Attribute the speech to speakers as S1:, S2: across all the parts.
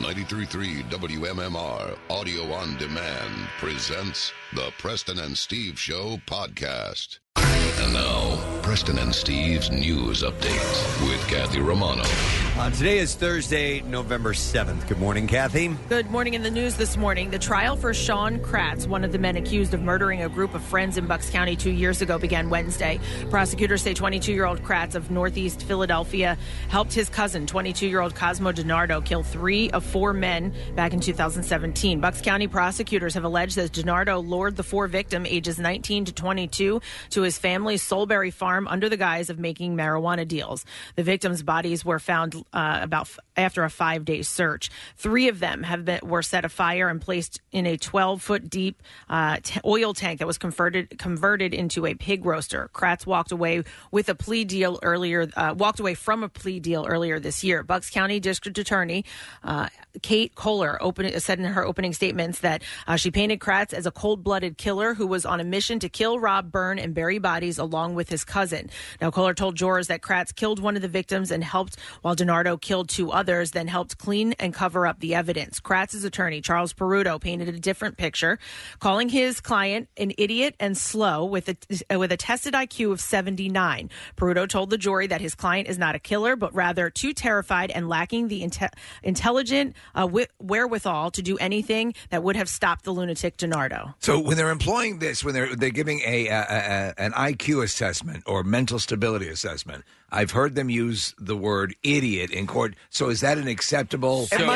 S1: 933 WMMR Audio on Demand presents the Preston and Steve Show podcast. And now, Preston and Steve's news update with Kathy Romano.
S2: Uh, today is Thursday, November 7th. Good morning, Kathy.
S3: Good morning in the news this morning. The trial for Sean Kratz, one of the men accused of murdering a group of friends in Bucks County two years ago, began Wednesday. Prosecutors say 22 year old Kratz of Northeast Philadelphia helped his cousin, 22 year old Cosmo DiNardo, kill three of four men back in 2017. Bucks County prosecutors have alleged that DiNardo lured the four victims, ages 19 to 22, to his family's Solberry farm under the guise of making marijuana deals. The victims' bodies were found uh, about f- after a five day search. Three of them have been were set afire and placed in a 12 foot deep uh, t- oil tank that was converted converted into a pig roaster. Kratz walked away with a plea deal earlier. Uh, walked away from a plea deal earlier this year. Bucks County District Attorney uh, Kate Kohler open, said in her opening statements that uh, she painted Kratz as a cold blooded killer who was on a mission to kill, rob, burn, and bury bodies along with his cousin. Now, Kohler told jurors that Kratz killed one of the victims and helped, while DiNardo killed two others, then helped clean and cover up the evidence. Kratz's attorney, Charles Peruto, painted a different picture, calling his client an idiot and slow with a, with a tested IQ of 79. Peruto told the jury that his client is not a killer, but rather too terrified and lacking the inte- intelligent uh, wi- wherewithal to do anything that would have stopped the lunatic DiNardo.
S4: So when they're employing this, when they're they're giving a, uh, a, a an IQ assessment or mental stability assessment, I've heard them use the word idiot in court. So is that an acceptable?
S5: So- There,
S4: It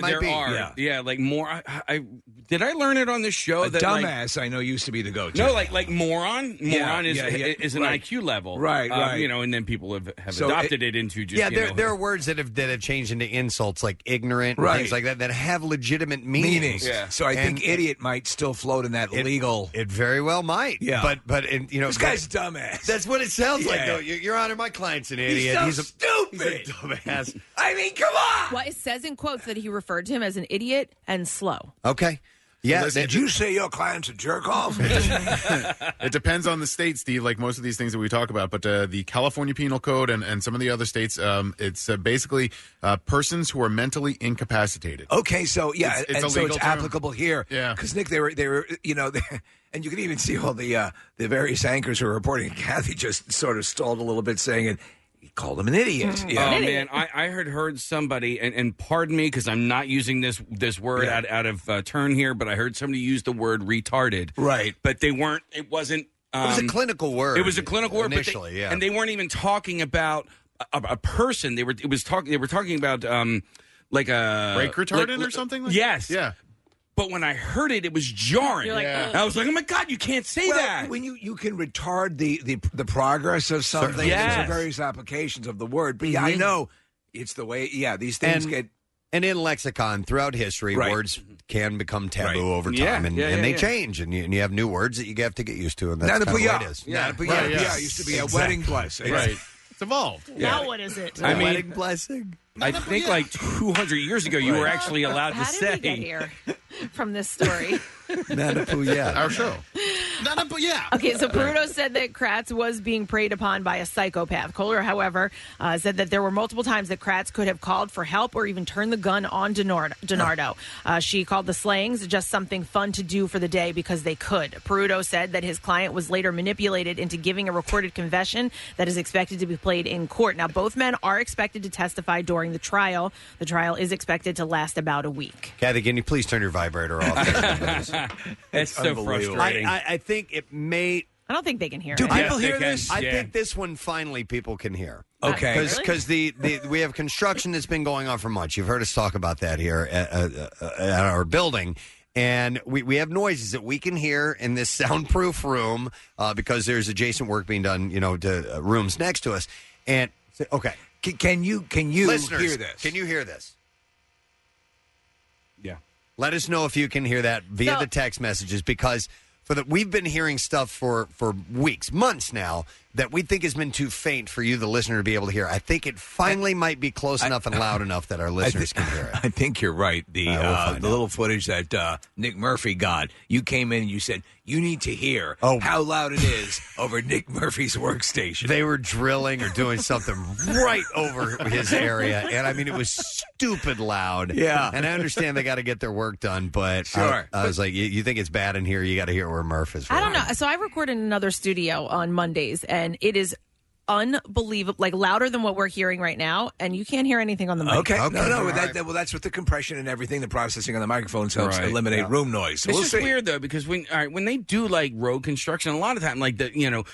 S4: might
S5: there
S4: be,
S5: are.
S4: yeah.
S5: Yeah. like more. I, I did I learn it on this show
S4: A
S5: that like-
S4: dumbass I know used to be the go-to.
S5: no, like like moron. Moron
S4: Yeah,
S5: is
S4: yeah, yeah,
S5: is an
S4: right.
S5: IQ level,
S4: Right,
S5: um,
S4: right.
S5: You know, and then people have, have
S2: So
S5: adopted it, into just
S2: yeah,
S5: you
S2: there,
S5: know,
S2: there are words that have that have changed into insults like ignorant, and
S4: Right.
S2: things like that, that have legitimate meanings.
S4: meanings. So I think idiot might still float in that legal.
S2: It very well might.
S4: Yeah.
S2: but but and, you know
S4: This
S2: that-
S4: guy's dumbass.
S2: That's what it sounds like.
S4: Yeah.
S2: Though. Your, Your Honor, my client's an
S4: He's
S2: idiot.
S4: so
S2: He's,
S4: stupid.
S2: a dumbass.
S4: I mean, come on.
S3: Well, it says in quotes that he referred to him as an idiot and slow.
S2: Okay. Yeah. that-
S4: did you say your client's a jerk off?
S6: It depends on the state, Steve. Like most of these things that we talk about, but uh, the California Penal Code and, and some of the other states, um, it's uh, basically uh, persons who are mentally incapacitated.
S3: Oh,
S4: Okay, so
S6: It's-
S4: yeah,
S6: it's
S4: and
S6: a
S4: so
S6: legal
S4: it's
S6: term.
S4: applicable here.
S6: Yeah.
S4: because Nick, they were they were you know, they, and you can even see all the uh, the various anchors who were reporting. Kathy just sort of stalled a little bit, saying it. He called him an idiot. Yeah.
S5: Oh man, I, I had heard somebody, and, and pardon me because I'm not using this this word
S4: Yeah.
S5: out out of uh, turn here, but I heard somebody use the word retarded,
S4: Right.
S5: But they weren't. It wasn't. Um,
S2: it was a clinical word.
S5: It was a clinical word but they-
S2: initially. yeah,
S5: and they weren't even talking about a, a- a person. They were it was talking. They were talking about um, like a
S6: Brake retardant
S5: like-
S6: or something? Like
S5: yes.
S6: Yeah.
S5: But when I heard it, it was jarring.
S3: You're like, Yeah.
S5: And I was like, oh my god, you can't say
S4: Well,
S5: that.
S4: when you, you can retard the, the, the progress of something,
S5: Yes.
S4: there's various applications of the word. But
S2: Mm-hmm.
S4: yeah, I know it's the way. Yeah, these things
S2: And-
S4: get
S2: and in lexicon throughout history,
S4: Right.
S2: words can become taboo
S4: Right.
S2: over time,
S5: Yeah,
S2: and,
S5: yeah,
S2: and
S5: yeah,
S2: they
S5: yeah.
S2: change, and you, and you have new words that you have to get used to, and that's
S4: now the
S2: kind of
S4: puya.
S2: what it is.
S5: Yeah.
S2: Now the puya.
S4: Right,
S6: yeah.
S4: yeah, it used to be a wedding blessing.
S6: Right. it's evolved.
S3: Now what is it?
S5: I mean,
S2: Wedding blessing.
S5: I think like 200 years ago, you were actually allowed
S3: How
S5: to
S3: did
S5: say.
S3: we get here from this story?
S2: Not a puya.
S6: Our show. Not a, but yeah.
S3: Okay, so Peruto said that Kratz was being preyed upon by a psychopath. Kohler, however, uh, said that there were multiple times that Kratz could have called for help or even turned the gun on DiNardo. DiNardo. Uh, she called the slayings just something fun to do for the day because they could. Peruto said that his client was later manipulated into giving a recorded confession that is expected to be played in court. Now, both men are expected to testify during the trial. The trial is expected to last about a week.
S2: Kathy, can you please turn your vibrator off?
S5: That's so
S4: unbelievable.
S2: I,
S5: frustrating.
S2: I, I think it may.
S3: I don't think they can hear
S2: Do
S3: it.
S5: Yeah,
S2: people
S5: they
S2: hear
S5: can.
S2: this? I
S5: Yeah.
S2: think this one finally people can hear.
S7: Uh,
S4: Okay.
S2: Because the, the we have construction that's been going on for months. You've heard us talk about that here at, uh, uh, at our building. And we, we have noises that we can hear in this soundproof room uh, because there's adjacent work being done, you know, to uh, rooms next to us. And, okay.
S4: Can, can you can you
S2: Listeners,
S4: hear this?
S2: can you hear this?
S5: yeah.
S2: Let us know if you can hear that via
S3: So-
S2: the text messages because for the we've been hearing stuff for for weeks, months now that we think has been too faint for you, the listener, to be able to hear. I think it finally might be close enough and loud enough that our listeners can hear it.
S4: I think you're right. The
S2: All right, we'll
S4: uh,
S2: find
S4: the little footage that uh, Nick Murphy got, you came in and you said you need to hear
S2: Oh.
S4: how loud it is over Nick Murphy's workstation.
S2: They were drilling or doing something right over his area, and I mean it was stupid loud.
S4: Yeah.
S2: and I understand they got to get their work done, but
S4: Sure.
S2: I, I was like, you, you think it's bad in here? You got to hear where Murph is.
S3: I don't know. So I record in another studio on Mondays, and it is unbelievable, like louder than what we're hearing right now, and you can't hear anything on the mic.
S4: Okay. No, no. That, that, well, that's with the compression and everything. The processing on the microphones helps
S5: Right.
S4: eliminate
S5: Yeah.
S4: room noise. So
S5: it's
S4: we'll
S5: just
S4: see.
S5: weird though because when all right, when they do like road construction, a lot of time like the you know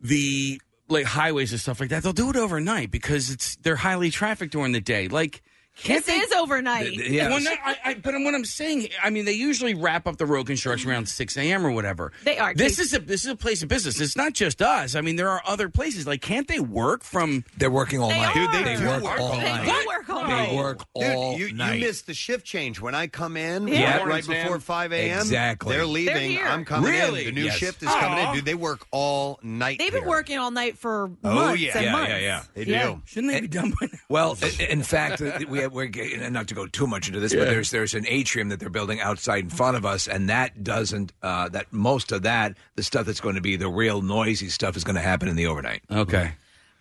S5: the like highways and stuff like that, they'll do it overnight because it's they're highly trafficked during the day. Like can't
S3: This
S5: they?
S3: is overnight.
S4: Th- th- yeah.
S5: Well, no, I, I, but what I'm saying, I mean, they usually wrap up the road construction around 6 a.m. or whatever.
S3: They are.
S5: This
S3: They-
S5: is a this is a place of business. It's not just us. I mean, there are other places. Like, can't they work from?
S4: They're working all
S3: They
S4: night.
S3: are. Dude, they do
S4: work
S2: work
S4: all
S2: all
S3: They
S4: night.
S3: do work all night.
S4: They work
S2: Dude,
S4: all
S2: you,
S4: night.
S2: you missed the shift change when I come in.
S3: Yeah.
S2: right- right
S5: Mornings, man.
S2: before five a.m.
S4: Exactly.
S2: They're leaving.
S3: here.
S2: I'm coming
S5: Really?
S2: in. The new
S4: Yes.
S2: shift is coming
S5: Aw.
S2: in. Dude, they work all night.
S3: They've been
S2: here.
S3: working all night for months
S2: Oh yeah,
S3: and
S4: Yeah,
S3: months.
S4: yeah, yeah.
S2: They do.
S3: Yeah.
S5: Shouldn't they be done by now?
S4: Well, i- in fact, uh, we have, we're getting, and not to go too much into this, but there's there's an atrium that they're building outside in front of us, and that doesn't uh, that most of that the stuff that's going to be the real noisy stuff is going to happen in the overnight.
S5: Okay.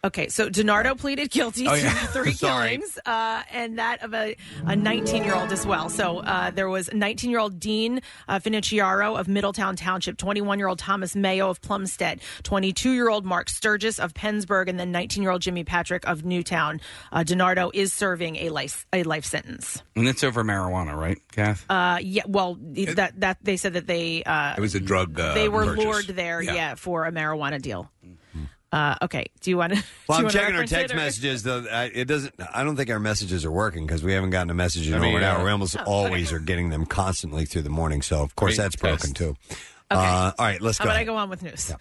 S3: Okay, so Donardo pleaded guilty
S4: Oh,
S3: to
S4: yeah.
S3: three killings, uh, and that of a, a 19-year-old as well. So uh, there was 19-year-old Dean uh, Finiciaro of Middletown Township, 21-year-old Thomas Mayo of Plumstead, 22-year-old Mark Sturgis of Pennsburg, and then 19-year-old Jimmy Patrick of Newtown. Uh, Donardo is serving a life, a life sentence.
S5: And it's over marijuana, right, Kath?
S3: Uh, yeah, well, that that they said that they uh,
S4: It was a drug. Uh,
S3: they were
S4: purchase.
S3: lured there, yeah. for a marijuana deal. Uh, okay, do you want to?
S2: Well,
S3: do you
S2: I'm
S3: wanna
S2: checking our
S3: reference it,
S2: text
S3: or-
S2: messages. Though I, it doesn't. I don't think our messages are working because we haven't gotten a message in
S6: I mean,
S2: over an hour.
S6: uh,
S2: We
S3: Oh,
S2: almost always are getting them constantly through the morning. So of course
S6: I mean,
S2: that's broken
S6: test.
S2: too. Uh, all right, let's
S3: How
S2: go.
S3: about I
S2: ahead.
S3: go on with news?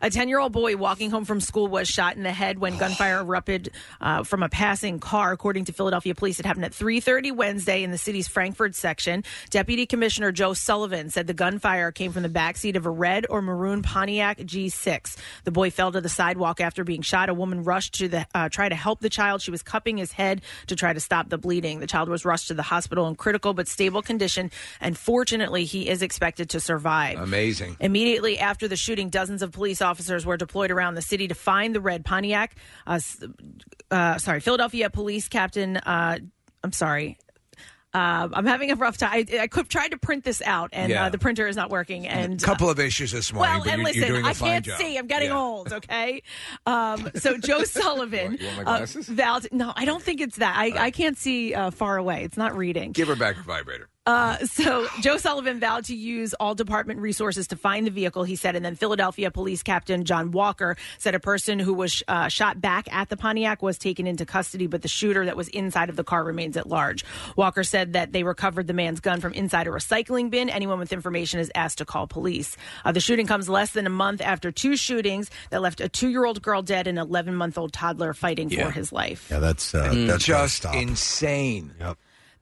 S3: A 10 year old boy walking home from school was shot in the head when gunfire erupted uh, from a passing car, according to Philadelphia police. It happened at 3.30 Wednesday in the city's Frankfurt section. Deputy Commissioner Joe Sullivan said the gunfire came from the backseat of a red or maroon Pontiac G6. The boy fell to the sidewalk after being shot. A woman rushed to the, uh, try to help the child. She was cupping his head to try to stop the bleeding. The child was rushed to the hospital in critical but stable condition, and fortunately, he is expected to survive.
S4: Amazing.
S3: Immediately after the shooting, dozens of police officers were deployed around the city to find the red Pontiac. Uh, s- uh, sorry, Philadelphia police captain. Uh, I'm sorry. Uh, I'm having a rough time. I, I could, tried to print this out, and
S4: Yeah.
S3: uh, the printer is not working. And uh,
S4: couple of issues this morning,
S3: well,
S4: but
S3: and
S4: you're,
S3: listen,
S4: you're doing a
S3: I
S4: fine
S3: can't
S4: job.
S3: see. I'm getting
S4: Yeah.
S3: old. Okay. Um, so Joe Sullivan,
S4: you want my
S3: uh,
S4: glasses?
S3: Val- no, I don't think it's that. I, I can't see uh, far away. It's not reading.
S4: Give her back her vibrator.
S3: Uh, so Joe Sullivan vowed to use all department resources to find the vehicle, he said. And then Philadelphia police captain John Walker said a person who was uh, shot back at the Pontiac was taken into custody, but the shooter that was inside of the car remains at large. Walker said that they recovered the man's gun from inside a recycling bin. Anyone with information is asked to call police. Uh, the shooting comes less than a month after two shootings that left a two year old girl dead and an 11 month old toddler fighting for his life.
S2: Yeah, that's uh, that's gotta
S4: Just
S2: stop.
S4: insane.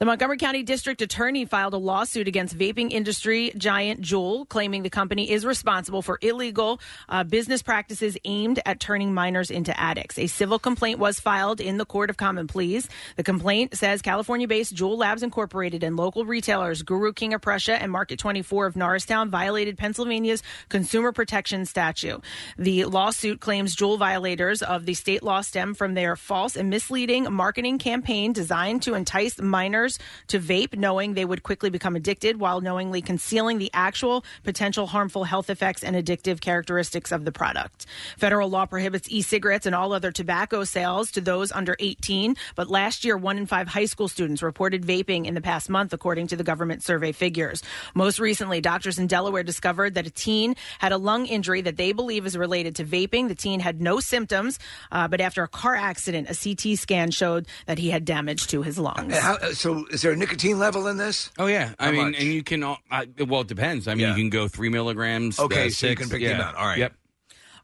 S3: The Montgomery County District Attorney filed a lawsuit against vaping industry giant Juul, claiming the company is responsible for illegal uh, business practices aimed at turning minors into addicts. A civil complaint was filed in the Court of Common Pleas. The complaint says California based Juul Labs Incorporated and local retailers Guru King of Prussia and Market 24 of Norristown violated Pennsylvania's consumer protection statute. The lawsuit claims Juul violators of the state law stem from their false and misleading marketing campaign designed to entice minors to vape, knowing they would quickly become addicted while knowingly concealing the actual potential harmful health effects and addictive characteristics of the product. Federal law prohibits e cigarettes and all other tobacco sales to those under 18, but last year, one in five high school students reported vaping in the past month, according to the government survey figures. Most recently, doctors in Delaware discovered that a teen had a lung injury that they believe is related to vaping. The teen had no symptoms, uh, but after a car accident, a CT scan showed that he had damage to his lungs.
S4: And how- uh, so, is there a nicotine level in this?
S5: Oh yeah, I
S4: How
S5: mean,
S4: much?
S5: and you can. all- I, well, it depends. I mean,
S4: Yeah.
S5: you can go three milligrams.
S4: Okay,
S5: uh,
S4: so you
S5: six,
S4: can pick the
S5: yeah.
S4: amount. All right.
S5: Yep.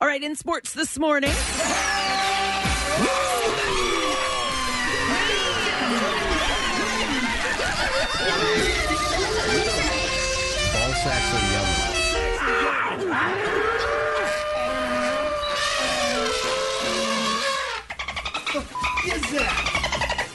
S3: All right, in sports this morning.
S2: Ball sacks are yellow.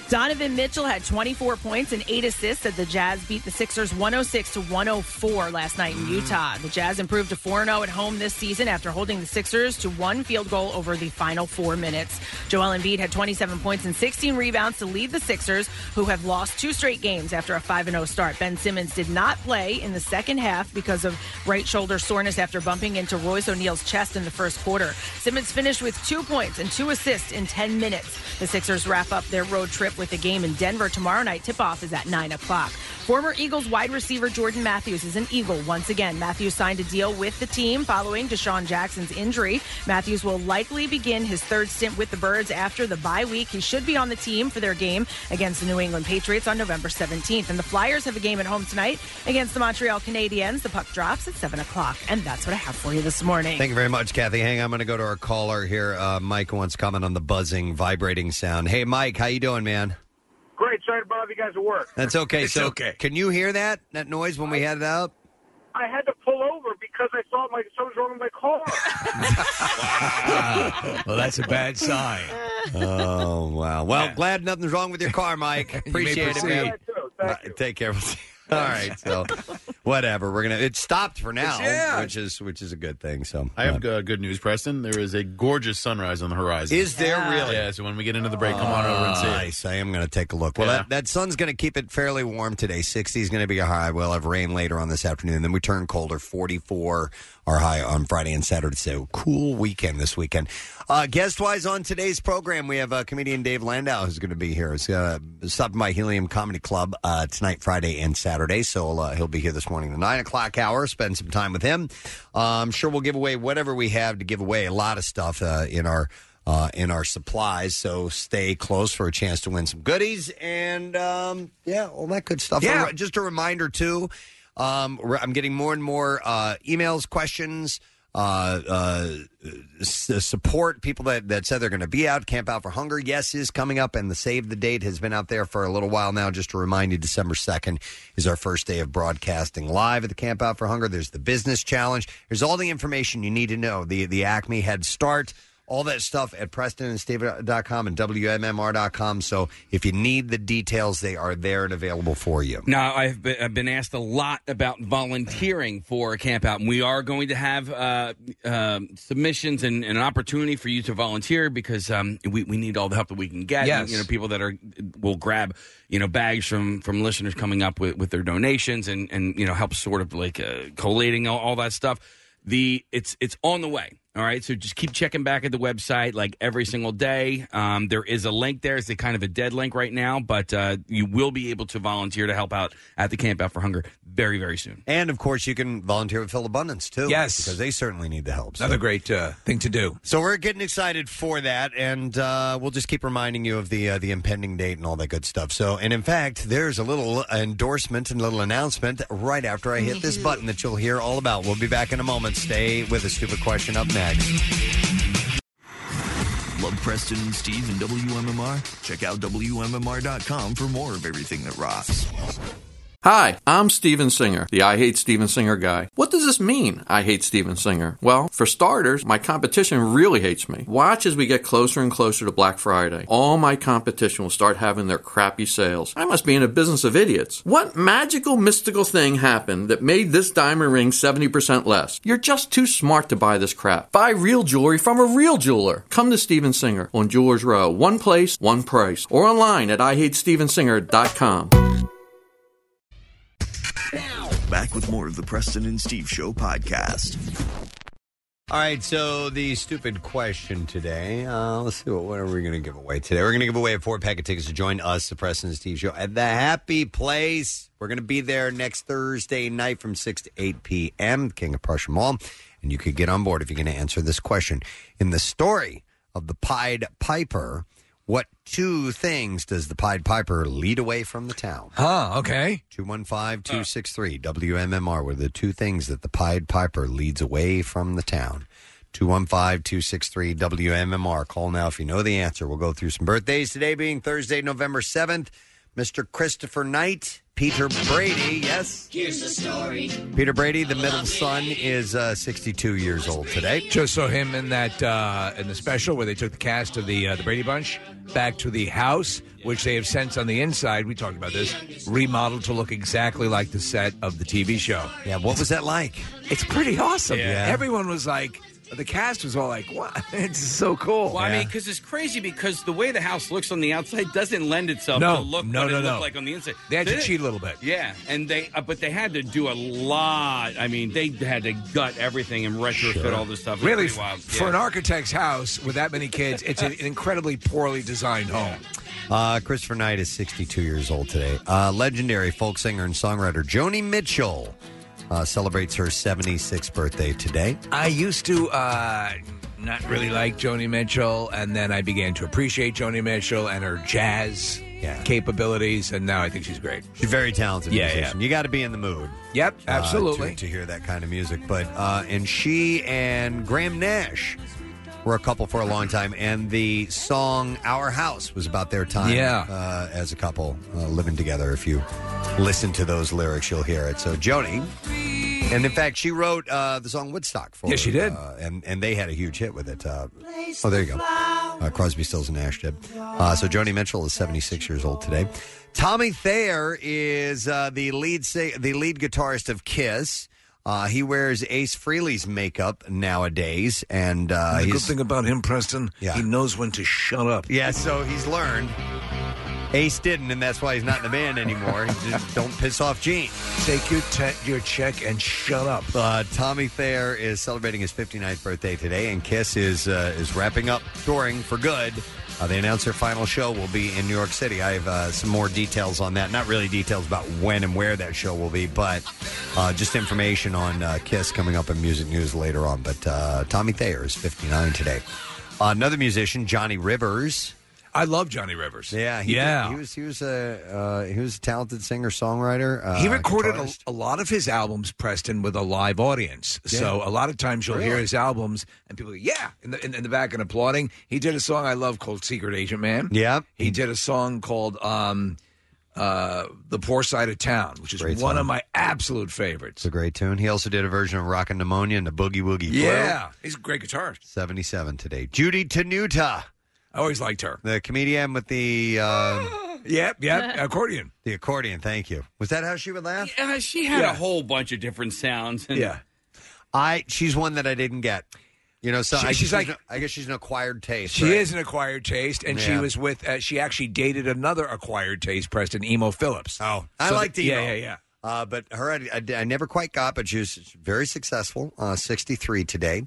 S3: Donovan Mitchell had 24 points and eight assists as the Jazz beat the Sixers 106 to 104 last night in Utah. The Jazz improved to 4 0 at home this season after holding the Sixers to one field goal over the final four minutes. Joel Embiid had 27 points and 16 rebounds to lead the Sixers, who have lost two straight games after a 5 0 start. Ben Simmons did not play in the second half because of right shoulder soreness after bumping into Royce O'Neal's chest in the first quarter. Simmons finished with two points and two assists in 10 minutes. The Sixers wrap up their road trip with a game in Denver tomorrow night. Tip off is at 9 o'clock. Former Eagles wide receiver Jordan Matthews is an Eagle once again. Matthews signed a deal with the team following Deshaun Jackson's injury. Matthews will likely begin his third stint with the Birds after the bye week. He should be on the team for their game against the New England Patriots on November 17th. And the Flyers have a game at home tonight against the Montreal Canadiens. The puck drops at 7 o'clock. And that's what I have for you this morning.
S2: Thank you very much, Kathy. Hang, on, I'm going to go to our caller here. Uh, Mike wants to comment on the buzzing, vibrating sound. Hey, Mike, how you doing, man?
S8: Great. Sorry to bother you guys at work.
S2: That's okay.
S8: It's
S2: so,
S8: okay.
S2: can you hear that that noise when we
S3: Oh.
S2: had it out?
S8: I had to pull over because I thought my something was wrong with my car.
S2: well, that's a bad sign. oh wow. Well, glad nothing's wrong with your car, Mike. Appreciate it, man. Uh, Take care. We'll see- All right. So, whatever. We're gonna. It stopped for now,
S6: Yeah.
S2: which is which is a good thing. So,
S6: I have uh, good news, Preston. There is a gorgeous sunrise on the horizon.
S2: Is there Yeah. really?
S6: Yeah. So when we get into the break, come on over and see. it.
S2: Nice. I am going to take a look. Well,
S6: Yeah.
S2: that, that sun's going to keep it fairly warm today. 60 is going to be a high. We'll have rain later on this afternoon. Then we turn colder. 44 our high on Friday and Saturday. So cool weekend this weekend. Uh, guest wise on today's program, we have uh, comedian Dave Landau who's going to be here. He's uh, stopping by Helium Comedy Club uh, tonight, Friday, and Saturday. So uh, he'll be here this morning, the nine o'clock hour. Spend some time with him. Uh, I'm sure we'll give away whatever we have to give away. A lot of stuff uh, in our uh, in our supplies. So stay close for a chance to win some goodies and um, yeah, all that good stuff.
S9: Yeah.
S2: A re- Just a reminder too. Um, we're- I'm getting more and more uh, emails, questions, uh, uh, s- uh, support. People that, that said they're going to be out. Camp Out for Hunger, yes, is coming up, and the save the date has been out there for a little while now. Just to remind you, December second is our first day of broadcasting live at the Camp Out for Hunger. There's the business challenge. There's all the information you need to know. The the Acme Head Start all that stuff at PrestonandSteve.com and WMMR.com. So if you need the details, they are there and available for you.
S5: Now, I've been, I've been asked a lot about volunteering for a camp out, and we are going to have uh, um submissions and, and an opportunity for you to volunteer because um, we, we need all the help that we can get.
S10: Yes.
S5: You know, people that are will grab, you know, bags from, from listeners coming up with, with their donations and, and, you know, help sort of like uh, collating all, all that stuff. The it's it's on the way. All right, so just keep checking back at the website like every single day. Um, there is a link there. It's a kind of a dead link right now, but uh, you will be able to volunteer to help out at the Camp Out for Hunger very, very soon.
S2: And of course, you can volunteer with Phil Abundance too.
S5: Yes.
S2: Because they certainly need the help. So.
S4: Another great uh, thing to do.
S2: So we're getting excited for that, and uh, we'll just keep reminding you of the uh, the impending date and all that good stuff. So, and in fact, there's a little endorsement and little announcement right after I hit this button that you'll hear all about. We'll be back in a moment. Stay with a stupid question up next.
S11: Love Preston and Steve and WMMR? Check out WMMR.com for more of everything that rocks.
S12: Hi, I'm Steven Singer, the I Hate Steven Singer guy. What does this mean, I hate Steven Singer? Well, for starters, my competition really hates me. Watch as we get closer and closer to Black Friday. All my competition will start having their crappy sales. I must be in a business of idiots. What magical, mystical thing happened that made this diamond ring 70% less? You're just too smart to buy this crap. Buy real jewelry from a real jeweler. Come to Steven Singer on Jewelers Row. One place, one price. Or online at IHateStevenSinger.com.
S11: Back with more of the Preston and Steve Show podcast.
S2: All right, so the stupid question today. Uh, let's see what, what are we going to give away today? We're going to give away a four pack of tickets to join us, the President's Steve Show at the Happy Place. We're going to be there next Thursday night from six to eight p.m. King of Prussia Mall, and you could get on board if you're going to answer this question. In the story of the Pied Piper, what two things does the Pied Piper lead away from the town?
S4: Huh, okay.
S2: 215 263 WMMR were the two things that the Pied Piper leads away from the town. 215 263 WMMR. Call now if you know the answer. We'll go through some birthdays today, being Thursday, November 7th. Mr. Christopher Knight, Peter Brady. Yes.
S9: Here's the story.
S2: Peter Brady, the middle son, is uh, 62 years old today.
S4: Just saw him in that uh, in the special where they took the cast of the uh, the Brady Bunch back to the house, which they have since on the inside. We talked about this remodeled to look exactly like the set of the TV show.
S2: Yeah, what was that like?
S4: It's pretty awesome.
S5: Yeah.
S4: Everyone was like, the cast was all like, "Wow, it's so cool."
S5: Well, I mean, because it's crazy because the way the house looks on the outside doesn't lend itself
S4: No,
S5: to look
S4: no,
S5: what
S4: no,
S5: it
S4: no.
S5: looked like on the inside.
S4: They had to
S5: did-
S4: cheat a little bit.
S5: Yeah, and they uh, but they had to do a lot. I mean, they had to gut everything and retrofit all this stuff. It was
S4: Really,
S5: pretty wild.
S4: for
S5: Yeah.
S4: an architect's house with that many kids, it's an incredibly poorly designed home.
S2: Uh, Christopher Knight is 62 years old today. Uh, legendary folk singer and songwriter Joni Mitchell uh, celebrates her 76th birthday today.
S4: I used to uh, not really like Joni Mitchell, and then I began to appreciate Joni Mitchell and her jazz capabilities, and now I think she's great.
S2: She's very talented
S4: Yeah,
S2: musician. You got to be in the mood.
S4: Yep,
S2: uh,
S4: absolutely.
S2: to, to hear that kind of music. But uh, and she and Graham Nash were a couple for a long time, and the song "Our House" was about their time.
S4: Yeah.
S2: uh, as a couple uh, living together. If you listen to those lyrics, you'll hear it. So Joni, and in fact, she wrote uh, the song "Woodstock" for.
S4: Yeah, she did.
S2: uh, and and they had a huge hit with it. Uh, oh, there you go. Uh, Crosby, Stills, and Nash did. Uh, so Joni Mitchell is 76 years old today. Tommy Thayer is uh, the lead sa- the lead guitarist of Kiss. Uh, he wears Ace Frehley's makeup nowadays, and uh,
S4: the good
S2: he's
S4: thing about him, Preston, he knows when to shut up.
S2: yeah. So he's learned. Ace didn't, and that's why he's not in the band anymore. He just don't piss off Gene.
S4: Take your te- your check and shut up.
S2: Uh, Tommy Thayer is celebrating his 59th birthday today, and Kiss is uh, is wrapping up touring for good. Uh, they announced their final show will be in New York City. I have uh, some more details on that. Not really details about when and where that show will be, but uh, just information on uh, Kiss coming up in music news later on. But uh, Tommy Thayer is 59 today. another musician, Johnny Rivers.
S4: I love Johnny Rivers.
S2: Yeah, he
S4: yeah.
S2: did- he was he was a uh, he was a talented singer songwriter. Uh,
S4: he recorded a,
S2: guitarist.
S4: a lot of his albums, Preston, with a live audience.
S2: Yeah.
S4: So a lot of times you'll hear
S2: Really?
S4: his albums and people go, yeah, in the, in, in the back and applauding. He did a song I love called Secret Agent Man.
S2: Yeah.
S4: He did a song called um, uh, The Poor Side of Town, which is
S2: Great
S4: one
S2: song.
S4: of my absolute favorites.
S2: It's a great tune. He also did a version of Rockin' Pneumonia and the Boogie Woogie Blue.
S4: Yeah. He's a great guitarist.
S2: 77 today. Judy Tenuta.
S4: I always liked her.
S2: The comedian with the. Uh,
S4: yep, yep, accordion.
S2: The accordion, thank you. Was that how she would laugh?
S5: Uh, she had
S2: Yeah.
S5: a whole bunch of different sounds. And
S2: Yeah. I she's one that I didn't get. You know, so
S4: She-
S2: I,
S4: she's like-
S2: no- I guess she's an acquired taste.
S4: She
S2: right?
S4: is an acquired taste, and she
S2: Yeah.
S4: was with. Uh, she actually dated another acquired taste, Preston Emo Phillips. Oh,
S2: I liked Emo.
S4: Yeah, yeah, yeah.
S2: Uh, but her, I, I- I never quite got, but she was very successful. Uh, 63 today.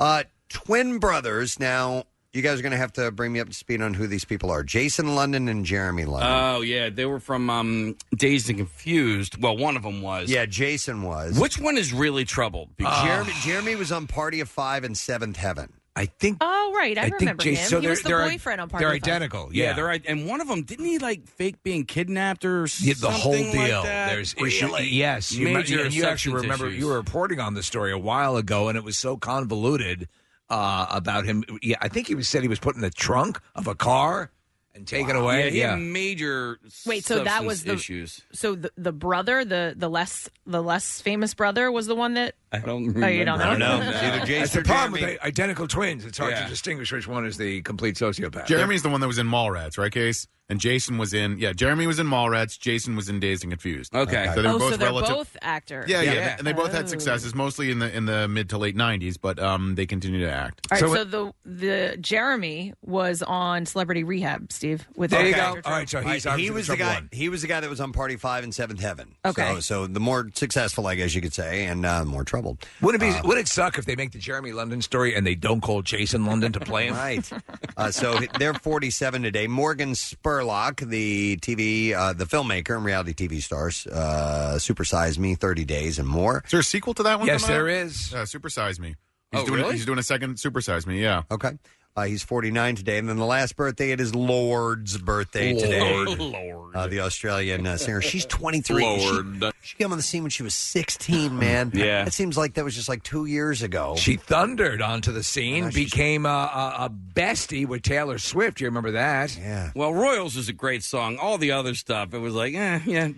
S2: Uh, twin brothers. Now, you guys are going to have to bring me up to speed on who these people are Jason London and Jeremy London.
S4: Uh,
S5: Oh yeah, they were from um, Dazed and Confused. Well, one of them was.
S2: yeah, Jason was.
S5: Which one is really troubled?
S3: Ah.
S5: Because
S2: Uh, Jeremy, Jeremy was on Party of Five and Seventh Heaven.
S4: I think.
S3: Oh, right. I, remember him. he was the boyfriend on Party Five.
S5: Yeah,
S4: yeah.
S5: they're i- and one of them didn't he like fake being kidnapped or
S4: Yeah, the whole
S5: something like
S4: deal.
S5: that?
S4: There's issue.
S5: Really?
S4: Yes, you,
S5: Major
S4: and you actually
S5: substance
S4: remember
S5: issues.
S4: you were reporting on this story a while ago, and it was so convoluted uh, about him. Yeah, I think he was said he was put in the trunk of a car and taken away.
S5: Yeah, he had major.
S3: Wait, so that
S5: substance
S3: was the-
S5: issues.
S3: So the, the brother, the the less the less famous brother, was the one that.
S5: I don't.
S3: Oh, you don't
S5: remember.
S3: know?
S5: I don't know. Either Jason
S4: That's the
S5: or
S4: problem with
S5: Jeremy.
S4: the identical twins. It's hard
S5: Yeah.
S4: to distinguish which one is the complete sociopath.
S6: Jeremy's the one that was in Mallrats, right, Case? And Jason was in yeah. Jeremy was in Mallrats. Jason was in Dazed and Confused.
S5: Okay.
S6: so they were
S3: oh,
S6: both
S3: so they're
S6: relative.
S3: both actors.
S6: yeah, yeah, and they both
S3: Oh.
S6: had successes, mostly in the in the mid to late '90s. But um, they continue to act.
S3: All right, so, the the Jeremy was on Celebrity Rehab, Steve. With
S2: There you
S3: Dr.
S2: go.
S3: Drew.
S4: All right, so Oh, he's
S2: All right,
S4: obviously
S2: he
S4: the
S2: was the
S4: trouble
S2: guy.
S4: one.
S2: He was the guy that was on Party Five and Seventh Heaven.
S4: Okay.
S2: So, so the more successful, I guess you could say, and uh, more troubled.
S4: Wouldn't
S2: Uh,
S4: it be? would it suck if they make the Jeremy London story and they don't call Jason London to play him?
S2: Right. Uh, so they're 47 today. Morgan Spurlock, the TV, uh, the filmmaker and reality TV stars, uh, Super Size Me, 30 Days and more.
S6: Is there a sequel to that one?
S2: Yes,
S6: coming
S2: there
S6: out?
S2: is.
S6: Uh, Supersize Me. He's
S2: Oh,
S6: doing,
S2: really?
S6: He's doing a second Supersize Me. Yeah.
S2: Okay. Uh, he's 49 today. And then the last birthday, it is Lord's birthday today.
S9: Lord.
S2: Uh, the Australian uh, singer. She's 23.
S9: Lord.
S2: She, she came on the scene when she was 16, man.
S4: Yeah.
S2: That seems like that was just like two years ago.
S4: She thundered onto the scene, became a, a, a bestie with Taylor Swift. You remember that?
S2: Yeah.
S5: Well, Royals is a great song. All the other stuff, it was like, eh, yeah,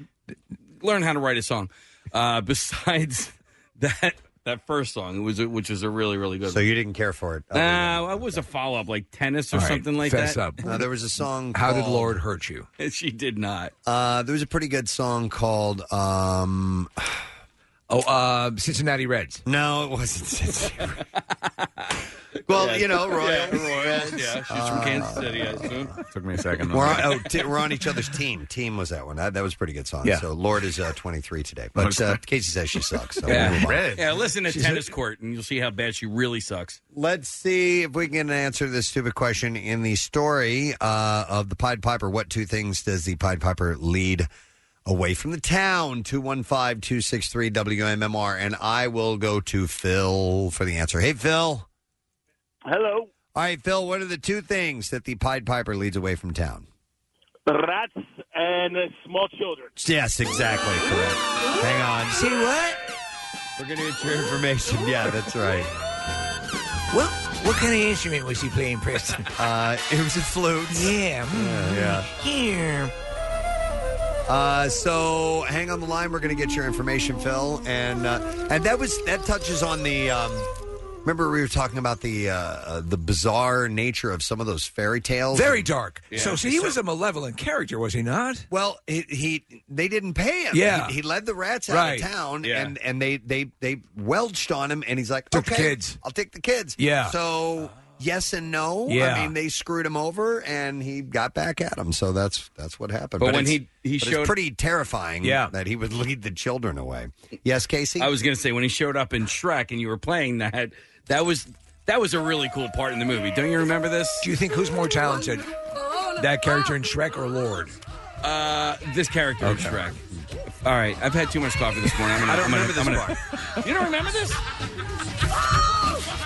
S5: learn how to write a song. Uh, besides that, that first song, it was a- which was a really, really good.
S2: So you didn't care for it?
S5: No, uh, it was a follow up like tennis or
S2: All right,
S5: something like
S2: fess
S5: that.
S2: up. Uh, there was a song
S4: How did
S2: called-
S4: Lord hurt you?
S5: she did not.
S2: Uh, there was a pretty good song called. Um,
S4: oh, uh, Cincinnati Reds.
S2: No, it wasn't Cincinnati. Reds. well, you know, Royal.
S5: Yeah, Royals, yeah. She's from
S2: Uh,
S5: Kansas City, I assume.
S6: Took me a second.
S2: We're on, oh, t- we're on each other's team. Team was that one. That, that was a pretty good song.
S5: Yeah.
S2: So Lord is uh, 23 today. But uh, Casey says she sucks. So we'll move
S5: yeah.
S2: on.
S5: yeah, listen to tennis court and you'll see how bad she really sucks.
S2: Let's see if we can answer this stupid question in the story uh, of the Pied Piper. What two things does the Pied Piper lead away from the town? 215 263 WMMR. And I will go to Phil for the answer. Hey, Phil.
S8: Hello.
S2: All right, Phil, what are the two things that the Pied Piper leads away from town?
S8: Rats and uh, small children.
S2: Yes, exactly. Correct. Hang on. See what? We're going to get your information. Yeah, that's right.
S4: What, what kind of instrument was he playing, Preston?
S2: Uh, it was a flute.
S4: Yeah. mm,
S2: Yeah.
S4: Here.
S2: Uh, so hang on the line. We're going to get your information, Phil, and uh, and that was that touches on the. Um, remember we were talking about the uh, uh, the bizarre nature of some of those fairy tales.
S4: Very
S2: And-
S4: dark. So, so he was a malevolent character, was he not?
S2: Well, he, he they didn't pay him.
S4: Yeah.
S2: he, he led the rats out
S4: Right.
S2: of town,
S4: Yeah.
S2: and and they they they welched on him, and he's like,
S4: Took the
S2: okay,
S4: kids."
S2: I'll take the kids.
S4: Yeah.
S2: So. Yes and no.
S4: Yeah.
S2: I mean, they screwed him over, and he got back at him. So that's that's what happened.
S5: But when
S2: it's-
S5: he- he
S2: but
S5: showed-
S2: it's pretty terrifying.
S5: Yeah.
S2: that he would lead the children away. Yes, Casey.
S5: I was going to say when he showed up in Shrek and you were playing that, that was that was a really cool part in the movie. Don't you remember this?
S4: Do you think who's more talented, that character in Shrek or Lord?
S5: Uh, this character in Shrek. All right, I've had too much coffee this morning. I'm gonna,
S4: I don't
S5: am gonna,
S4: remember
S5: I'm
S4: this
S5: gonna, You don't remember this?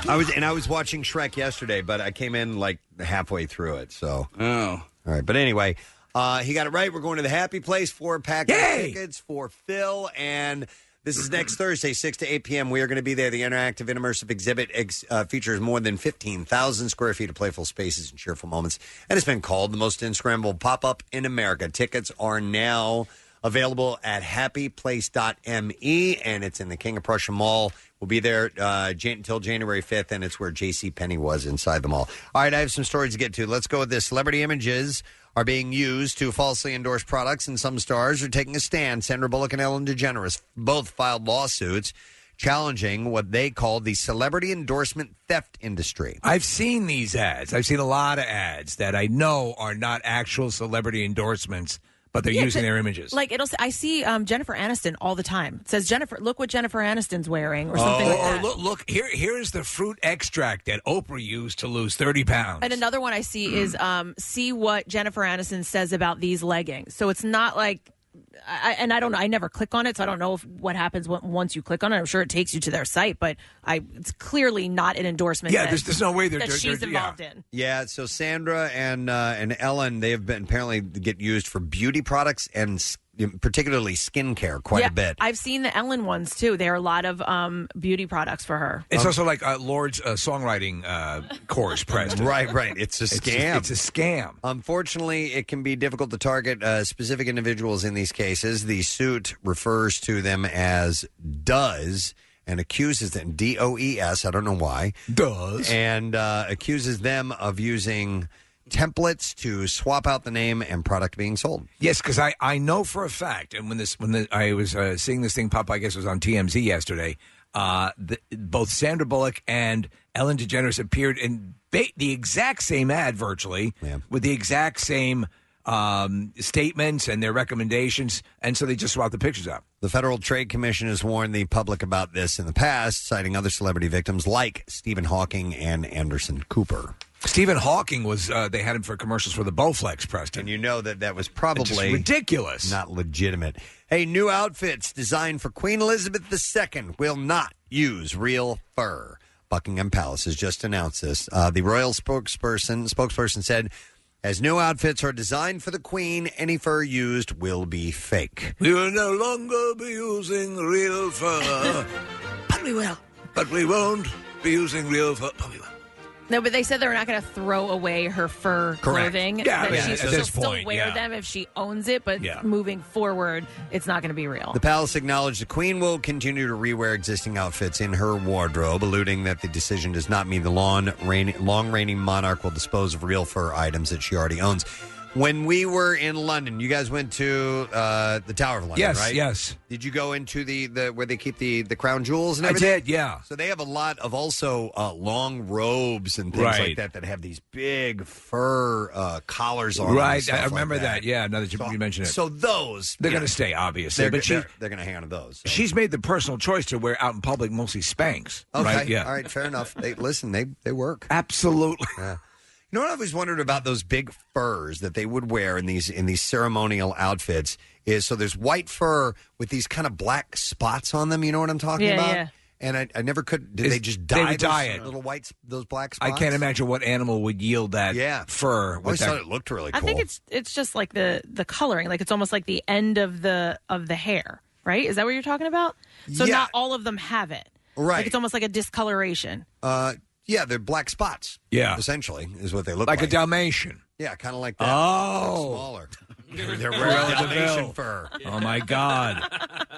S2: I was and I was watching Shrek yesterday, but I came in like halfway through it. So
S5: oh, all
S2: right. But anyway, uh, he got it right. We're going to the happy place. Four pack of
S9: Yay!
S2: tickets for Phil and. This is next Thursday, 6 to 8 p.m. We are going to be there. The interactive and immersive exhibit ex- uh, features more than 15,000 square feet of playful spaces and cheerful moments. And it's been called the most Instagrammable pop up in America. Tickets are now available at happyplace.me E, and it's in the King of Prussia Mall. We'll be there uh, Jan- until January 5th, and it's where J.C. Penney was inside the mall. All right, I have some stories to get to. Let's go with this. Celebrity images are being used to falsely endorse products, and some stars are taking a stand. Sandra Bullock and Ellen DeGeneres both filed lawsuits challenging what they call the celebrity endorsement theft industry.
S4: I've seen these ads. I've seen a lot of ads that I know are not actual celebrity endorsements, but they're
S3: Yeah,
S4: using
S3: but-
S4: their images.
S3: Like it'll. s- I see um, Jennifer Aniston all the time. It says Jennifer, look what Jennifer Aniston's wearing, or something
S4: Oh,
S3: like
S4: or
S3: that.
S4: look, look here. Here's the fruit extract that Oprah used to lose thirty pounds.
S3: And another one I see is
S4: Mm.
S3: um, see what Jennifer Aniston says about these leggings. So it's not like, I, I- and I don't know. I never click on it, so I don't know if what happens when, once you click on it. I'm sure it takes you to their site, but I it's clearly not an endorsement. that- that she's involved in.
S2: Yeah, so Sandra and uh, and Ellen they have been apparently get used for beauty products and s- particularly skincare quite
S3: yeah,
S2: a bit.
S3: I've seen the Ellen ones too. There are a lot of um, beauty products for her.
S2: Um,
S4: It's also like uh, Lord's uh, songwriting uh, course, Preston.
S2: Right, right. It's a scam.
S4: It's a, scam.
S2: Unfortunately, it can be difficult to target uh, specific individuals in these cases. The suit refers to them as does and accuses them D O E S. I don't know why
S4: does
S2: and uh, accuses them of using templates to swap out the name and product being sold.
S4: Yes, because I, I know for a fact, and when this when the, I was uh, seeing this thing pop, I guess it was on TMZ yesterday. Uh, the, both Sandra Bullock and Ellen DeGeneres appeared in ba- the exact same ad, virtually with the exact same um, statements and their recommendations, and so they just swapped the pictures out.
S2: The Federal Trade Commission has warned the public about this in the past, citing other celebrity victims like Stephen Hawking and Anderson Cooper.
S4: Stephen Hawking was uh, they had him for commercials for the Bowflex, Preston, and
S2: you know that that was probably
S4: ridiculous,
S2: not legitimate. Hey, new outfits designed for Queen Elizabeth II will not use real fur. Buckingham Palace has just announced this. Uh, the royal spokesperson spokesperson said, as new outfits are designed for the Queen, any fur used will be fake.
S4: We will no longer be using real fur. but we will. But we won't be using real fur. But we will.
S3: No, but they said they're not going to throw away her fur
S4: Correct.
S3: clothing.
S4: Yeah,
S3: that
S4: yeah,
S3: she,
S4: at
S3: she'll
S4: this
S3: still
S4: point,
S3: wear
S4: yeah.
S3: them if she owns it, but
S2: Yeah.
S3: moving forward, it's not going to be real.
S2: The palace acknowledged the Queen will continue to rewear existing outfits in her wardrobe, alluding that the decision does not mean the long reigning, long reigning monarch will dispose of real fur items that she already owns. When we were in London, you guys went to uh, the Tower of London,
S4: Yes,
S2: right?
S4: yes.
S2: Did you go into the, the where they keep the, the crown jewels and
S4: I
S2: everything?
S4: did, yeah.
S2: So they have a lot of also uh, long robes and things like
S4: Right.
S2: that that have these big fur uh, collars on. them and
S4: Right,
S2: stuff
S4: I
S2: like
S4: remember that. Yeah, now that you, you mention it.
S2: So those
S4: they're
S2: yeah.
S4: going to stay, obviously.
S2: They're,
S4: but she,
S2: they're, they're going to hang on to those.
S4: she's made the personal choice to wear out in public mostly Spanx.
S2: Okay.
S4: Right? Yeah.
S2: All right. Fair enough. They listen. They they work.
S4: Absolutely.
S2: You know what I've always wondered about those big furs that they would wear in these in these ceremonial outfits is so there's white fur with these kind of black spots on them. You know what I'm talking
S4: Yeah,
S2: about?
S4: yeah.
S2: And I, I never could. Did
S4: It's-
S2: they just
S4: they
S2: dye
S4: would
S2: those
S4: dye it.
S2: little white s- those black
S4: I
S2: spots?
S4: can't imagine what animal would yield that
S2: Yeah.
S4: fur.
S2: I
S4: with
S2: always
S4: that-
S2: thought it looked really
S3: I
S2: cool.
S3: think it's it's just like the the coloring, like it's almost like the end of the of the hair, right? Is that what you're talking about? So
S2: Yeah.
S3: not all of them have it,
S2: Right.
S3: Like it's almost like a discoloration.
S2: uh, yeah, they're black spots.
S4: Yeah.
S2: essentially is what they look
S4: like,
S2: like.
S4: a Dalmatian.
S2: yeah, kind of like that.
S4: Oh.
S2: smaller. They're wearing
S4: Cruella de
S2: Dalmatian
S4: Vil.
S2: fur.
S4: Oh my God!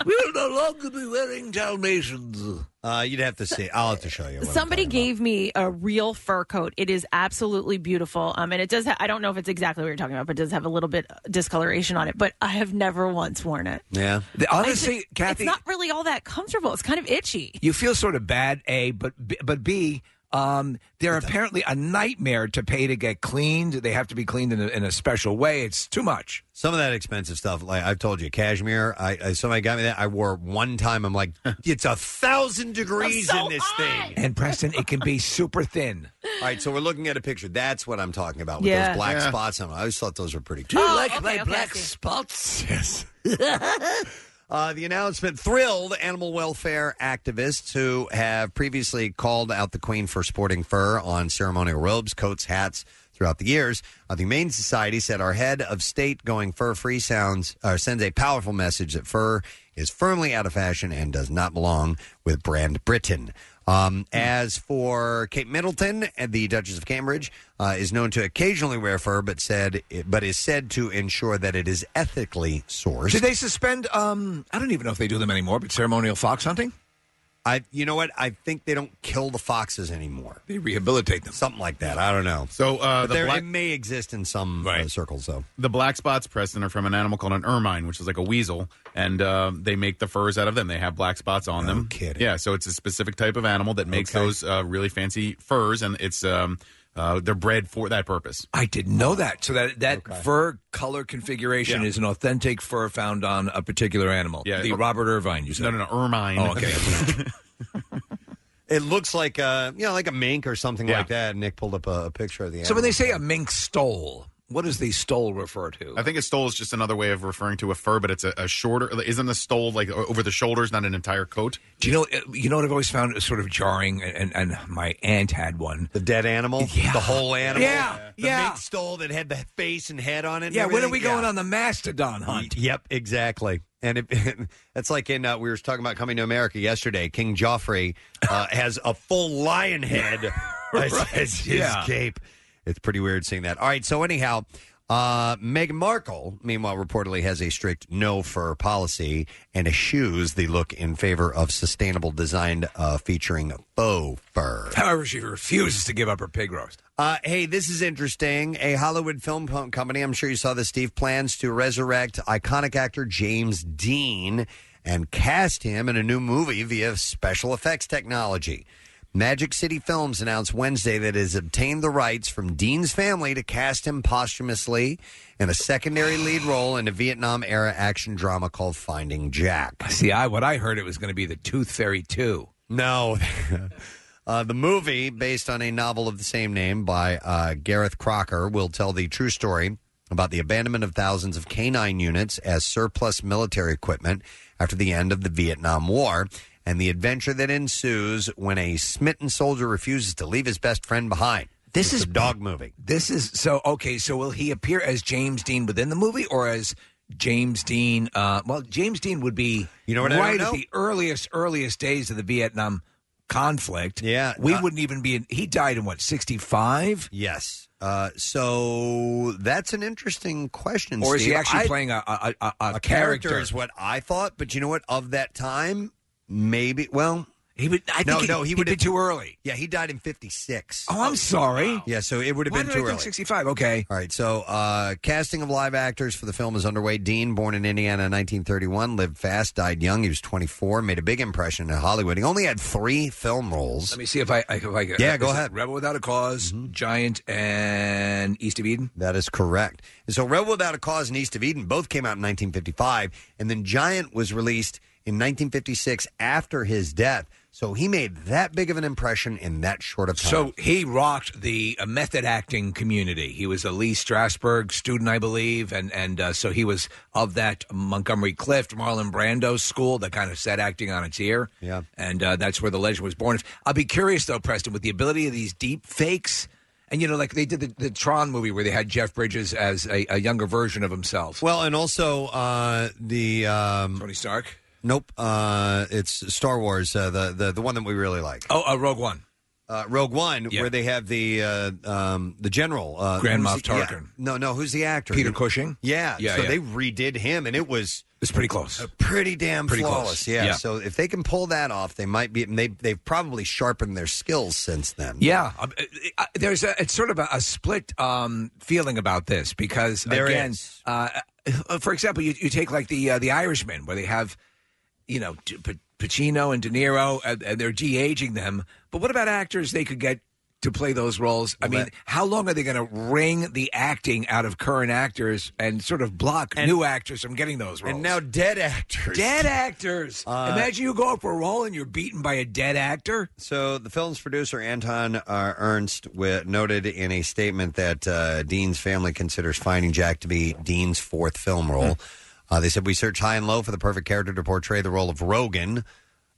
S4: we will no longer be wearing Dalmatians.
S2: Uh, you'd have to see. I'll have to show you. what I'm
S3: Somebody gave me a real fur coat. It is absolutely beautiful. Um, and it does. Ha- I don't know if it's exactly what you're talking about, but it does have a little bit discoloration on it. But I have never once worn it.
S2: Yeah.
S4: The, honestly,
S3: It's
S4: Kathy,
S3: not really all that comfortable. It's kind of itchy.
S4: you feel sort of bad. A, but B, but B. Um, they're apparently a nightmare to pay to get cleaned. They have to be cleaned in a, in a special way. It's too much.
S2: Some of that expensive stuff, like I've told you, cashmere. I, I somebody got me that. I wore it one time. I'm like, it's a thousand degrees in this thing.
S4: And Preston, it can be super thin.
S2: All right, so we're looking at a picture. That's what I'm talking about with
S4: Yeah.
S2: those black
S4: Yeah.
S2: spots on. it. I always thought those were pretty.
S4: Do you
S2: cool.
S4: like my black spots? Yes.
S2: Uh, the announcement thrilled animal welfare activists who have previously called out the Queen for sporting fur on ceremonial robes, coats, hats throughout the years. Uh, the Humane Society said our head of state going fur free sounds uh, sends a powerful message that fur is firmly out of fashion and does not belong with brand Britain. Um, as for Kate Middleton, and the Duchess of Cambridge uh, is known to occasionally wear fur, but said, but is said to ensure that it is ethically sourced.
S4: Did they suspend? Um, I don't even know if they do them anymore. But ceremonial fox hunting,
S2: I, you know what? I think they don't kill the foxes anymore.
S4: they rehabilitate them.
S2: Something like that. I don't know.
S6: So uh,
S2: But
S6: the
S2: there,
S6: black-
S2: it may exist in some uh, circles, though.
S6: the black spots, Preston, are from an animal called an ermine, which is like a weasel, and uh, they make the furs out of them. They have black spots on them. Kidding. Yeah, so it's a specific type of animal that makes those uh, really fancy furs, and it's um, uh, they're bred for that purpose.
S4: I didn't know that. So that that fur color configuration is an authentic fur found on a particular animal.
S6: Yeah.
S4: the Robert Irvine. You said
S6: No, no, no, ermine.
S4: Oh, okay.
S2: It looks like a, you know, like a mink or something
S4: Yeah.
S2: like that. Nick pulled up a, a picture of the.
S4: so
S2: animal.
S4: when they say a mink stole, what does the stole refer to?
S6: I think a stole is just another way of referring to a fur, but it's a, a shorter. Isn't a stole like o- over the shoulders, not an entire coat?
S4: Do you know? You know what I've always found sort of jarring, and, and, and my aunt had one.
S2: the dead animal,
S4: Yeah.
S2: the whole animal,
S4: Yeah,
S2: the
S4: yeah.
S2: mink stole that had the face and head on it. and
S4: Yeah, when are
S2: everything?
S4: we
S2: Yeah.
S4: going on the mastodon hunt?
S2: Yep, exactly. And it, that's like in uh, we were talking about coming to America yesterday. King Joffrey uh, has a full lion head as, as his
S4: yeah.
S2: cape. It's pretty weird seeing that. All right, so anyhow, uh, Meghan Markle, meanwhile, reportedly has a strict no fur policy and eschews the look in favor of sustainable design uh, featuring faux fur.
S4: However, she refuses to give up her pig roast.
S2: Uh, hey, this is interesting. A Hollywood film co- company, I'm sure you saw this, Steve, plans to resurrect iconic actor James Dean and cast him in a new movie via special effects technology. Magic City Films announced Wednesday that it has obtained the rights from Dean's family to cast him posthumously in a secondary lead role in a Vietnam era action drama called Finding Jack.
S4: See, I what I heard it was going to be the Tooth Fairy two.
S2: No. uh, the movie, based on a novel of the same name by uh, Gareth Crocker, will tell the true story about the abandonment of thousands of canine units as surplus military equipment after the end of the Vietnam War and the adventure that ensues when a smitten soldier refuses to leave his best friend behind.
S4: This is
S2: a dog movie.
S4: This is so okay. So will he appear as James Dean within the movie, or as James Dean? Uh, well, James Dean would be
S2: You know what I
S4: right
S2: don't
S4: at
S2: know?
S4: the earliest earliest days of the Vietnam conflict.
S2: Yeah,
S4: we
S2: uh,
S4: wouldn't even be. in He died in what sixty five,
S2: Yes. Uh, so that's an interesting question.
S4: or is he
S2: Steve.
S4: actually
S2: I-
S4: playing a a, a, a,
S2: a character. is what I thought, but you know what? Of that time, maybe. Well,
S4: he would. I
S2: no,
S4: think he-
S2: no, he
S4: he'd
S2: would
S4: be too early.
S2: Yeah, he died in '56.
S4: Oh, I'm sorry.
S2: Yeah, so it would have
S4: Why
S2: been
S4: did I
S2: too
S4: think
S2: early.
S4: 65. Okay.
S2: All right. So, uh, casting of live actors for the film is underway. Dean, born in Indiana in 1931, lived fast, died young. He was 24, made a big impression in Hollywood. He only had three film roles.
S4: Let me see if I, I if I uh,
S2: Yeah, go
S4: is it
S2: ahead. Mm-hmm.
S4: Rebel Without a because Giant, and East of Eden.
S2: That is correct. And so, Rebel Without a Cause and East of Eden both came out in 1955, and then Giant was released in 1956 after his death. So he made that big of an impression in that short of time.
S4: So he rocked the uh, method acting community. He was a Lee Strasberg student, I believe, and and uh, so he was of that Montgomery Clift, Marlon Brando school that kind of set acting on its ear. Yeah, and uh, that's where the legend was born. I'll be curious though, Preston, with the ability of these deep fakes, and you know, like they did the, the Tron movie where they had Jeff Bridges as a, a younger version of himself.
S2: Well, and also uh, the um, Tony
S4: Stark.
S2: Nope, uh, it's Star Wars, uh, the, the the one that we really like.
S4: Oh, uh, Rogue One.
S2: Uh, Rogue One, where they have the uh, um, the general uh,
S4: Grand
S2: who's
S4: Moff
S2: the- yeah.
S4: Tarkin.
S2: no, no, who's the actor?
S4: Peter
S2: He-
S4: Cushing?
S2: Yeah,
S4: Yeah,
S2: So
S4: yeah.
S2: they redid him, and it was
S4: it's pretty close,
S2: pretty damn
S4: Pretty close.
S2: flawless. Yeah.
S4: Yeah.
S2: So if they can pull that off, they might be. and They they've probably sharpened their skills since then.
S4: Yeah, um, uh, uh, there's a, it's sort of a, a split um, feeling about this because
S2: There
S4: again,
S2: is.
S4: Uh, uh, for example, you, you take like the uh, the Irishman where they have, you know, D- P- Pacino and De Niro, and, and they're de aging them. But what about actors they could get to play those roles? I mean, how long are they going to wring the acting out of current actors and sort of block new actors from getting those roles?
S2: And now dead actors. Uh,
S4: Dead actors. Imagine you go up for a role and you're beaten by a dead actor.
S2: So the film's producer Anton uh, Ernst wi- noted in a statement that uh, Dean's family considers Finding Jack to be Dean's fourth film
S4: Hmm.
S2: role. Uh, they said we searched high and low for the perfect character to portray the role of Rogan,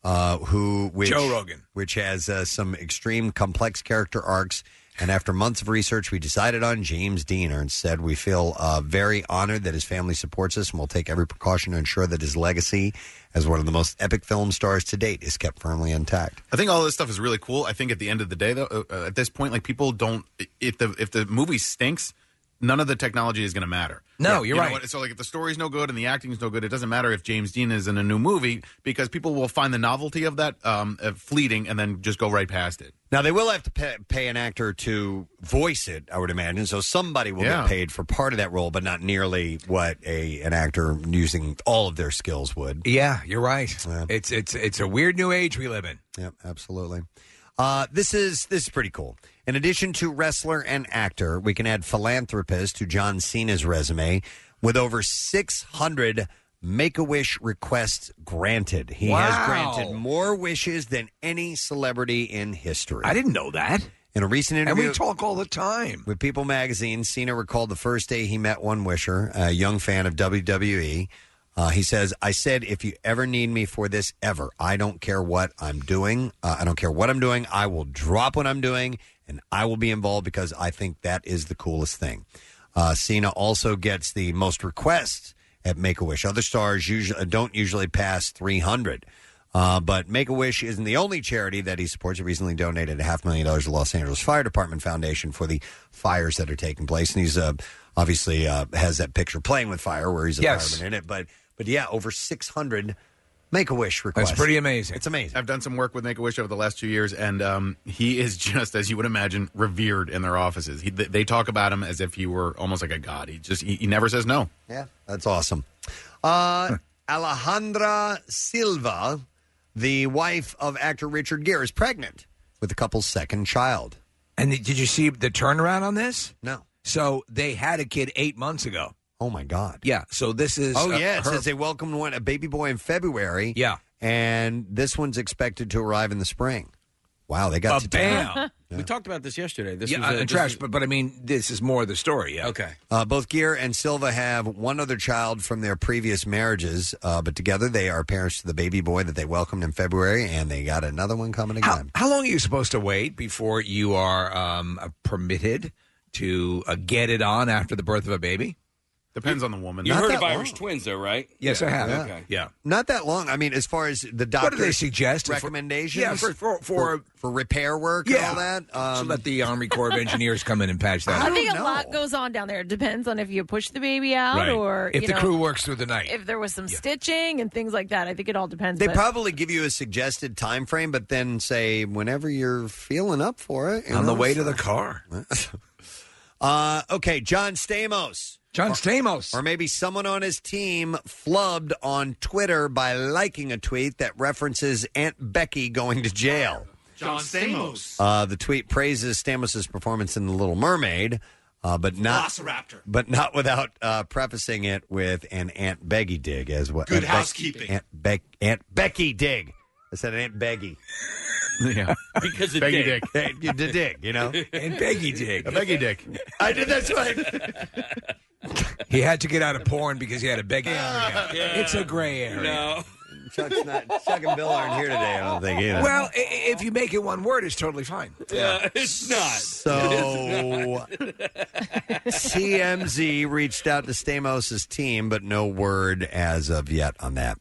S2: uh, who which,
S4: Joe Rogan.
S2: which has uh, some extreme complex character arcs. And after months of research, we decided on James Dean. Ernst said, "We feel uh, very honored that his family supports us, and we'll take every precaution to ensure that his legacy as one of the most epic film stars to date is kept firmly intact."
S6: I think all this stuff is really cool. I think at the end of the day, though, uh, uh, at this point, like people don't. If the if the movie stinks, none of the technology is going to matter.
S4: No,
S6: You
S4: you're
S6: know
S4: right.
S6: what? So like, if the story's no good and the acting's no good, it doesn't matter if James Dean is in a new movie because people will find the novelty of that um, uh, fleeting and then just go right past it.
S2: Now they will have to pay, pay an actor to voice it, I would imagine. So somebody will
S6: Yeah.
S2: get paid for part of that role, but not nearly what a an actor using all of their skills would.
S4: Yeah, you're right. It's it's it's a weird new age we live in.
S2: Yep, absolutely. Uh, this is this is pretty cool. In addition to wrestler and actor, we can add philanthropist to John Cena's resume with over 600 Make-A-Wish requests granted. He
S4: Wow.
S2: has granted more wishes than any celebrity in history.
S4: I didn't know that.
S2: In a recent interview,
S4: And we talk all the time.
S2: With People magazine, Cena recalled the first day he met one wisher, a young fan of WWE. Uh, he says, I said, if you ever need me for this, ever, I don't care what I'm doing. Uh, I don't care what I'm doing. I will drop what I'm doing and I will be involved because I think that is the coolest thing. Uh, Cena also gets the most requests at Make a Wish. Other stars usually don't usually pass 300. Uh, but Make a Wish isn't the only charity that he supports. He recently donated a half million dollars to Los Angeles Fire Department Foundation for the fires that are taking place, and he's uh, obviously uh, has that picture playing with fire where he's a
S6: Yes.
S2: fireman in it. But but yeah, over six hundred Make a Wish requests.
S4: amazing.
S6: It's
S2: amazing.
S6: I've done some work with Make a Wish over the last two years, and um, he is just, as you would imagine, revered in their offices. He, they- they talk about him as if he were almost like a god. He just he, he never says no.
S2: Yeah, that's awesome. Uh, Alejandra Silva, the wife of actor Richard Gere, is pregnant with the couple's second child.
S4: And did you see the turnaround on this?
S2: No.
S4: So they had a kid eight months ago.
S2: Oh my God.
S4: Yeah. So this is
S2: Oh
S4: uh,
S2: yeah, it
S4: her-
S2: says they welcomed one a baby boy in February.
S4: Yeah.
S2: and this one's expected to arrive in the spring. Wow, they got to town.
S4: bam.
S5: We talked about this yesterday. This
S4: yeah,
S5: was
S4: uh,
S5: a, this
S4: trash,
S5: was-
S4: but but I mean, this is more the story. Yeah.
S5: Okay.
S2: Uh, both Gear and Silva have one other child from their previous marriages, uh, but together they are parents to the baby boy that they welcomed in February, and they got another one coming again.
S4: How long are you supposed to wait before you are um, uh, permitted to uh, get it on after the birth of a baby?
S6: Depends on the woman.
S5: you heard of Irish twins, though, right?
S4: Yes, I have.
S5: Yeah.
S4: Okay. Yeah.
S2: Not that long. I mean, as far as the
S4: What
S2: doctor,
S4: do they suggest? For-
S2: recommendations?
S4: Yeah, for- for-
S2: for, for repair work
S4: Yeah.
S2: and all that. um,
S4: so let the Army Corps of Engineers come in and patch that.
S3: I,
S4: up.
S3: think a lot goes on down there. It depends on if you push the baby out
S4: Right.
S3: or
S4: If
S3: you
S4: the
S3: know,
S4: crew works through the night.
S3: If there was some stitching and things like that, I think it all depends.
S2: They
S3: but-
S2: probably give you a suggested time frame, but then say whenever you're feeling up for it. you
S4: On the
S2: know,
S4: way
S2: so-
S4: to the car.
S2: Uh, okay, John Stamos.
S4: John Stamos.
S2: Or, maybe someone on his team flubbed on Twitter by liking a tweet that references Aunt Becky going to jail.
S9: John Stamos.
S2: Uh, the tweet praises Stamos' performance in The Little Mermaid, uh, but not
S9: Velociraptor.
S2: but not without uh, prefacing it with an Aunt Becky dig as well.
S9: Good
S2: Aunt Bec-
S9: housekeeping.
S2: Aunt, Bec- Aunt Becky dig. I said Aunt Becky.
S6: Yeah,
S5: because of
S6: Peggy
S5: dick.
S2: Hey, you did dig, you know.
S4: And Peggy Dick.
S6: Peggy Dick.
S2: I did that's right.
S4: He had to get out of porn because he had a Peggy area. It's a gray area.
S5: No.
S2: Chuck's not. Chuck and Bill aren't here today. I don't think either.
S4: Well, i- i- if you make it one word, it's totally fine.
S5: Uh, it's not.
S2: So TMZ reached out to Stamos' team, but no word as of yet on that.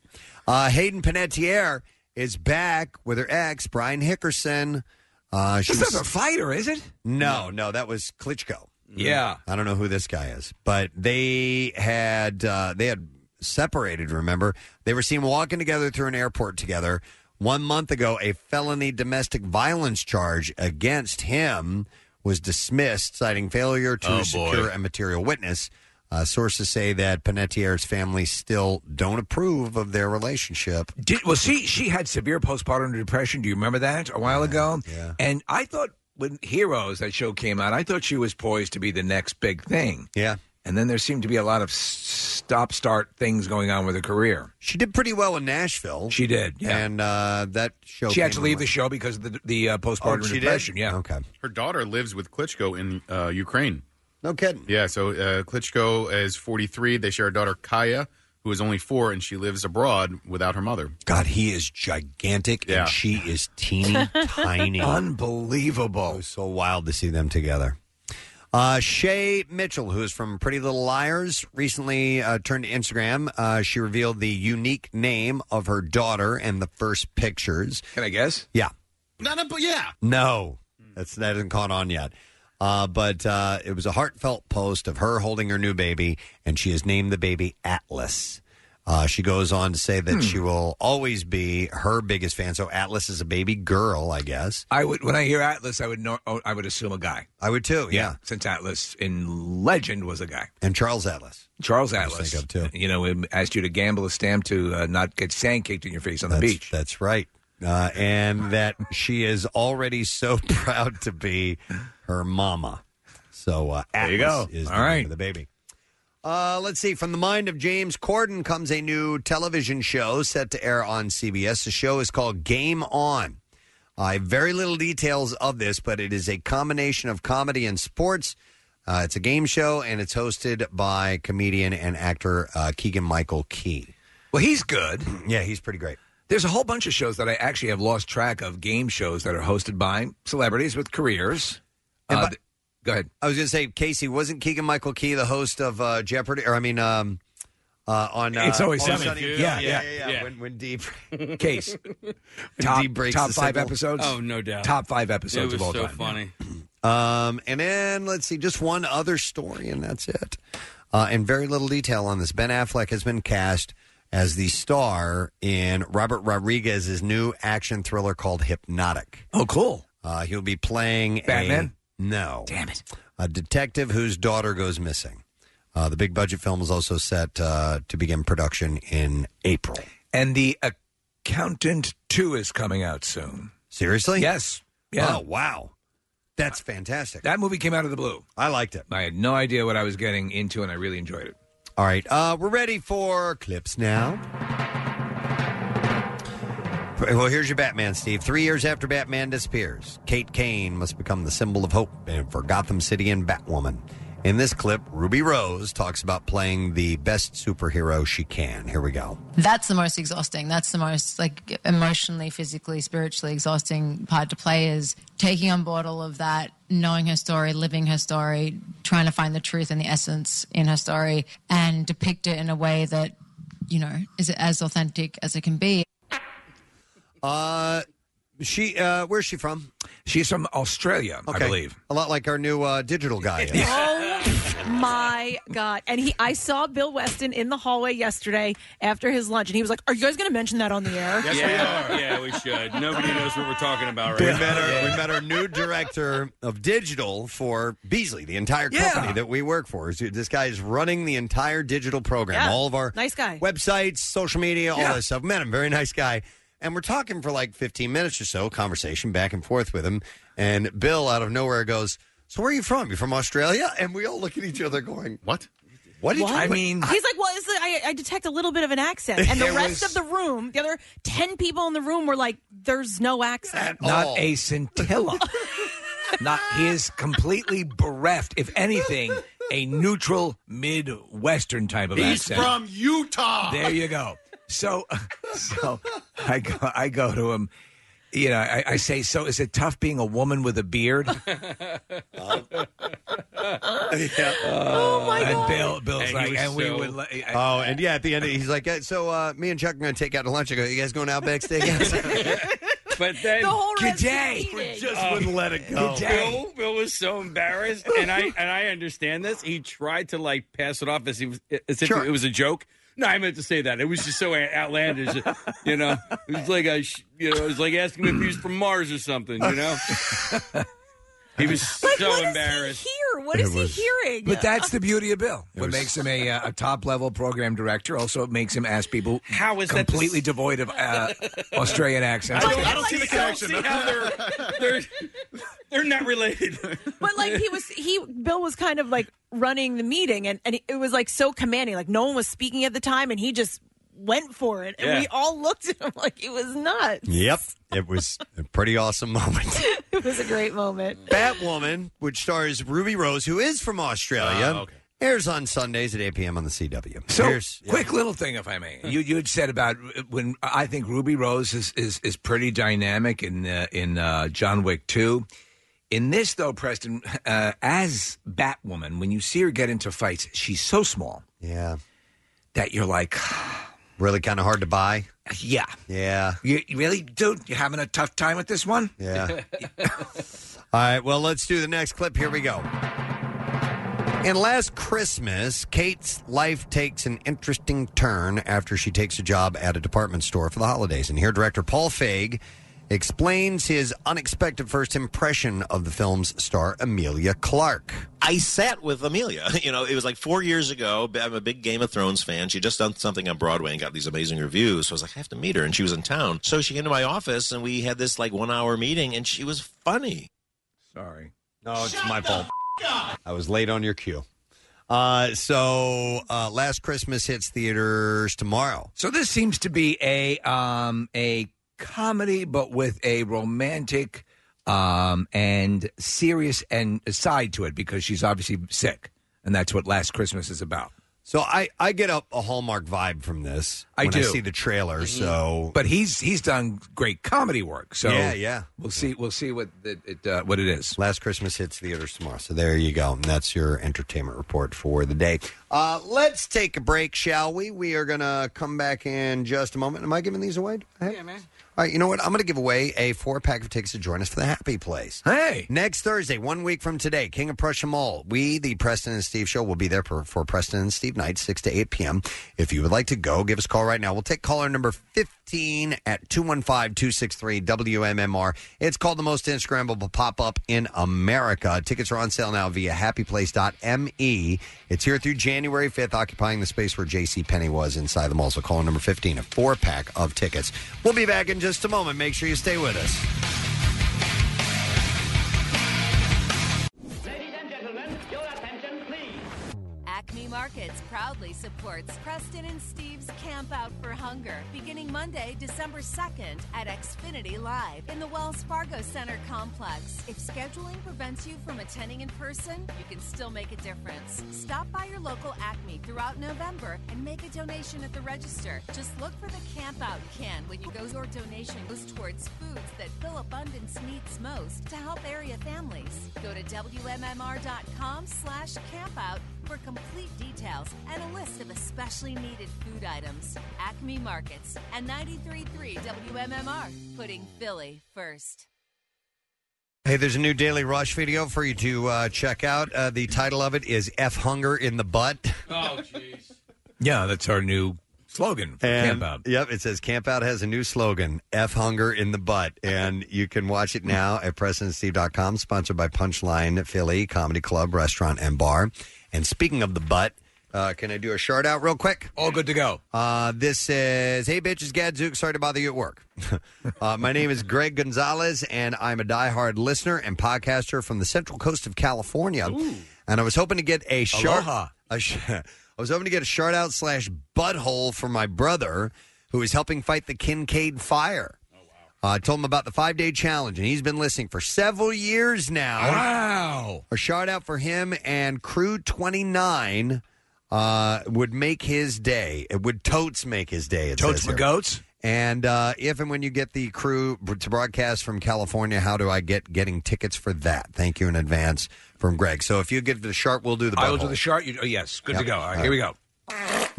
S2: Uh, Hayden Panettiere is back with her ex, Brian Hickerson. Uh, she
S4: It's
S2: was-
S4: not a fighter, is it? Mm-hmm.
S2: no, no, that was Klitschko.
S4: Yeah.
S2: I don't know who this guy is, but they had uh, they had separated. Remember, they were seen walking together through an airport together one month ago. A felony domestic violence charge against him was dismissed, citing failure to
S6: Oh, boy.
S2: secure a material witness. Uh, sources say that Panettiere's family still don't approve of their relationship.
S4: Did, well, she she had severe postpartum depression. Do you remember that a while ago? Yeah. And I thought when Heroes that show came out, I thought she was poised to be the next big thing.
S2: Yeah.
S4: And then there seemed to be a lot of stop start things going on with her career.
S2: She did pretty well in Nashville.
S4: She did. Yeah.
S2: and uh, that show.
S4: she had to
S2: came
S4: leave
S2: away.
S4: the show because of the the uh,
S2: Oh,
S4: postpartum
S2: she
S4: depression.
S2: did.
S4: Yeah.
S2: Okay.
S6: Her daughter lives with Klitschko in uh, Ukraine.
S2: No kidding.
S6: Yeah, so uh, Klitschko is 43. They share a daughter, Kaya, who is only four, and she lives abroad without her mother.
S2: God, he is gigantic
S6: Yeah.
S2: and she is teeny tiny. It
S4: Unbelievable.
S2: was so wild to see them together. Uh, Shay Mitchell, who is from Pretty Little Liars, recently uh, turned to Instagram. Uh, she revealed the unique name of her daughter and the first pictures.
S4: Can I guess?
S2: Yeah,
S6: Not a, but yeah.
S2: no, that's that hasn't caught on yet. Uh, but uh, it was a heartfelt post of her holding her new baby, and she has named the baby Atlas. Uh, she goes on to say that
S4: Hmm.
S2: she will always be her biggest fan. So Atlas is a baby girl, I guess.
S4: I would when I hear Atlas, I would know. oh, I would assume a guy.
S2: I would too. Oh, Yeah,
S4: Since Atlas in legend was a guy.
S2: and Charles Atlas.
S4: Charles
S2: was
S4: Atlas,
S2: thinking of, too.
S4: you know, him- asked you to gamble a stamp to uh, not get sand kicked in your face on the
S2: That's,
S4: beach.
S2: That's right. Uh, and that she is already so proud to be her mama. So uh, Atlas
S4: you go.
S2: is the
S4: All
S2: name
S4: right.
S2: of the baby. Uh, let's see. From the mind of James Corden comes a new television show set to air on CBS. The show is called Game On. I have very little details of this, but it is a combination of comedy and sports. Uh, it's a game show, and it's hosted by comedian and actor uh, Keegan Michael Key.
S4: Well, he's good.
S2: Yeah, he's pretty great.
S4: There's a whole bunch of shows that I actually have lost track of game shows that are hosted by celebrities with careers.
S2: And
S4: Uh,
S2: by-
S4: th- go ahead.
S2: I was going to say, Casey, wasn't Keegan Michael Key the host of uh, Jeopardy? Or, I mean, um, uh, on. Uh,
S4: It's Always
S2: Always
S4: Sunny.
S2: Sunny.
S4: Yeah, yeah,
S5: yeah.
S2: When, when Deep.
S4: Case. top
S2: Dee breaks
S4: top
S2: the
S4: five
S2: symbol.
S4: episodes?
S5: Oh, no doubt.
S4: Top five
S5: it
S4: episodes of
S5: was
S4: all
S5: so
S4: time.
S5: funny.
S2: Um, and then, let's see, just one other story, and that's it. Uh, and very little detail on this. Ben Affleck has been cast as the star in Robert Rodriguez's new action thriller called Hypnotic.
S4: Oh, cool.
S2: Uh, he'll be playing a-
S4: Batman?
S2: no.
S4: Damn it.
S2: a detective whose daughter goes missing. Uh, the big budget film is also set uh, to begin production in April.
S4: And The Accountant 2 is coming out soon.
S2: Seriously?
S4: Yes. Yeah.
S2: Oh, wow. That's fantastic.
S4: That movie came out of the blue.
S2: I liked it.
S4: I had no idea what I was getting into, and I really enjoyed it.
S2: All right. Uh, we're ready for clips now. Well, here's your Batman, Steve. Three years after Batman disappears, Kate Kane must become the symbol of hope and for Gotham City and Batwoman. In this clip, Ruby Rose talks about playing the best superhero she can. Here we go.
S9: That's the most exhausting. That's the most like emotionally, physically, spiritually exhausting part to play is taking on board all of that, knowing her story, living her story, trying to find the truth and the essence in her story and depict it in a way that, you know, is as authentic as it can be.
S2: Uh, she, uh, where's she from?
S4: She's from Australia, I believe.
S2: A lot like our new uh, digital guy. is.
S3: Oh My God. And he I saw Bill Weston in the hallway yesterday after his lunch and he was like, Are you guys gonna mention that on the air?
S5: yeah, yeah, we should. Nobody knows what we're talking about right
S2: We
S5: now.
S2: met, our, we met our new director of digital for Beasley, the entire company that we work for. So This guy is running the entire digital program,
S3: Yeah.
S2: all of our
S3: Nice guy.
S2: websites, social media, all
S3: Yeah.
S2: this stuff. Met him, very nice guy. And we're talking for like 15 minutes or so, conversation back and forth with him. And Bill, out of nowhere, goes, So where are you from? You from Australia? And we all look at each other going, What? What did you
S3: What? he's like, well, it's like, I, I detect a little bit of an accent, and the
S2: There was-
S3: rest of the room, the other ten people in the room, were like, "There's no accent."
S2: Oh.
S4: Not a scintilla. Not he is completely bereft. If anything, a neutral Midwestern type of
S6: He's
S4: accent.
S6: from Utah.
S4: There you go. So, so I go, I go to him. You know, I, I say, so is it tough being a woman with a beard?
S2: Oh
S4: my Uh, And God. Bill- Bill's And he like, was and we so- would let-
S2: oh, and yeah, at the end, he's like, "Yeah, "So uh, me and Chuck are going to take out to lunch." I go, "You guys going out backstage?"
S5: But then
S2: The whole
S5: good
S2: rest of
S5: day.
S2: the meeting. Just wouldn't let it go. Good day.
S5: Bill, Bill was so embarrassed, and I and I understand this. He tried to like pass it off as he was as if
S10: Sure.
S5: it was a joke. No, I meant to say that. It was just so outlandish, you know. It was like a, sh- you know, it was like asking him if he was from Mars or something, you know. he was
S3: Like,
S5: so
S3: what is
S5: embarrassed.
S3: Here, what
S4: It
S3: is
S4: was-
S3: he hearing?
S4: But that's the beauty of Bill. What
S5: was-
S4: makes him a, uh, a top level program director also it makes him ask people
S5: How is that the
S4: completely devoid of uh, Australian accents.
S5: I don't, I don't see the connection. how they're, they're they're not related.
S3: but like he was he bill was kind of like running the meeting and, and it was like so commanding like no one was speaking at the time and he just went for it and
S2: Yeah.
S3: we all looked at him like it was nuts
S2: yep, it was a pretty awesome moment.
S3: it was a great moment
S2: Batwoman, which stars Ruby Rose, who is from Australia, airs on Sundays at 8 p.m. on the CW.
S4: So,
S2: Here's-
S4: quick little thing, if I may. You you had said about uh, when I think Ruby Rose is is, is pretty dynamic in uh, in uh, John Wick two. In this though, Preston, uh, as Batwoman, when you see her get into fights, she's so small
S2: yeah,
S4: that you're like
S2: really kind of hard to buy.
S4: Yeah,
S2: yeah.
S4: You, you really, dude, you having a tough time with this one?
S2: Yeah. All right, well, let's do the next clip. Here we go. And last Christmas, Kate's life takes an interesting turn after she takes a job at a department store for the holidays. And here, director Paul Feig explains his unexpected first impression of the film's star, Amelia Clark.
S13: I sat with Amelia. You know, it was like four years ago. I'm a big Game of Thrones fan. She just done something on Broadway and got these amazing reviews. So I was like, I have to meet her. And she was in town. So she came to my office and we had this like one hour meeting and she was funny.
S4: Sorry.
S2: No, it's my fault. I was late on your cue. Uh, so, uh, Last Christmas hits theaters tomorrow.
S4: So this seems to be a um, a comedy, but with a romantic um, and serious and side to it because she's obviously sick, and that's what Last Christmas is about.
S2: So I, I get up a Hallmark vibe from this.
S4: I
S2: when
S4: do Mm-hmm.
S2: I see the trailer. So,
S4: but he's he's done great comedy work. So
S2: Yeah, yeah.
S4: we'll see we'll see what it, it uh, what it is.
S2: Last Christmas hits theaters tomorrow. So there you go. And that's your entertainment report for the day. Uh, let's take a break, shall we? We are going to come back in just a moment. Am I giving these away? Yeah, man. All right, you know what? I'm going to give away a four pack of tickets to join us for the Happy Place.
S4: Hey!
S2: Next Thursday, one week from today, King of Prussia Mall. We, the Preston and Steve Show, will be there for, for Preston and Steve night, 6 to 8 p.m. If you would like to go, give us a call right now. We'll take caller number 15 at 215 263 WMMR. It's called the most Instagrammable pop up in America. Tickets are on sale now via happyplace.me. E. It's here through January 5th, occupying the space where JC Penney was inside the mall. So caller number 15, a four pack of tickets. We'll be back in just a moment. Make sure you stay with us.
S7: Acme Market
S10: Kids proudly supports Preston and Steve's Camp Out for Hunger beginning Monday, December 2nd at Xfinity Live in the Wells Fargo Center complex. If scheduling prevents you from attending in person, you can still make a difference. Stop by your local Acme throughout November and make a donation at the register. Just look for the Camp Out can when you go. Your donation goes towards foods that Phil Abundance needs most to help area families. Go to WMMR.com slash campout for complete details and a list of especially needed food items. Acme Markets and 93.3 WMMR, putting Philly first.
S2: Hey, there's a new Daily Rush video for you to uh, check out. Uh, the title of it is F Hunger in the Butt.
S5: Oh, jeez.
S4: Yeah, that's our new slogan for
S2: And,
S4: Camp Out.
S2: Yep, it says Camp Out has a new slogan, F Hunger in the Butt. And you can watch it now at PresidentSteve.com, sponsored by Punchline Philly Comedy Club, Restaurant, and Bar. And speaking of the butt, uh, can I do a shout out real quick?
S4: All good to go.
S2: Uh, this says, Hey, bitches, Gadzook, sorry to bother you at work. uh, my name is Greg Gonzalez, and I'm a diehard listener and podcaster from the central coast of California. And I was hoping to get a
S4: Aloha.
S2: shout. A sh- I was hoping to get a shout out slash butthole for my brother who is helping fight the Kincaid fire.
S4: Oh,
S2: Uh, I told him about the five day challenge, and he's been listening for several years now.
S4: Wow.
S2: A shout out for him and Crew 29 uh, would make his day. It would totes make his day. It
S4: Totes
S2: says here.
S4: McGoats?
S2: And uh, if and when you get the crew b- to broadcast from California, how do I get getting tickets for that? Thank you in advance from Greg. So if you give the sharp, we'll do the
S4: I will do
S2: butthole.
S4: the shart. You, oh, yes, good to
S2: Yep.
S4: go. All right,
S2: All
S4: here we
S2: right.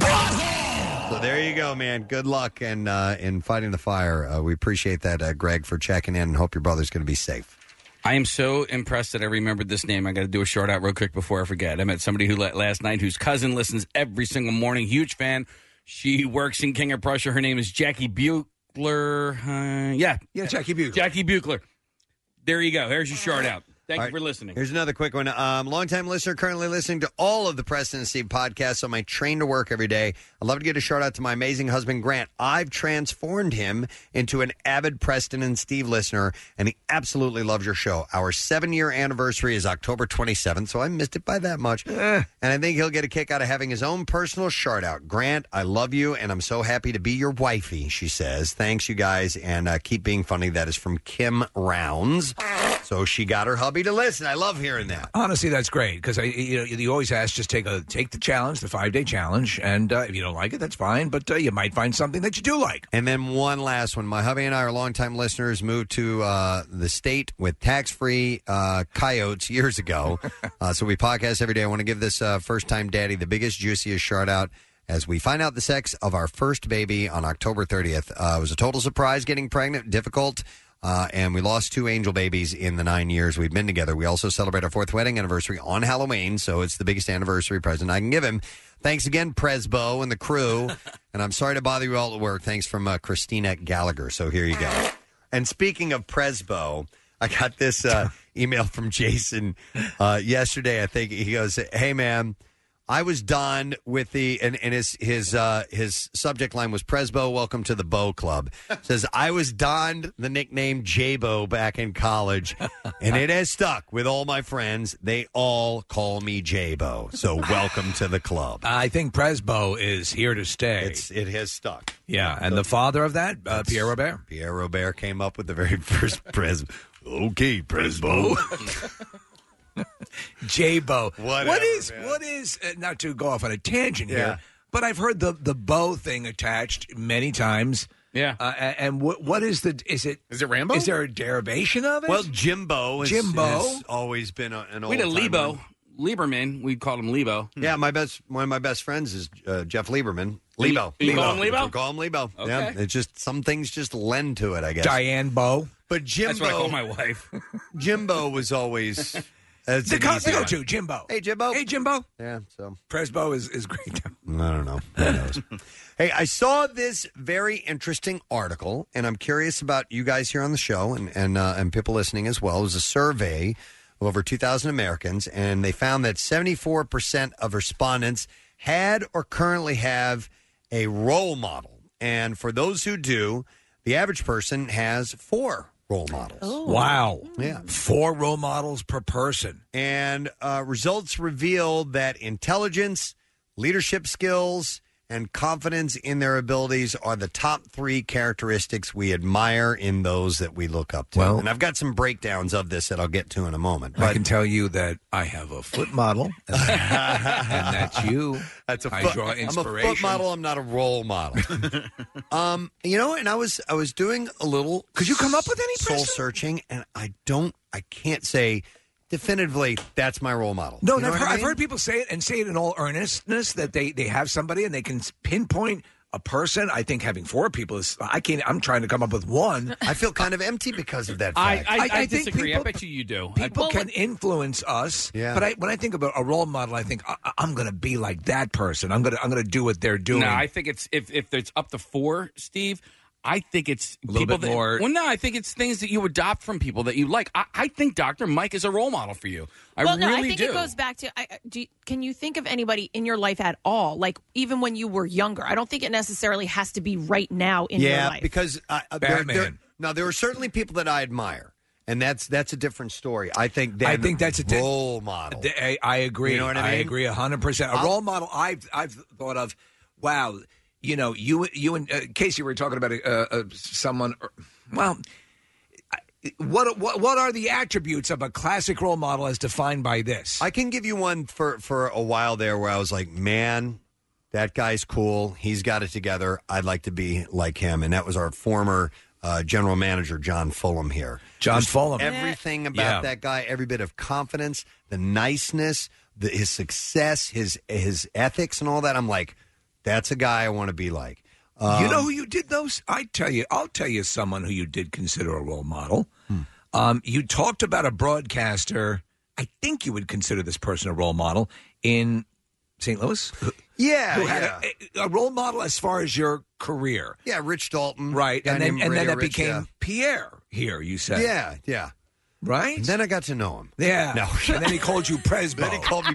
S4: go.
S2: So there you go, man. Good luck and uh, in fighting the fire. Uh, we appreciate that, uh, Greg, for checking in, and hope your brother's going to be safe.
S5: I am so impressed that I remembered this name. I got to do a shout out real quick before I forget. I met somebody who let, last night whose cousin listens every single morning. Huge fan. She works in King of Prussia. Her name is Jackie Buchler. Uh, yeah,
S4: yeah, Jackie Buchler.
S5: Jackie Buchler. There you go. There's your shout out. Thank you for listening.
S2: Here's another quick one. Um, longtime listener, currently listening to all of the Preston and Steve podcasts on my train to work every day. I'd love to get a shout out to my amazing husband, Grant. I've transformed him into an avid Preston and Steve listener, and he absolutely loves your show. Our seven year anniversary is October 27th, so I missed it by that much. and I think he'll get a kick out of having his own personal shout out. Grant, I love you, and I'm so happy to be your wifey, she says. Thanks, you guys, and uh, keep being funny. That is from Kim Rounds. So she got her hubby to listen. I love hearing that.
S4: Honestly, that's great because I, you know, you always ask, just take a take the challenge, the five day challenge, and uh, if you don't like it, that's fine. But uh, you might find something that you do like.
S2: And then one last one. My hubby and I are longtime listeners. Moved to uh, the state with tax free uh, coyotes years ago. uh, so we podcast every day. I want to give this uh, first time daddy the biggest, juiciest shout out as we find out the sex of our first baby on October 30th. Uh, it was a total surprise getting pregnant, difficult. Uh, and we lost two angel babies in the nine years we've been together. We also celebrate our fourth wedding anniversary on Halloween, so it's the biggest anniversary present I can give him. Thanks again, Presbo and the crew. and I'm sorry to bother you all at work. Thanks from uh, Christina Gallagher. So here you go. And speaking of Presbo, I got this uh, email from Jason uh, yesterday. I think he goes, "Hey, man, I was done with the and, and his his uh, his subject line was Presbo. Welcome to the Bow Club. Says I was donned the nickname Jabo back in college, and it has stuck with all my friends. They all call me Jabo. So welcome to the club.
S4: I think Presbo is here to stay.
S2: It's, it has stuck.
S4: Yeah, and the father of that, uh, Pierre Robert.
S2: Pierre Robert came up with the very first Pres. Okay, Presbo.
S4: Jabo. What
S8: Whatever,
S4: is what is uh, not to go off on a tangent
S8: Yeah.
S4: here, but I've heard the the bow thing attached many times.
S5: Yeah,
S4: uh, a- and what what is the is it is it Rambo? Is there a derivation of it?
S2: Well, Jimbo. Is,
S4: Jimbo.
S2: has always been a, an old.
S5: We had a
S2: timer.
S5: Lebo. Lieberman. We called him Lebo.
S2: Yeah, my best one of my best friends is uh, Jeff Lieberman.
S5: You-
S2: Lebo.
S5: you call him Lebo?
S2: We call him Lebo.
S5: Okay.
S2: Yeah, it's just some things just lend to it, I guess.
S4: Diane Bo.
S2: But Jimbo,
S5: That's what I call my wife.
S2: Jimbo was always
S4: The co- the go-to,
S2: Jimbo. Hey Jimbo.
S4: Hey Jimbo.
S2: Yeah. So
S4: Presbo is is great.
S2: I don't know. Who knows? hey, I saw this very interesting article, and I'm curious about you guys here on the show and and uh, and people listening as well. It was a survey of over 2,000 Americans, and they found that 74 percent of respondents had or currently have a role model, and for those who do, the average person has four role models.
S4: Wow.
S2: Yeah.
S4: Four role models per person.
S2: And uh, results revealed that intelligence, Leadership skills and confidence in their abilities are the top three characteristics we admire in those that we look up to. and I've got some breakdowns of this that I'll get to in a moment.
S4: I can tell you that I have a foot model, and that's you.
S2: That's a
S4: I
S2: foot-
S4: draw
S2: I'm a
S4: inspiration.
S2: foot model. I'm not a role model. um, you know, and I was I was doing a little. Could you come up with any soul searching? And I don't. I can't say definitively that's my role model. You
S4: No, and
S2: know
S4: I've,
S2: what
S4: heard,
S2: I
S4: I've
S2: mean?
S4: heard people say it and say it in all earnestness that they, they have somebody and they can pinpoint a person. I think having four people is I can't. I'm trying to come up with one.
S2: I feel kind of empty because of that.
S5: I, I, I, disagree. I bet you you do. I-
S4: people can influence us.
S5: Yeah.
S4: But I, when I think about a role model, I think I, I- I'm going to be like that person. I'm going to I'm going to do what they're doing.
S5: No, I think it's if if it's up to four, Steve. I think it's
S4: little
S5: people
S4: bit
S5: that,
S4: more-
S5: Well, no, I think it's things that you adopt from people that you like. I, I think Doctor Mike is a role model for you. I
S3: well,
S5: really
S3: no, I think
S5: do.
S3: it goes back to. I, I- do you- can you think of anybody in your life at all? Like even when you were younger, I don't think it necessarily has to be right now in
S2: yeah,
S3: your life.
S2: because I, I- there-
S4: Batman.
S2: there- now there are certainly people that I admire, and that's that's a different story. I think.
S4: I
S2: than
S4: think that's a di-
S2: role model.
S4: Th- I, I agree.
S2: You know what I mean?
S4: agree hundred percent. A
S2: I'll-
S4: role model I've I've thought of. Wow, you know, you you and uh, Casey were talking about uh, uh, someone. Well, I- what what what are the attributes of a classic role model as defined by this?
S2: I can give you one for for a while there where I was like, man, that guy's cool. He's got it together. I'd like to be like him. And that was our former uh, general manager John Fulham here.
S4: John
S2: Just
S4: Fulham.
S2: Everything
S4: Yeah.
S2: about that guy, every bit of confidence, the niceness, the, his success, his his ethics, and all that. I'm like, that's a guy I want to be like. Um,
S4: you know who you did those? I tell you, I'll tell you someone who you did consider a role model. Um, you talked about a broadcaster. I think you would consider this person a role model in St. Louis.
S2: Yeah,
S4: who had a- A, a role model as far as your career.
S2: Yeah, Rich Dalton,
S4: right?
S2: guy
S4: And then
S2: named
S4: and then
S2: Radio
S4: it
S2: Rich,
S4: became
S2: yeah.
S4: Pierre. Here, you said,
S2: Yeah, yeah.
S4: Right? And
S2: then I got to know him.
S4: Yeah.
S2: No.
S4: and then he called you Presbo.
S6: Then he
S2: called me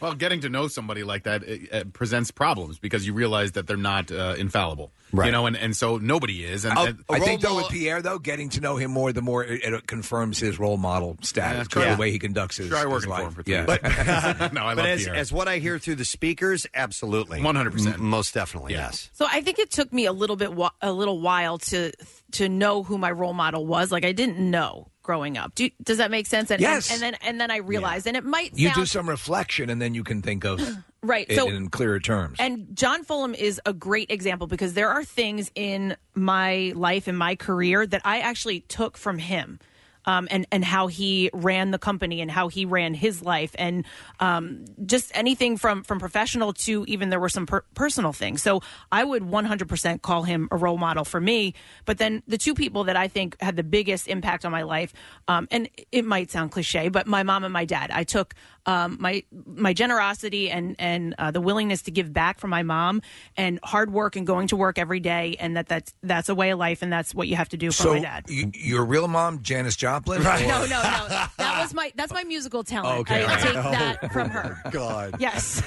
S6: well, getting to know somebody like that it, uh presents problems because you realize that they're not uh, infallible. Right. You know, and, and so nobody is. And, and-
S4: I think though with Pierre though, getting to know him more, the more it, it confirms his role model status,
S6: try-
S4: the way he conducts his,
S6: try
S4: his
S6: working for
S4: life.
S6: him for three
S4: yeah,
S6: years.
S4: no, I
S2: but
S4: love
S2: as,
S4: Pierre.
S2: as what I hear through the speakers, absolutely, one hundred percent, most definitely, yes.
S3: So I think it took me a little bit whi- a little while to to know who my role model was. Like I didn't know growing up. Do, does that make sense? And,
S4: Yes.
S3: And, and then and then I realized, and it might
S4: you
S3: sound
S4: do some reflection, and then you can think of
S3: Right,
S4: it
S3: so-
S4: in clearer terms.
S3: And John Fulham is a great example because there are things in my life and my career that I actually took from him. Um, and and how he ran the company and how he ran his life and um, just anything from from professional to even there were some per- personal things. So I would 100% call him a role model for me. But then the two people that I think had the biggest impact on my life, um, and it might sound cliche, but my mom and my dad. I took um, my my generosity and and uh, the willingness to give back from my mom, and hard work and going to work every day, and that that's that's a way of life, and that's what you have to do for
S4: so,
S3: my dad.
S4: y- your real mom, Janice Joplin?
S3: Right.
S4: or-
S3: No, no, no. That was my that's my musical talent.
S4: Okay,
S3: I
S4: all right. Oh.
S3: take that from her.
S2: God.
S3: Yes,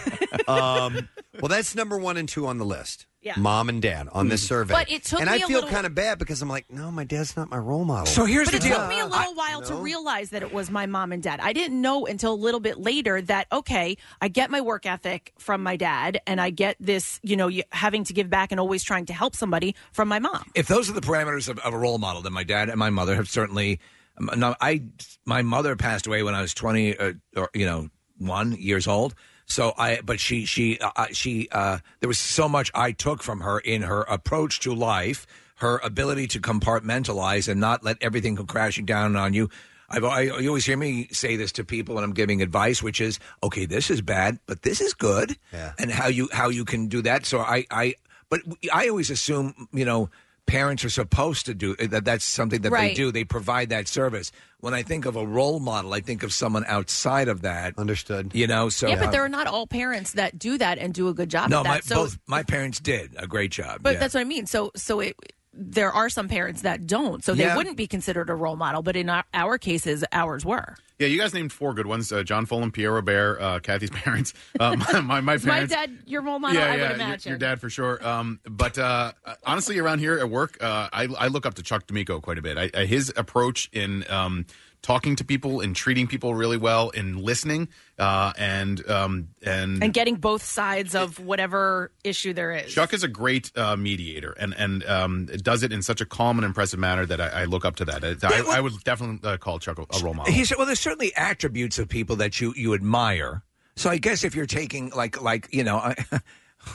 S2: um, well, that's number one and two on the list.
S3: Yeah.
S2: Mom and dad on
S4: Mm.
S2: this survey.
S3: But it took
S2: and
S3: me
S2: I
S3: a
S2: feel
S3: little-
S2: kind of bad because I'm like, no, my dad's not my role model.
S4: So here's
S3: but
S4: the
S3: it
S4: deal.
S3: took me a little while to realize that it was my mom and dad. I didn't know until a little bit later that okay, I get my work ethic from my dad, and I get this, you know, you- having to give back and always trying to help somebody from my mom.
S4: if those are the parameters of, of a role model, then my dad and my mother have certainly. um, Now, I my mother passed away when I was twenty, uh, or you know, one years old. So I, but she, she, uh, uh, she. Uh, there was so much I took from her in her approach to life, her ability to compartmentalize and not let everything come crashing down on you. I've, I, you always hear me say this to people when I'm giving advice, which is, okay, this is bad, but this is good, and how you how you can do that. So I, I, but I always assume, you know, parents are supposed to do uh, that. That's something that they
S7: Right.
S4: do. They provide that service. When I think of a role model, I think of someone outside of that.
S2: Understood.
S4: You know, so
S3: yeah, but there are not all parents that do that and do a good job
S4: no,
S3: at that.
S4: my,
S3: so,
S4: both my parents did a great job.
S3: but
S4: yeah.
S3: that's what I mean. So, so it. There are some parents that don't, so they
S6: Yeah.
S3: wouldn't be considered a role model. But in our, our cases, ours were.
S6: Yeah, you guys named four good ones: uh, John Fulham, Pierre Robert, uh, Kathy's parents, uh, my, my, my
S3: Is my
S6: parents.
S3: dad your role model? I
S6: yeah,
S3: would
S6: your-
S3: imagine.
S6: Your, dad for sure. Um, but uh, honestly, around here at work, uh, I, I look up to Chuck D'Amico quite a bit. I, I, his approach in um, talking to people and treating people really well and listening uh, and um, and
S3: and getting both sides of whatever issue there is.
S6: Chuck is a great uh, mediator and and um, does it in such a calm and impressive manner that I, I look up to that. I, I, I would definitely uh, call Chuck a role model.
S4: He said, "Well, there's certainly attributes of people that you you admire. So I guess if you're taking like like you know." I,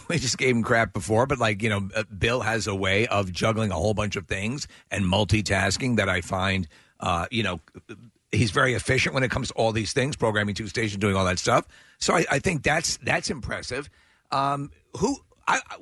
S4: We just gave him crap before, but like, you know, uh, Bill has a way of juggling a whole bunch of things and multitasking that I find, uh, you know, he's very efficient when it comes to all these things, programming two stations, doing all that stuff. So I, I think that's that's impressive. Um, who I, I-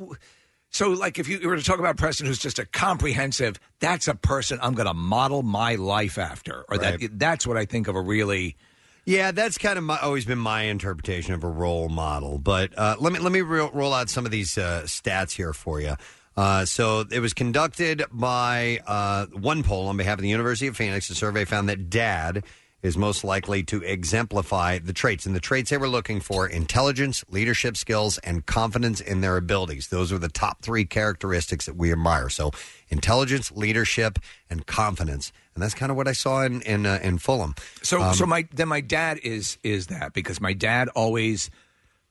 S4: so like if you were to talk about Preston, who's just a comprehensive, that's a person I'm going to model my life after, or that that's what I think of a really.
S2: Yeah, that's kind of my, always been my interpretation of a role model. But uh, let me let me ro- roll out some of these uh, stats here for you. Uh, so it was conducted by uh, one poll on behalf of the University of Phoenix. The survey found that dad is most likely to exemplify the traits and the traits they were looking for intelligence leadership skills and confidence in their abilities those are the top three characteristics that we admire so intelligence leadership and confidence and that's kind of what i saw in in, uh, in fulham
S4: So
S2: Um,
S4: so my then my dad is is that because my dad always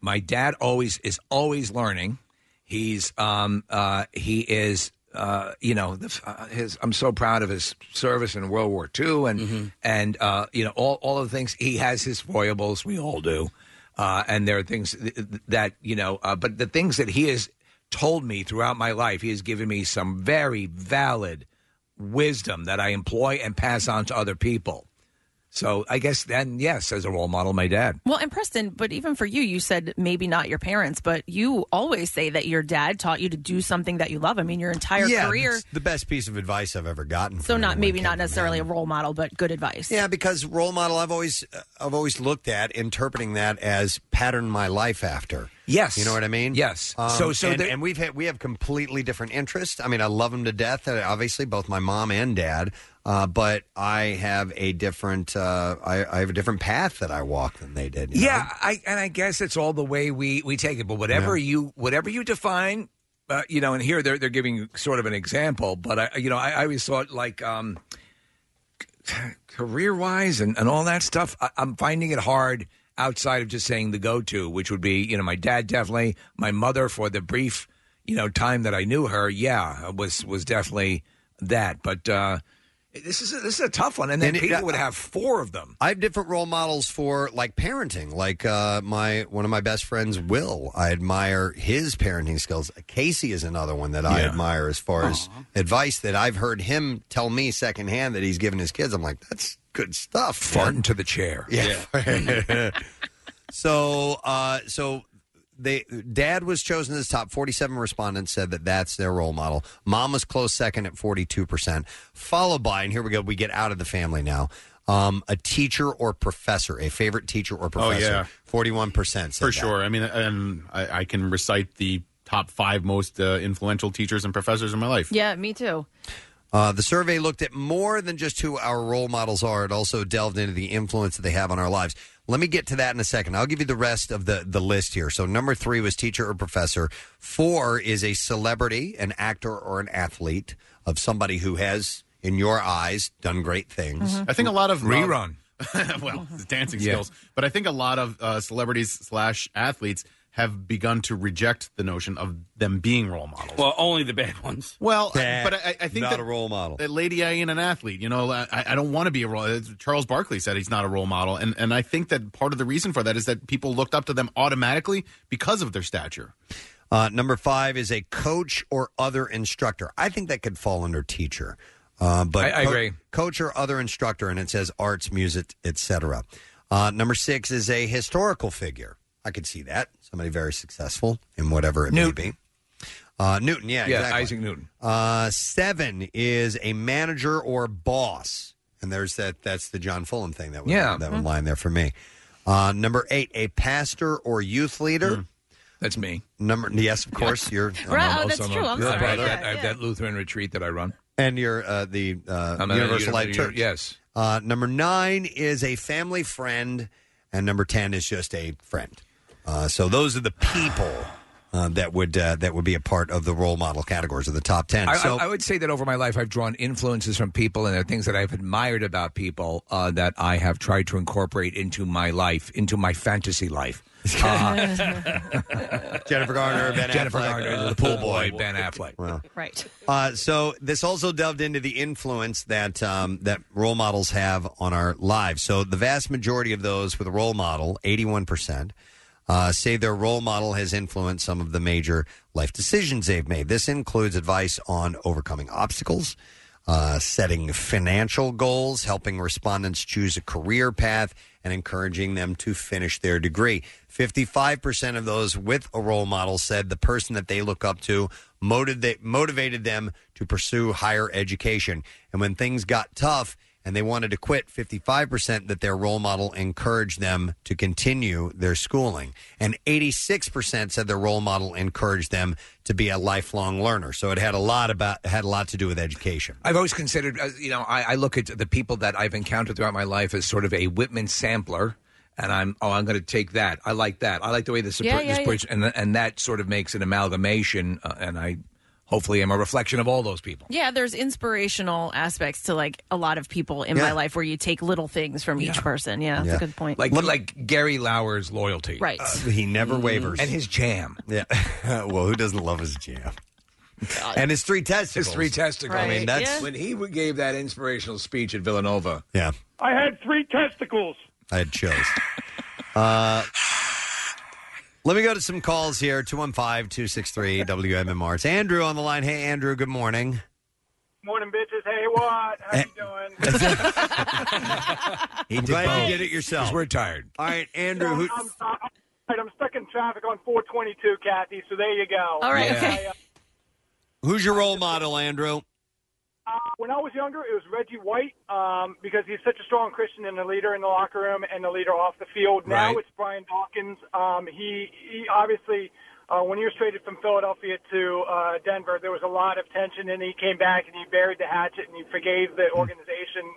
S4: my dad always is always learning. He's um uh he is uh you know the, uh, his I'm so proud of his service in World War II and and uh you know all all of the things he has his foibles we all do. Uh and there are things th- th- that you know uh, but the things that he has told me throughout my life he has given me some very valid wisdom that I employ and pass on to other people. So I guess then, yes, as a role model, my dad.
S3: Well, and Preston, but even for you, you said maybe not your parents, but you always say that your dad taught you to do something that you love. I mean, your entire
S2: yeah,
S3: career.
S2: it's the best piece of advice i've ever gotten
S3: So not maybe not necessarily a role model, but good advice.
S2: Yeah, because role model, I've always uh, I've always looked at interpreting that as pattern my life after.
S4: Yes.
S2: you know what I mean.
S4: Yes.
S2: Um,
S4: So- so
S2: and,
S4: there-
S2: and we've had we have completely different interests. I mean, I love them to death. uh, Obviously, both my mom and dad. Uh, but I have a different uh, I, I have a different path that I walk than they did.
S4: Yeah, I and I guess it's all the way we we take it. But whatever you whatever you define, uh, you know. And here they're they're giving you sort of an example. But I you know I, I always thought like um, career wise and and all that stuff. I, I'm finding it hard outside of just saying the go to, which would be you know my dad definitely, my mother for the brief you know time that I knew her. Yeah, was was definitely that. But uh, this is a, this is a tough one, and then
S2: And it-
S4: people
S2: uh,
S4: would have four of them.
S2: I have different role models for like parenting. Like uh, my one of my best friends, Will. I admire his parenting skills. Casey is another one that I admire as far as advice that I've heard him tell me secondhand that he's given his kids. I'm like, that's good stuff.
S4: Fart into the chair.
S2: Yeah. so, uh, so they dad was chosen as top 47 respondents said that that's their role model. Mom was close second at 42%, followed by and here we go, we get out of the family now. Um, a teacher or professor, a favorite teacher or
S6: Oh,
S2: professor.
S6: yeah.
S2: 41% said
S6: For
S2: that.
S6: sure. I mean, and I, I can recite the top five most uh, influential teachers and professors in my life.
S3: Yeah, me too.
S2: Uh, the survey looked at more than just who our role models are. It also delved into the influence that they have on our lives. Let me get to that in a second. I'll give you the rest of the, the list here. So, number three was teacher or professor. Four is a celebrity, an actor, or an athlete of somebody who has, in your eyes, done great things.
S6: Mm-hmm. I think a lot of
S4: Rerun.
S6: well, dancing
S2: Yeah.
S6: skills, but I think a lot of uh, celebrities slash athletes have begun to reject the notion of them being role models.
S5: Well, only the bad ones.
S6: Well, but I, I think
S5: Not
S6: that,
S5: a
S2: role model.
S6: That Lady I ain't an athlete. You know, I, I don't want to be a role. Charles Barkley said he's not a role model, and and I think that part of the reason for that is that people looked up to them automatically because of their stature.
S2: Uh, number five is a coach or other instructor. I think that could fall under teacher, uh, but
S4: I- I
S2: co-
S4: agree.
S2: Coach or other instructor, and it says arts, music, etc. Uh, number six is a historical figure. I could see that somebody very successful in whatever it may be. Uh, Newton, yeah,
S4: yeah,
S2: exactly.
S4: Isaac Newton.
S2: Uh, seven is a manager or boss, and there's that. That's the John Fulham thing that was
S4: Yeah. Mm-hmm.
S2: that one line there for me. Uh, number eight, a pastor or youth leader.
S4: Hmm. That's me.
S2: Number yes, of course, you're.
S4: I'm
S2: I'm
S4: also
S2: also
S4: a-
S2: a-
S4: I
S2: your
S4: have
S2: brother.
S4: that- I have that Lutheran retreat that I run.
S2: and you're uh, the uh,
S4: I'm at a
S2: Universal Life
S4: university-
S2: Church.
S4: yes.
S2: Uh, number nine is a family friend, and number ten is just a friend. Uh, so those are the people uh, that would uh, that would be a part of the role model categories of the top ten.
S4: I,
S2: so
S4: I, I would say that over my life, I've drawn influences from people, and there are things that I've admired about people uh, that I have tried to incorporate into my life, into my fantasy life. Uh,
S2: Uh-huh. Jennifer Garner, Ben
S4: Jennifer
S2: Affleck, Uh,
S4: Garner, the pool boy, Ben Affleck.
S2: Well,
S3: Right.
S2: Uh, so this also delved into the influence that um, that role models have on our lives. So the vast majority of those with a role model, eighty-one percent, uh, say their role model has influenced some of the major life decisions they've made. This includes advice on overcoming obstacles, uh, setting financial goals, helping respondents choose a career path, and encouraging them to finish their degree. 55% of those with a role model said the person that they look up to motiv- motivated them to pursue higher education. And when things got tough and they wanted to quit, 55% that their role model encouraged them to continue their schooling. And 86% said their role model encouraged them to be a lifelong learner. So it had a lot about had a lot to do with education.
S4: I've always considered, uh, you know, I, I look at the people that I've encountered throughout my life as sort of a Whitman sampler, and I'm, oh, I'm going to take that. I like that. I like the way this,
S7: Yeah,
S4: appro- this
S7: yeah,
S4: approach, and and that sort of makes an amalgamation, uh, and I hopefully am a reflection of all those people.
S3: Yeah, there's inspirational aspects to like a lot of people in
S4: Yeah.
S3: my life where you take little things from each person. Yeah, that's a good point.
S4: Like like Gary Lauer's loyalty, Mm-hmm.
S3: Right.
S2: Uh, he never wavers.
S4: and his jam.
S2: Yeah. well, who doesn't love his jam? And his three testicles.
S4: His three testicles.
S2: I mean, that's
S4: when he gave that inspirational speech at Villanova.
S2: yeah.
S8: I had three testicles.
S2: I had chills. uh, let me go to some calls here 215 263 WMMR. It's Andrew on the line. Hey, Andrew, good morning.
S8: Morning, bitches. Hey, what? How you
S2: He
S8: did
S2: Glad
S8: both.
S2: you did it yourself.
S4: We're tired.
S2: All right, Andrew.
S8: doing?
S2: Who,
S8: I'm, I'm, I'm, I'm stuck in traffic on 422, Kathy. So there you go.
S2: All right, Yeah. okay.
S8: I, uh,
S2: who's your role model, Andrew?
S8: Uh, when I was younger, it was Reggie White um, because he's such a strong Christian and a leader in the locker room and a leader off the field. Now
S14: Right.
S8: it's Brian Dawkins. Um, he, he obviously, uh, when he was traded from Philadelphia to uh, Denver, there was a lot of tension, and he came back and he buried the hatchet and he forgave the organization.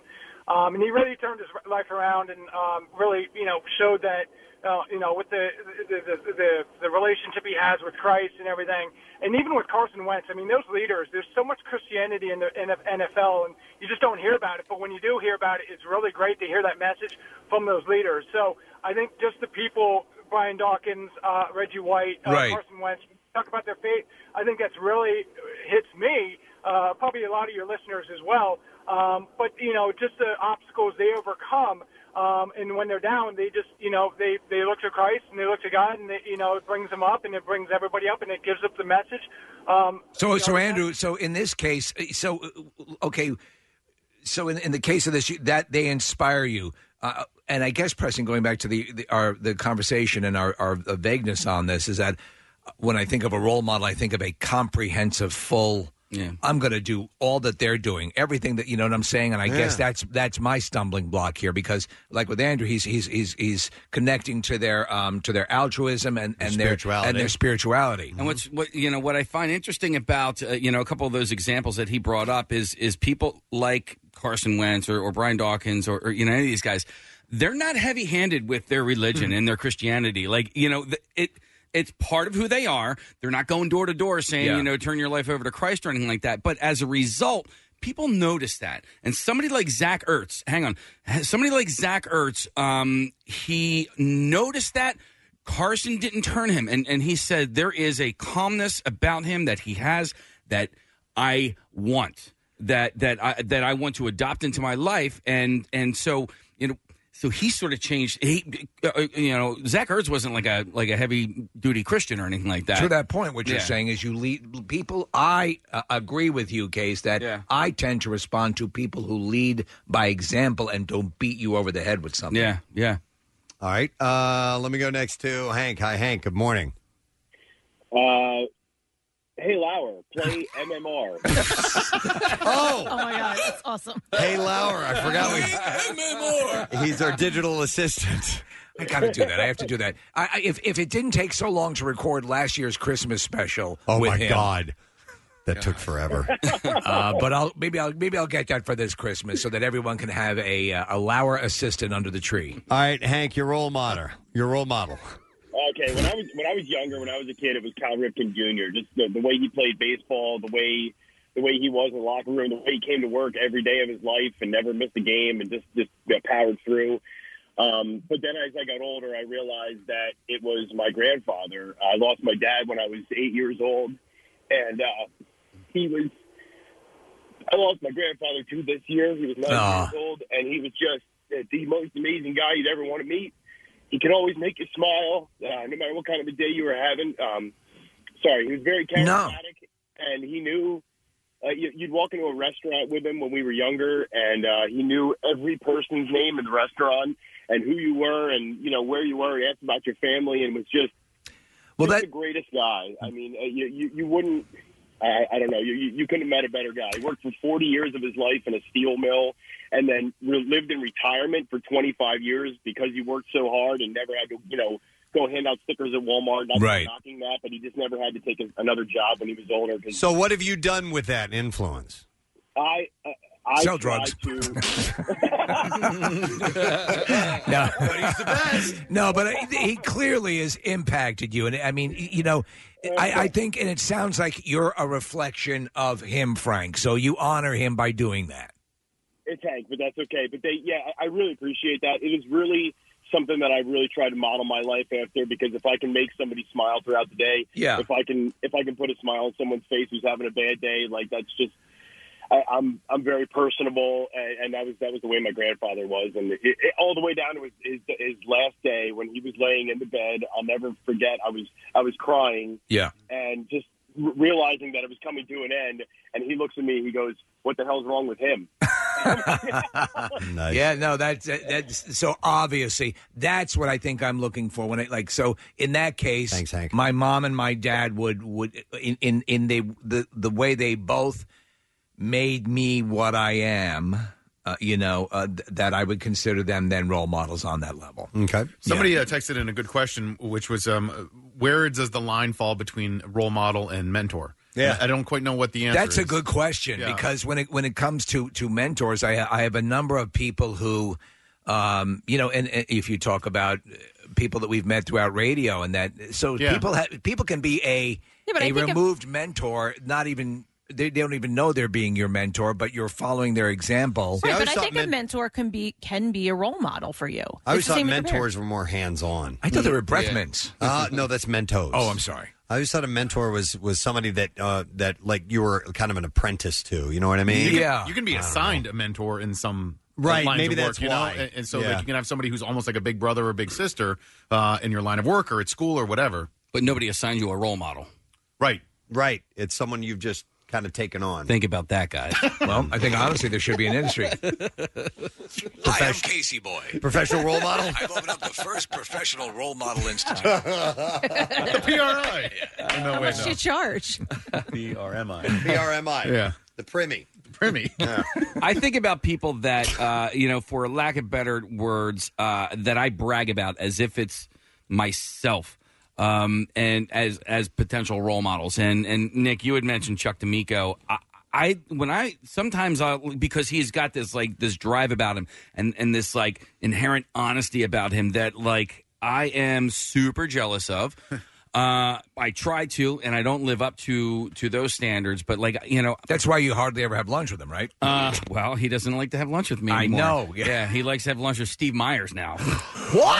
S8: Um, and he really turned his life around and um, really, you know, showed that, uh, you know, with the the, the the the relationship he has with Christ and everything, and even with Carson Wentz. I mean, those leaders. There's so much Christianity in the in the NFL, and you just don't hear about it. But when you do hear about it, it's really great to hear that message from those leaders. So I think just the people, Brian Dawkins, uh, Reggie White, uh,
S15: Right.
S8: Carson Wentz, talk about their faith. I think that's really hits me, uh, probably a lot of your listeners as well. Um, but you know, just the obstacles they overcome, um, and when they're down, they just you know they they look to Christ and they look to God, and they, you know it brings them up and it brings everybody up and it gives up the message. Um,
S4: So, so Andrew, so in this case, so uh, okay, so in, in the case of this, you- that they inspire you, uh, and I guess Preston, going back to the, the our the conversation and our our vagueness on this is that when I think of a role model, I think of a comprehensive, full.
S5: Yeah.
S4: I'm going to do all that they're doing, everything that you know what I'm saying, and I guess
S5: Yeah.
S4: that's that's my stumbling block here because, like with Andrew, he's he's he's, he's connecting to their um to their altruism and and, their and their spirituality.
S5: And what's what you know what I find interesting about uh, you know a couple of those examples that he brought up is is people like Carson Wentz or, or Brian Dawkins or, or you know any of these guys, they're not heavy handed with their religion and their Christianity. Like you know th- it. It's part of who they are. They're not going door to door saying,
S16: Yeah.
S5: you know, turn your life over to Christ or anything like that. But as a result, people notice that. And somebody like Zach Ertz, hang on, somebody like Zach Ertz, um, he noticed that. Carson didn't turn him. And, and he said, there is a calmness about him that he has that I want, that, that, I, that I want to adopt into my life. And, and so, you know, so he sort of changed. He, uh, you know, Zach Ertz wasn't like a like a heavy duty Christian or anything like that.
S4: To that point, what you're
S5: Yeah.
S4: saying is you lead people. I uh, agree with you, Case, that I tend to respond to people who lead by example and don't beat you over the head with something.
S5: Yeah, yeah.
S2: All right. Uh, let me go next to Hank. Hi, Hank. Good morning.
S17: Uh, hey Lauer, play MMR.
S2: oh!
S3: Oh my god, that's awesome.
S2: Hey, Lauer, I forgot we. He's our digital assistant.
S4: I got to do that. I have to do that. I, I, if if it didn't take so long to record last year's Christmas special,
S2: Oh,
S4: with
S2: my
S4: him-
S2: God. That took forever.
S4: uh, but I'll maybe I'll maybe I'll get that for this Christmas so that everyone can have a uh, a Lauer assistant under the tree.
S2: All right, Hank, your role model. Your role model.
S17: Okay, when I was when I was younger, when I was a kid, it was Cal Ripken Jr. Just the, the way he played baseball, the way the way he was in the locker room, the way he came to work every day of his life and never missed a game and just just you know, powered through. Um, but then as I got older, I realized that it was my grandfather. I lost my dad when I was eight years old, and uh, he was. I lost my grandfather too this year. He was nine
S4: Aw.
S17: years old, and he was just the most amazing guy you'd ever want to meet he could always make you smile, uh, no matter what kind of a day you were having. Um, sorry, he was very charismatic, and he knew. Uh, you, you'd walk into a restaurant with him when we were younger, and uh, he knew every person's name in the restaurant and who you were, and you know where you were. He asked about your family, and was just
S4: well,
S17: just the greatest guy. I mean, uh, you, you you wouldn't. I, I don't know. You, you you couldn't have met a better guy. He worked for 40 years of his life in a steel mill, and then re- lived in retirement for 25 years because he worked so hard and never had to, you know, go hand out stickers at Walmart. Not
S2: Right.
S17: knocking that, but he just never had to take a, another job when he was older. 'cause
S2: So, what have you done with that influence?
S17: I uh, I
S2: Sell
S17: try
S2: drugs.
S17: To...
S4: No, he's the best. No, but he- he clearly has impacted you, and I mean, you know, I, I think, and it sounds like you're a reflection of him, Frank. So you honor him by doing that.
S17: it's Hank, but that's okay. But they, yeah, I I really appreciate that. It is really something that I really try to model my life after because if I can make somebody smile throughout the day,
S7: Yeah.
S17: if I can, if I can put a smile on someone's face who's having a bad day, like that's just, I, I'm, I'm very personable, and, and that was that was the way my grandfather was, and it, it, all the way down to his, his his last day when he was laying in the bed, I'll never forget. I was I was crying
S4: Yeah.
S17: and just r- realizing that it was coming to an end. And he looks at me, he goes, "What the hell's wrong with him?"
S4: Yeah, no, that's that's so obviously that's what I think I'm looking for when I like so in that case,
S2: Thanks, Hank.
S4: my mom and my dad would would in in in they the the way they both made me what I am. Uh, you know uh, th- that I would consider them then role models on that level.
S2: Okay.
S6: Somebody uh, texted in a good question, which was um, where does the line fall between role model and mentor?
S4: Yeah.
S6: I I don't quite know what the answer
S4: That's
S6: is.
S4: a good question
S6: Yeah.
S4: because when it when it comes to to mentors, I I have a number of people who, um, you know, and, and if you talk about uh, people that we've met throughout radio and that, so
S14: Yeah.
S4: people ha- people can be a
S14: Yeah, but I
S4: a
S14: think if-
S4: removed mentor, not even. They, they don't even know they're being your mentor, but you're following their example.
S3: Right, but I think a mentor can be can be a role model for you.
S2: I always
S3: It's the
S2: thought
S3: same with a parent.
S2: mentors were more hands-on.
S4: I thought they were breath mints.
S2: Uh, no, that's mentos.
S4: Oh, I'm sorry.
S2: I always thought a mentor was was somebody that uh, that like you were kind of an apprentice to. You know what I mean?
S6: You can, you can be
S2: I don't
S6: assigned a mentor in some
S2: Right,
S6: lines
S2: maybe
S6: of work,
S2: that's
S6: you know?
S2: why.
S6: And, and so
S2: Yeah.
S6: like, you can have somebody who's almost like a big brother or big sister uh, in your line of work or at school or whatever.
S5: But nobody assigned you a role model.
S6: Right.
S2: Right. It's someone you've just kind of taken on.
S5: Think about that, guys.
S4: well, I think honestly there should be an industry.
S2: Hi, I'm
S4: Casey Boy.
S2: Professional role model?
S4: I've opened up the first professional role model institute.
S6: the PRI.
S3: How much do you charge?
S6: PRMI.
S2: PRMI.
S6: Yeah.
S2: The Primmy.
S6: Primmy.
S5: I think about people that, uh, you know, for lack of better words, uh, that I brag about as if it's myself, um, and as as potential role models. And and Nick, you had mentioned Chuck D'Amico. I, I when I sometimes I, because he's got this like this drive about him and and this like inherent honesty about him that like I am super jealous of. Uh, I try to, and I don't live up to to those standards. But like you know,
S4: that's why you hardly ever have lunch with him, right?
S5: Uh, well, he doesn't like to have lunch with me.
S4: I
S5: anymore.
S4: know, yeah.
S5: he likes to have lunch with Steve Myers now.
S4: What?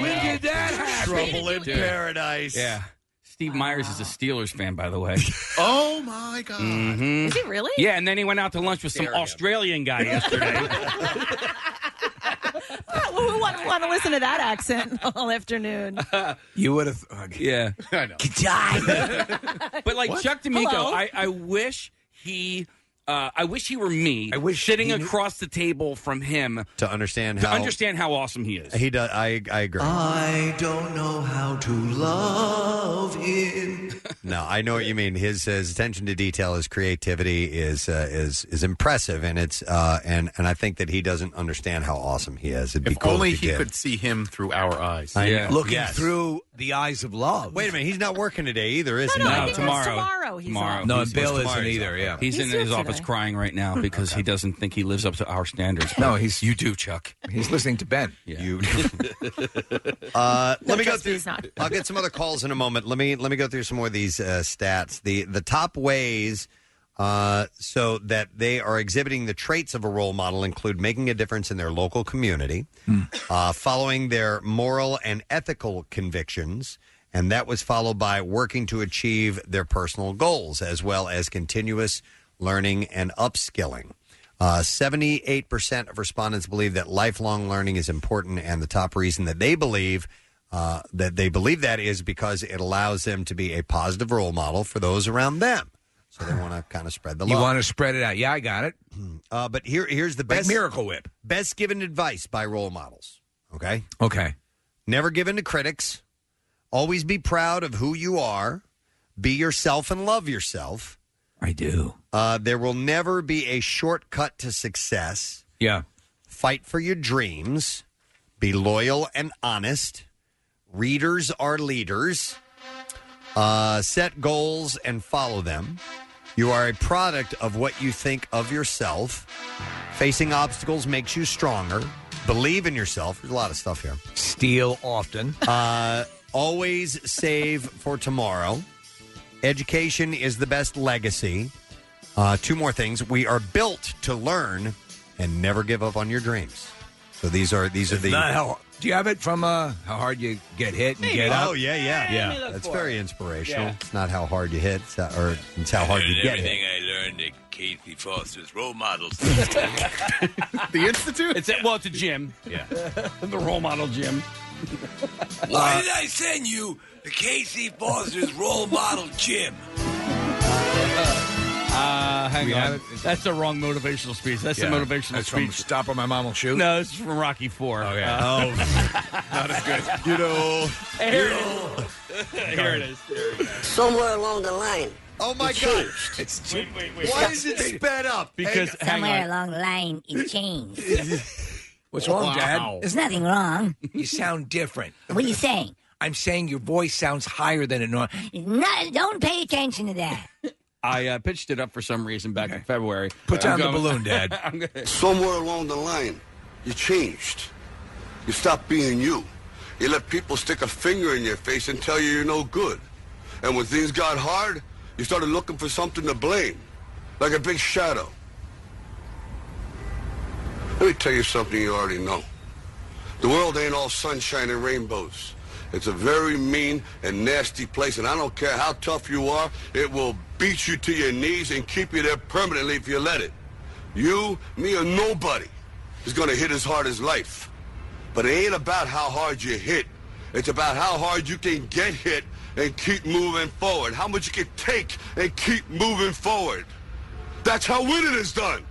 S4: when did that happen?
S5: Trouble in
S2: paradise.
S5: Yeah. Steve Myers is a Steelers fan, by the way.
S6: Oh my
S2: uh,
S6: God!
S5: Mhm.
S3: Is he really?
S5: Yeah, and then he went out to lunch with some Australian guy yesterday.
S3: Well, Ah, who want, want to listen to that accent all afternoon?
S4: You would have.
S5: yeah.
S6: I know.
S5: But like
S3: What?
S5: Chuck D'Amico,
S3: Hello?
S5: I, I wish he. Uh, I wish he were me. I wish sitting across the table from him
S2: to understand
S5: to
S2: how-
S5: understand how awesome he is.
S2: He does. I I agree.
S7: I don't know how to love him.
S2: No, I know what you mean. His, his attention to detail, his creativity is uh, is is impressive, and it's uh, and and I think that he doesn't understand how awesome he is. It'd be
S6: If
S2: cool
S6: only
S2: if
S6: he
S2: did.
S6: could see him through our eyes.
S2: I know.
S4: Looking
S2: Yes.
S4: through the eyes of love.
S2: Wait a minute, he's not working today either, is he?
S4: No, no, I No, think it's tomorrow. tomorrow he's Tomorrow. off. No, and Bill
S2: Tomorrow
S4: isn't
S2: he's
S4: either,
S2: off.
S4: yeah. He's in his office
S5: is crying right now because he doesn't think he lives up to our standards.
S4: No,
S5: But
S4: he's-
S5: you do, Chuck.
S4: He's listening to Ben.
S5: You.
S2: Uh,
S3: No,
S2: let me go
S3: trust me,
S2: through.
S3: he's not.
S2: I'll get some other calls in a moment. Let me let me go through some more of these uh, stats. The the top ways uh, so that they are exhibiting the traits of a role model include making a difference in their local community, uh, following their moral and ethical convictions, and that was followed by working to achieve their personal goals as well as continuous learning and upskilling. Uh, 78% of respondents believe that lifelong learning is important, and the top reason that they believe uh, that they believe that is because it allows them to be a positive role model for those around them. So they want to kind of spread the
S4: you
S2: love.
S4: want to spread it out? Yeah, I got it.
S2: Uh, but here, here's the
S4: Like
S2: best
S4: Miracle Whip.
S2: Best given advice by role models. Okay.
S4: Okay.
S2: Never give in to critics. Always be proud of who you are. Be yourself and love yourself.
S4: I do.
S2: Uh, there will never be a shortcut to success.
S4: Yeah.
S2: Fight for your dreams. Be loyal and honest. Readers are leaders. Uh, set goals and follow them. You are a product of what you think of yourself. Facing obstacles makes you stronger. Believe in yourself. There's a lot of stuff here.
S4: Steal often.
S2: Uh, always save for tomorrow. Education is the best legacy. Uh, two more things. We are built to learn and never give up on your dreams. So these are these are the.
S4: Not how- do you have it from uh, how hard you get hit and
S2: Maybe.
S4: get up?
S2: Oh, yeah, yeah. Yeah. Let me look That's for very it. inspirational. It's not how hard you hit, it's, not- or it's how hard you get. Hit.
S14: everything I learned at Kathy Foster's role models.
S5: the Institute? It's at, well, it's a gym. Yeah. the role model gym.
S14: Why did I send you to Casey Foster's role model gym?
S5: Uh, hang
S14: We have
S5: on.
S14: it.
S5: That's the wrong motivational speech. That's
S4: Yeah.
S5: the motivational
S4: That's from
S5: speech.
S4: Stop or My Mom Will Shoot?
S5: No, it's from Rocky Four. Oh,
S4: yeah.
S5: not as good.
S2: You know.
S5: Here it is. Here it is.
S15: Somewhere along the line.
S2: Oh
S5: my
S15: it
S5: God.
S15: changed.
S5: It's
S15: Why is it
S2: sped up?
S5: Because hang
S15: somewhere
S5: on.
S15: along the line it changed.
S4: What's wrong,
S15: Wow.
S4: Dad?
S15: There's nothing wrong.
S4: You sound different.
S15: What are you saying?
S4: I'm saying your voice sounds higher than it normally.
S15: No, don't pay attention to that.
S5: I uh, pitched it up for some reason back in February.
S4: Put
S5: I'm
S4: down the
S5: going-
S4: balloon, Dad.
S5: I'm gonna-
S14: Somewhere along the line, you changed. You stopped being you. You let people stick a finger in your face and tell you you're no good. And when things got hard, you started looking for something to blame, like a big shadow. Let me tell you something you already know. The world ain't all sunshine and rainbows. It's a very mean and nasty place, and I don't care how tough you are, it will beat you to your knees and keep you there permanently if you let it. You, me, or nobody is going to hit as hard as life. But it ain't about how hard you hit. It's about how hard you can get hit and keep moving forward. How much you can take and keep moving forward. That's how winning is done.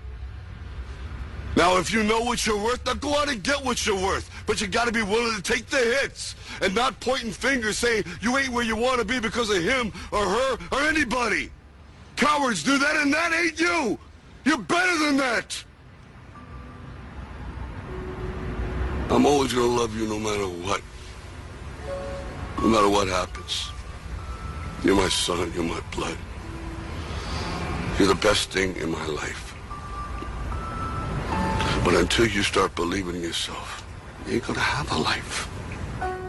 S14: Now, if you know what you're worth, now go out and get what you're worth. But you got to be willing to take the hits and not pointing fingers saying you ain't where you want to be because of him or her or anybody. Cowards do that, and that ain't you. You're better than that. I'm always going to love you no matter what. No matter what happens. You're my son. You're my blood. You're the best thing in my life. But until you start believing in yourself, you ain't gonna have a life.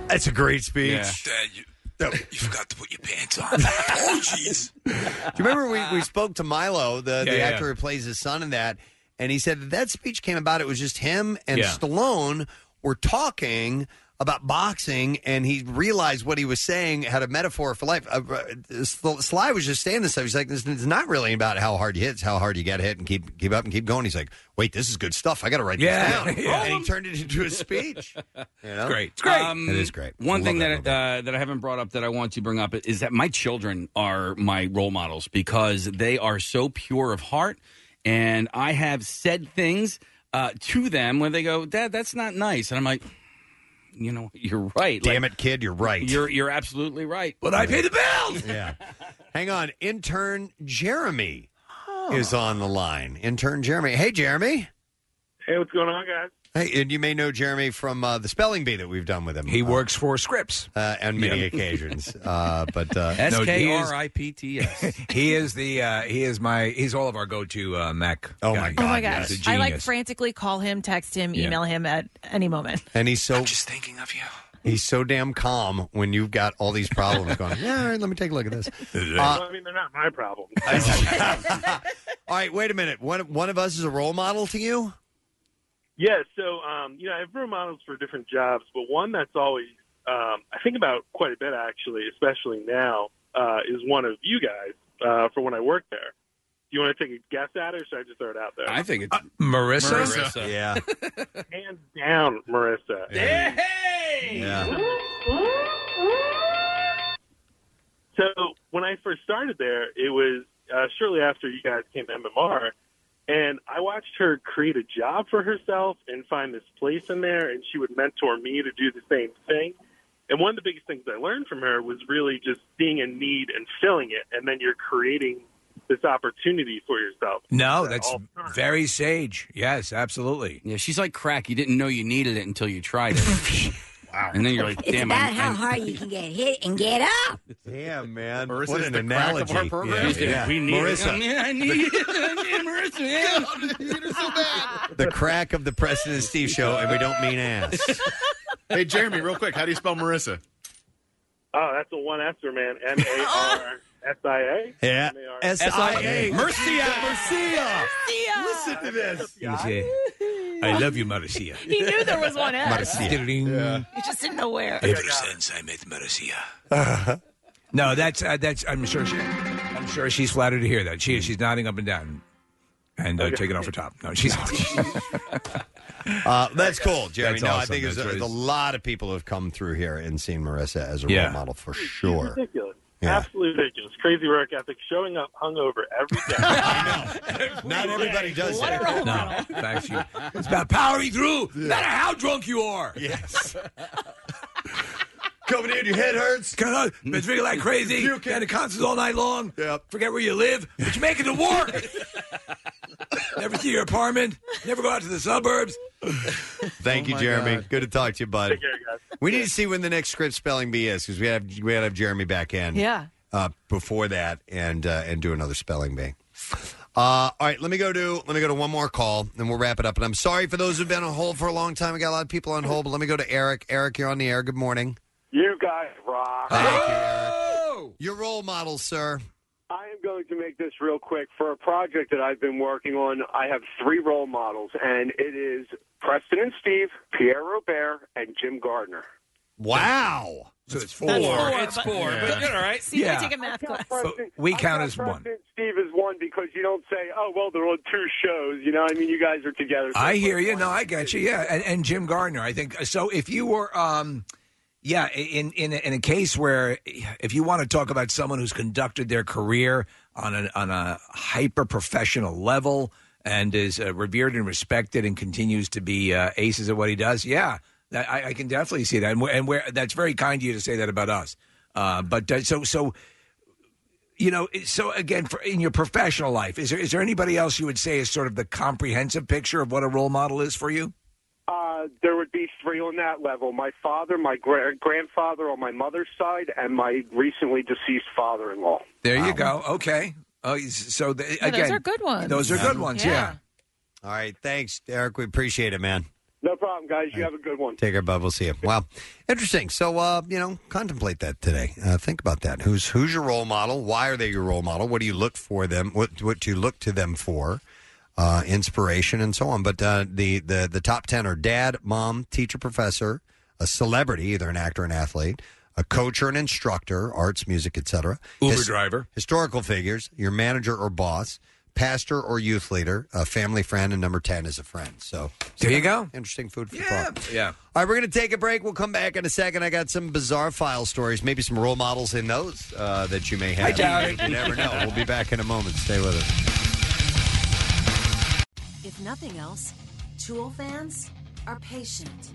S2: That's a great speech.
S14: Dad, you, you forgot to put your pants on.
S2: oh,
S14: jeez.
S2: Do you remember we, we spoke to Milo, the,
S14: Yeah,
S2: the
S14: yeah.
S2: actor who plays his son in that, and he said that, that speech came about. It was just him and
S14: Yeah.
S2: Stallone were talking about boxing, and he realized what he was saying had a metaphor for life. Uh, uh, Sl- Sly was just saying this stuff. He's like, "This is not really about how hard you hit; it's how hard you get hit and keep keep up and keep going." He's like, "Wait, this is good stuff. I got to write
S5: Yeah.
S2: this down."
S5: Yeah.
S2: And he turned it into a speech. You know?
S5: great.
S2: It's great.
S5: Um,
S2: it is great.
S5: One
S2: I
S5: thing
S2: love
S5: that uh, that I haven't brought up that I want to bring up is that my children are my role models because they are so pure of heart, and I have said things uh, to them when they go, "Dad, that's not nice," and I'm like, "You know, you're right.
S2: Damn it, kid, you're right.
S5: You're you're absolutely right."
S2: But I pay the
S5: bills.
S2: Yeah. Hang on. Intern Jeremy is on the line. Intern Jeremy. Hey, Jeremy.
S16: Hey, what's going on, guys?
S2: Hey, and you may know Jeremy from uh, the spelling bee that we've done with him. He
S4: works for Scripps
S2: uh, on many
S4: Yeah.
S2: occasions. Uh, but uh,
S4: S K R
S5: I P T S.
S4: he is the uh, he is my he's all of our go to uh, Mac. Oh my
S3: oh my gosh. I like frantically call him, text him,
S4: Yeah.
S3: email him at any moment.
S2: and he's so
S4: just thinking of you.
S2: He's so damn calm when you've got all these problems going. Yeah, all right, let me take a look at this. Uh,
S16: well, I mean, they're not my problem.
S2: all right, wait a minute. One one of us is a role model to you.
S16: Yeah, so um, you know, I have role models for different jobs, but one that's always um, I think about quite a bit actually, especially now, uh, is one of you guys uh, for when I work there. Do you want to take a guess at it, or should I just throw it out there?
S5: I think it's
S4: Marissa?
S5: Marissa.
S2: Yeah.
S16: hands down, Marissa. So when I first started there, it was uh, shortly after you guys came to MMR, and I watched her create a job for herself and find this place in there, and she would mentor me to do the same thing. And one of the biggest things I learned from her was really just seeing a need and filling it, and then you're creating this opportunity for yourself.
S4: No, that's very sage. Yes, absolutely.
S5: Yeah, she's like crack. You didn't know you needed it until you tried it. wow. And then you're like,
S15: It's
S5: damn.
S15: about
S5: I'm-
S15: how
S5: I'm-
S15: hard you can get hit and get up.
S2: Damn, man.
S5: Marissa's
S2: what an
S5: the crack of our
S2: analogy.
S5: program. Yeah, we need it.
S2: Marissa,
S5: I mean, I need it. Marissa,
S2: the crack of the Preston and Steve show, and we don't mean ass.
S6: hey, Jeremy, real quick, how do you spell Marissa?
S16: Oh, that's a one S'er, man. M A R S I A.
S2: Yeah.
S16: S.I.A..
S4: Mercia.
S2: Mercia.
S4: Listen to this. I love you, Marcia.
S3: He knew there was one S.
S4: Marcia.
S3: He just didn't know where.
S4: Ever since I met Marcia.
S2: Uh-huh.
S4: No, that's uh, that's. I'm sure she. I'm sure she's flattered to hear that. She is. She's nodding up and down, and uh,
S2: Okay.
S4: taking off her top. No, she's.
S2: Uh, that's cool, Jeremy.
S4: That's
S2: no, I
S4: awesome.
S2: think there's,
S4: That's
S2: there's a
S4: right.
S2: lot of people who have come through here and seen Marissa as a
S4: Yeah.
S2: role model for sure.
S16: Ridiculous.
S2: Yeah.
S16: Absolutely ridiculous. Crazy work ethic. Showing up hungover every day.
S2: Not everybody does that.
S4: No, thanks you. It's about powering through, no matter how drunk you are.
S2: Yes. Coming in, your head hurts.
S4: Been drinking like crazy. You had a concert all night long. Forget where you live, but you make it to work. never see your apartment. Never go out to the suburbs.
S2: Thank
S4: Oh
S2: you,
S4: my
S2: Jeremy.
S4: God.
S2: Good to talk to you, bud. We need to see when the next script spelling bee is because we have we gotta have Jeremy back in.
S3: Yeah.
S2: Uh, before that, and uh, and do another spelling bee. Uh, all right, let me go to let me go to one more call, and we'll wrap it up. And I'm sorry for those who've been on hold for a long time. We got a lot of people on hold, but let me go to Eric. Eric, you're on the air. Good morning.
S18: You guys rock.
S2: Your role model, sir.
S18: I am going to make this real quick. For a project that I've been working on, I have three role models, and it is Preston and Steve, Pierre Robert, and Jim Gardner.
S2: Wow.
S4: So it's four.
S18: That's four, but-
S4: but
S18: Yeah.
S4: all right.
S3: See,
S4: Yeah.
S3: I take a math class.
S4: we count as one.
S18: Preston and Steve is one because you don't say, oh, well, they're on two shows. You know, what I mean, you guys are together.
S4: I hear you. No, I got you. Yeah, and, and Jim Gardner. I think so. If you were, um, yeah, in in in a case where if you want to talk about someone who's conducted their career on an on a hyper professional level and is uh, revered and respected and continues to be uh, aces at what he does, yeah, that, I, I can definitely see that. And where, and where that's very kind of you to say that about us. Uh, but uh, so so you know it- so again for, in your professional life is there is there anybody else you would say is sort of the comprehensive picture of what a role model is for you
S18: Uh, there would be three on that level my father, my gra- grandfather on my mother's side, and my recently deceased father in law.
S4: there
S2: Um,
S4: you go okay oh so the,
S18: Yeah,
S4: again
S18: those are good ones.
S4: those are good ones yeah,
S2: All right, thanks, Eric. We appreciate it, man.
S18: No problem, guys. You have a good one.
S2: Take care, bud. We'll see you. Wow, interesting. So, uh, you know, contemplate that today. Uh, think about that. Who's who's your role model? Why are they your role model? What do you look for them? What what do you look to them for? Uh, inspiration and so on. But uh, the the the top ten are dad, mom, teacher, professor, a celebrity, either an actor, or an athlete, a coach or an instructor, arts, music, etc.
S4: Uber driver.
S2: historical figures, your manager or boss, pastor or youth leader, a family friend, and number ten is a friend. So
S4: there you go.
S2: Interesting food for thought.
S4: yeah
S2: All right, we're going to take a break. We'll come back in a second. I got some bizarre file stories, maybe some role models in those uh, that you may have.
S4: I doubt it.
S2: You never know. We'll be back in a moment. Stay with us.
S10: If nothing else, Tool fans are patient.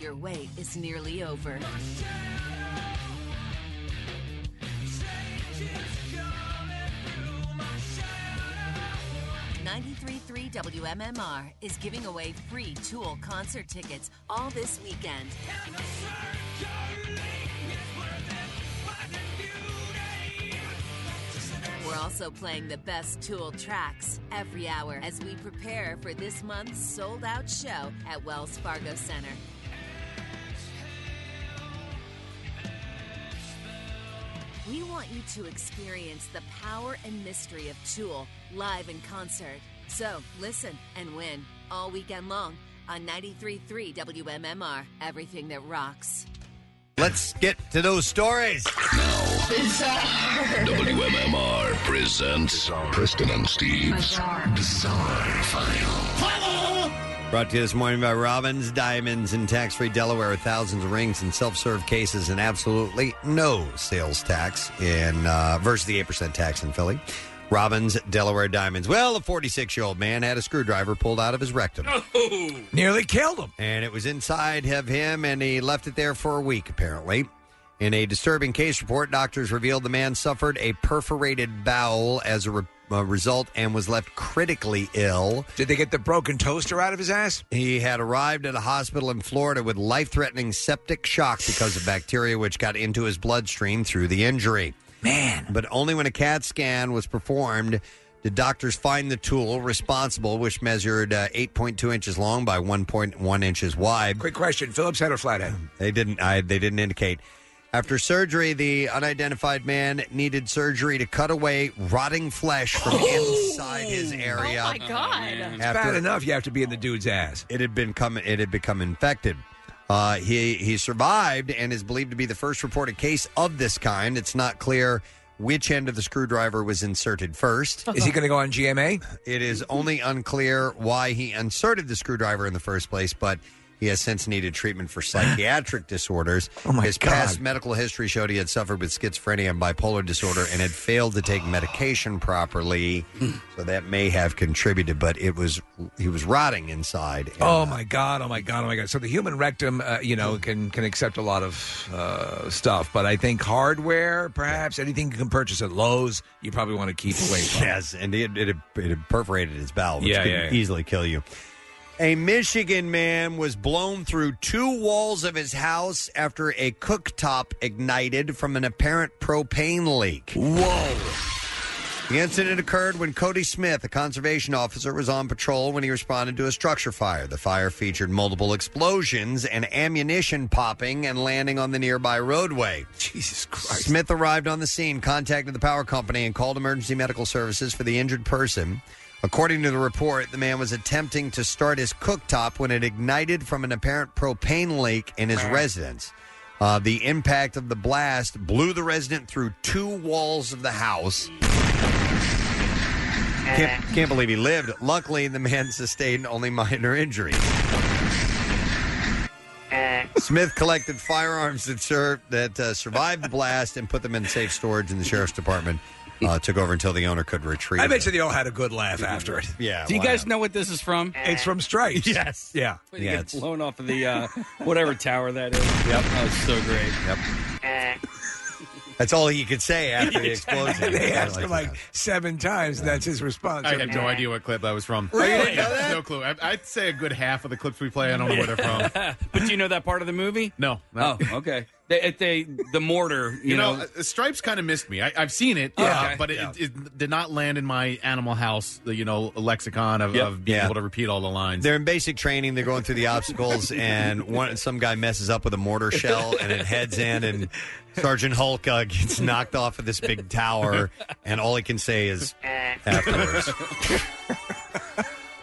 S10: Your wait is nearly over. 93.3 WMMR is giving away free Tool concert tickets all this weekend. We're also playing the best Tool tracks every hour as we prepare for this month's sold out show at Wells Fargo Center. We want you to experience the power and mystery of Tool live in concert. So listen and win all weekend long on 93.3 WMMR, everything that rocks.
S2: Let's get to those stories.
S1: WMMR presents Preston and Steve's Bizarre, File.
S2: Brought to you this morning by Robbins Diamonds in tax free Delaware with thousands of rings and self serve cases and absolutely no sales tax in uh, versus the 8% tax in Philly. Robbins Delaware Diamonds. Well, a 46 year old man had a screwdriver pulled out of his rectum.
S4: Nearly killed him.
S2: And it was inside of him, and he left it there for a week, apparently. In a disturbing case report, doctors revealed the man suffered a perforated bowel as a, re- a result and was left critically ill.
S4: Did they get the broken toaster out of his ass?
S2: He had arrived at a hospital in Florida with life threatening septic shock because of bacteria which got into his bloodstream through the injury.
S4: Man.
S2: But only when a CAT scan was performed did doctors find the tool responsible, which measured uh, 8.2 inches long by 1.1 inches wide.
S4: Quick question: Phillips had a flathead.
S2: They didn't. I, they didn't indicate. After surgery, the unidentified man needed surgery to cut away rotting flesh from inside his area.
S3: Oh my God.
S4: It's bad enough you have to be in the dude's ass.
S2: It had been come, it had become infected. Uh, he he survived and is believed to be the first reported case of this kind. It's not clear which end of the screwdriver was inserted first.
S4: Is he going to go on GMA?
S2: It is only unclear why he inserted the screwdriver in the first place, but he has since needed treatment for psychiatric disorders.
S4: Oh my
S2: His
S4: God.
S2: past medical history showed he had suffered with schizophrenia and bipolar disorder and had failed to take medication properly,
S4: Hmm.
S2: so that may have contributed. But it was he was rotting inside.
S4: Oh my god! Oh my god! Oh my god! So the human rectum, uh, you know, can can accept a lot of uh, stuff, but I think hardware, perhaps anything you can purchase at Lowe's, you probably want to keep away from.
S2: Yes, and it it, it perforated his bowel, which
S4: Yeah,
S2: could
S4: yeah, yeah.
S2: easily kill you. A Michigan man was blown through two walls of his house after a cooktop ignited from an apparent propane leak. Whoa. The incident occurred when Cody Smith, a conservation officer, was on patrol when he responded to a structure fire. The fire featured multiple explosions and ammunition popping and landing on the nearby roadway.
S4: Jesus
S2: Christ. Smith arrived on the scene, contacted the power company, and called emergency medical services for the injured person. According to the report, the man was attempting to start his cooktop when it ignited from an apparent propane leak in his residence. Uh, the impact of the blast blew the resident through two walls of the house. Can't, can't believe he lived. Luckily, the man sustained only minor injuries. Smith collected firearms that, served, that uh, survived the blast and put them in safe storage in the sheriff's department. Uh, took over until the owner could retrieve.
S4: I bet you they all had a good laugh after it.
S2: Yeah.
S5: Do you
S2: why
S5: guys know what this is from?
S4: It's from Stripes.
S5: Yes.
S4: Yeah.
S5: When
S2: Yeah,
S5: you get
S2: it's-
S5: blown off of the uh, whatever tower that is. Yep. That was so great.
S2: Yep. That's all he could say after the explosion.
S4: they asked him like seven times, and that's his response.
S6: I have no idea what clip that was from.
S4: Really?
S6: I have No clue. I, I'd say a good half of the clips we play. I don't know where they're from. Uh,
S5: but do you know that part of the movie?
S6: No.
S5: Oh, okay. They, they, the mortar, you,
S6: You, know,
S5: know.
S6: uh, Stripes kind of missed me. I, I've seen it,
S5: Yeah.
S6: uh,
S5: Okay.
S6: but it,
S5: Yeah.
S6: it, did not land in my Animal House, the, you know, lexicon of,
S2: Yep.
S6: of being
S2: Yeah.
S6: able to repeat all the lines.
S2: They're in basic training. They're going through the obstacles, and one some guy messes up with a mortar shell, and it heads in, and Sergeant Hulk uh, gets knocked off of this big tower, and all he can say is afterwards.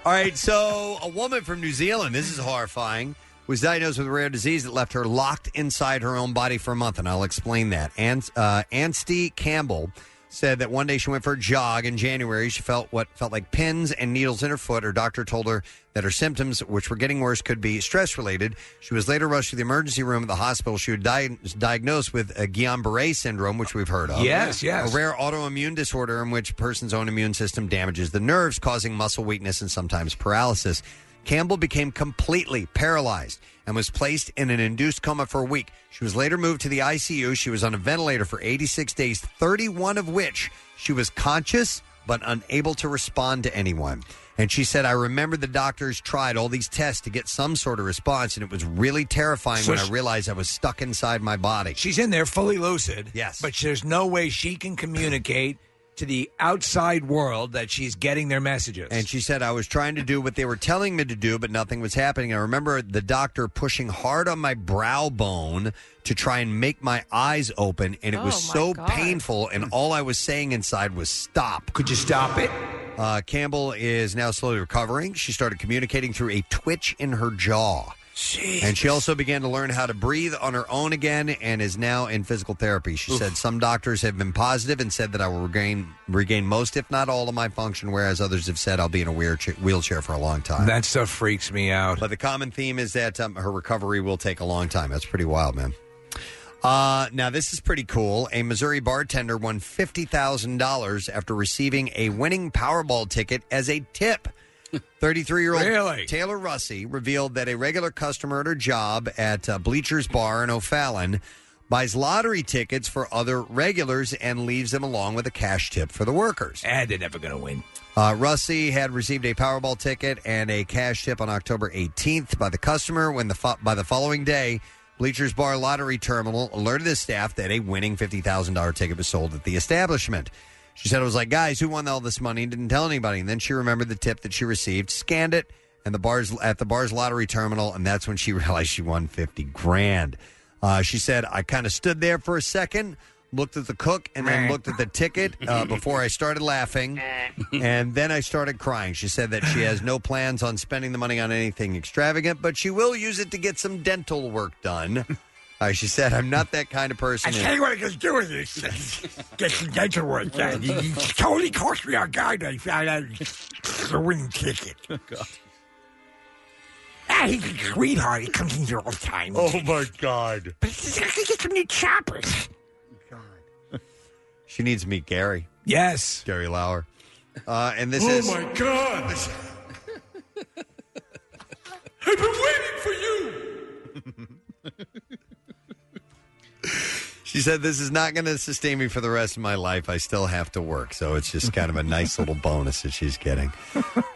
S2: all right, so a woman from New Zealand. This is horrifying. Was diagnosed with a rare disease that left her locked inside her own body for a month, and I'll explain that. An- uh, Anstey Campbell said that one day she went for a jog in January. She felt what felt like pins and needles in her foot. Her doctor told her that her symptoms, which were getting worse, could be stress related. She was later rushed to the emergency room at the hospital. She was di- diagnosed with uh, Guillain-Barré syndrome, which we've heard of.
S4: Yes, yes.
S2: A rare autoimmune disorder in which a person's own immune system damages the nerves, causing muscle weakness and sometimes paralysis. Campbell became completely paralyzed and was placed in an induced coma for a week. She was later moved to the ICU. She was on a ventilator for 86 days, 31 of which she was conscious but unable to respond to anyone. And she said, I remember the doctors tried all these tests to get some sort of response, and it was really terrifying
S4: So
S2: when I
S4: she-
S2: realized I was stuck inside my body.
S4: She's in there fully lucid. Yes. But there's no way she can communicate to the outside world that she's getting their messages.
S2: And she said, I was trying to do what they were telling me to do, but nothing was happening. I remember the doctor pushing hard on my brow bone to try and make my eyes open, and it was
S7: Oh, my
S2: so
S7: God.
S2: painful. And all I was saying inside was, Stop.
S4: Could you stop it?
S2: Uh, Campbell is now slowly recovering. She started communicating through a twitch in her jaw. And she also began to learn how to breathe on her own again and is now in physical therapy. She said some doctors have been positive and said that I will regain regain most, if not all, of my function, whereas others have said I'll be in a wheelchair, wheelchair for a long time.
S4: That stuff freaks me out.
S2: But the common theme is that um, her recovery will take a long time. That's pretty wild, man. Uh, now, this is pretty cool. A Missouri bartender won $50,000 after receiving a winning Powerball ticket as a tip. 33 year old
S4: Really?
S2: Taylor Russi revealed that a regular customer at her job at uh, Bleachers Bar in O'Fallon buys lottery tickets for other regulars and leaves them along with a cash tip for the workers.
S4: And they're never going to win.
S2: Uh, Russi had received a Powerball ticket and a cash tip on October 18th by the customer. When the fo- by the following day, Bleachers Bar Lottery Terminal alerted the staff that a winning $50,000 ticket was sold at the establishment. She said it was like, guys, who won all this money and didn't tell anybody. And then she remembered the tip that she received, scanned it, and the bars at the bar's lottery terminal, and that's when she realized she won 50 grand. Uh, she said, I kind of stood there for a second, looked at the cook, and then looked at the ticket uh, before I started laughing. And then I started crying. She said that she has no plans on spending the money on anything extravagant, but she will use it to get some dental work done. Uh, she said, I'm not that kind of person.
S7: I tell you what I can do with this. Get some dental work done. He, he totally cost me a guy that he found out it's a winning ticket.
S19: Oh,
S7: Ah, he's a sweetheart. He comes in here all the time. Oh, my God. But he's going to get some new choppers.
S2: She needs to meet Gary.
S4: Yes.
S2: Gary Lauer. Uh, and this
S7: oh,
S2: is.
S7: my God. I've been waiting for you.
S2: She said, This is not going to sustain me for the rest of my life. I still have to work. So it's just kind of a nice little bonus that she's getting.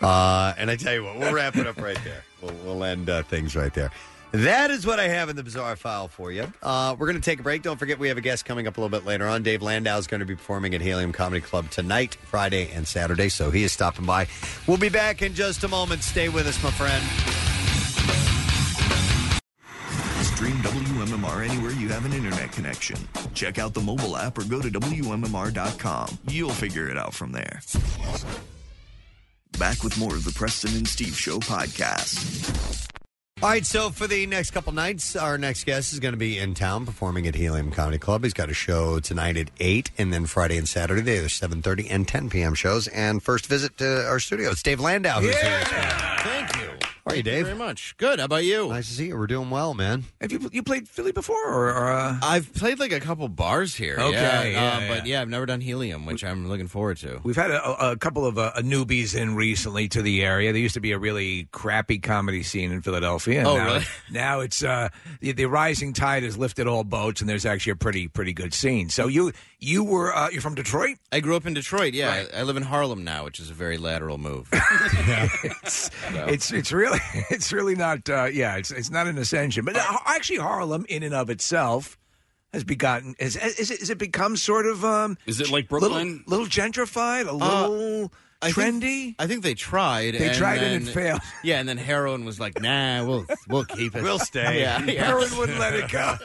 S2: Uh, and I tell you what, we'll wrap it up right there. We'll, we'll end uh, things right there. That is what I have in the bizarre file for you. Uh, we're going to take a break. Don't forget, we have a guest coming up a little bit later on. Dave Landau is going to be performing at Helium Comedy Club tonight, Friday, and Saturday. So he is stopping by. We'll be back in just a moment. Stay with us, my friend.
S11: Stream WMMR anywhere you have an internet connection. Check out the mobile app or go to WMMR.com. You'll figure it out from there. Back with more of the Preston and Steve Show podcast.
S2: All right, so for the next couple nights, our next guest is going to be in town performing at Helium Comedy Club. He's got a show tonight at 8 and then Friday and Saturday, the other 7.30 and 10 p.m. shows. And first visit to our studio, it's Dave Landau who's here.
S19: Thank you.
S2: How are you, Dave?
S19: very much. Good. How about you?
S2: Nice to see you. We're doing well, man.
S4: Have you you played Philly before? Or, or uh...
S19: I've played like a couple bars here.
S4: Okay,
S19: yeah,
S4: yeah,
S19: um, but yeah, I've never done Helium, which I'm looking forward to.
S4: We've had a, a couple of uh, newbies in recently to the area. There used to be a really crappy comedy scene in Philadelphia. and
S19: Oh,
S4: now,
S19: really?
S4: Now it's uh, the, the rising tide has lifted all boats, and there's actually a pretty pretty good scene. So you you were uh, you're from Detroit?
S19: I grew up in Detroit. Yeah, I, I live in Harlem now, which is a very lateral move.
S4: it's, it's it's really it's really not uh, yeah it's it's not an ascension, but uh, actually Harlem in and of itself has begotten is is it, is it become sort of um
S5: Is it like
S4: little-
S5: Brooklyn?
S4: little, gentrified a
S19: Uh,
S4: little
S19: I
S4: trendy.
S19: think- I think they tried.
S4: They
S19: and
S4: tried it and
S19: then-
S4: failed.
S19: Yeah, and then heroin was like, "Nah, we'll we'll keep it.
S4: We'll stay.
S19: Yeah, yeah.
S4: Heroin wouldn't let it go.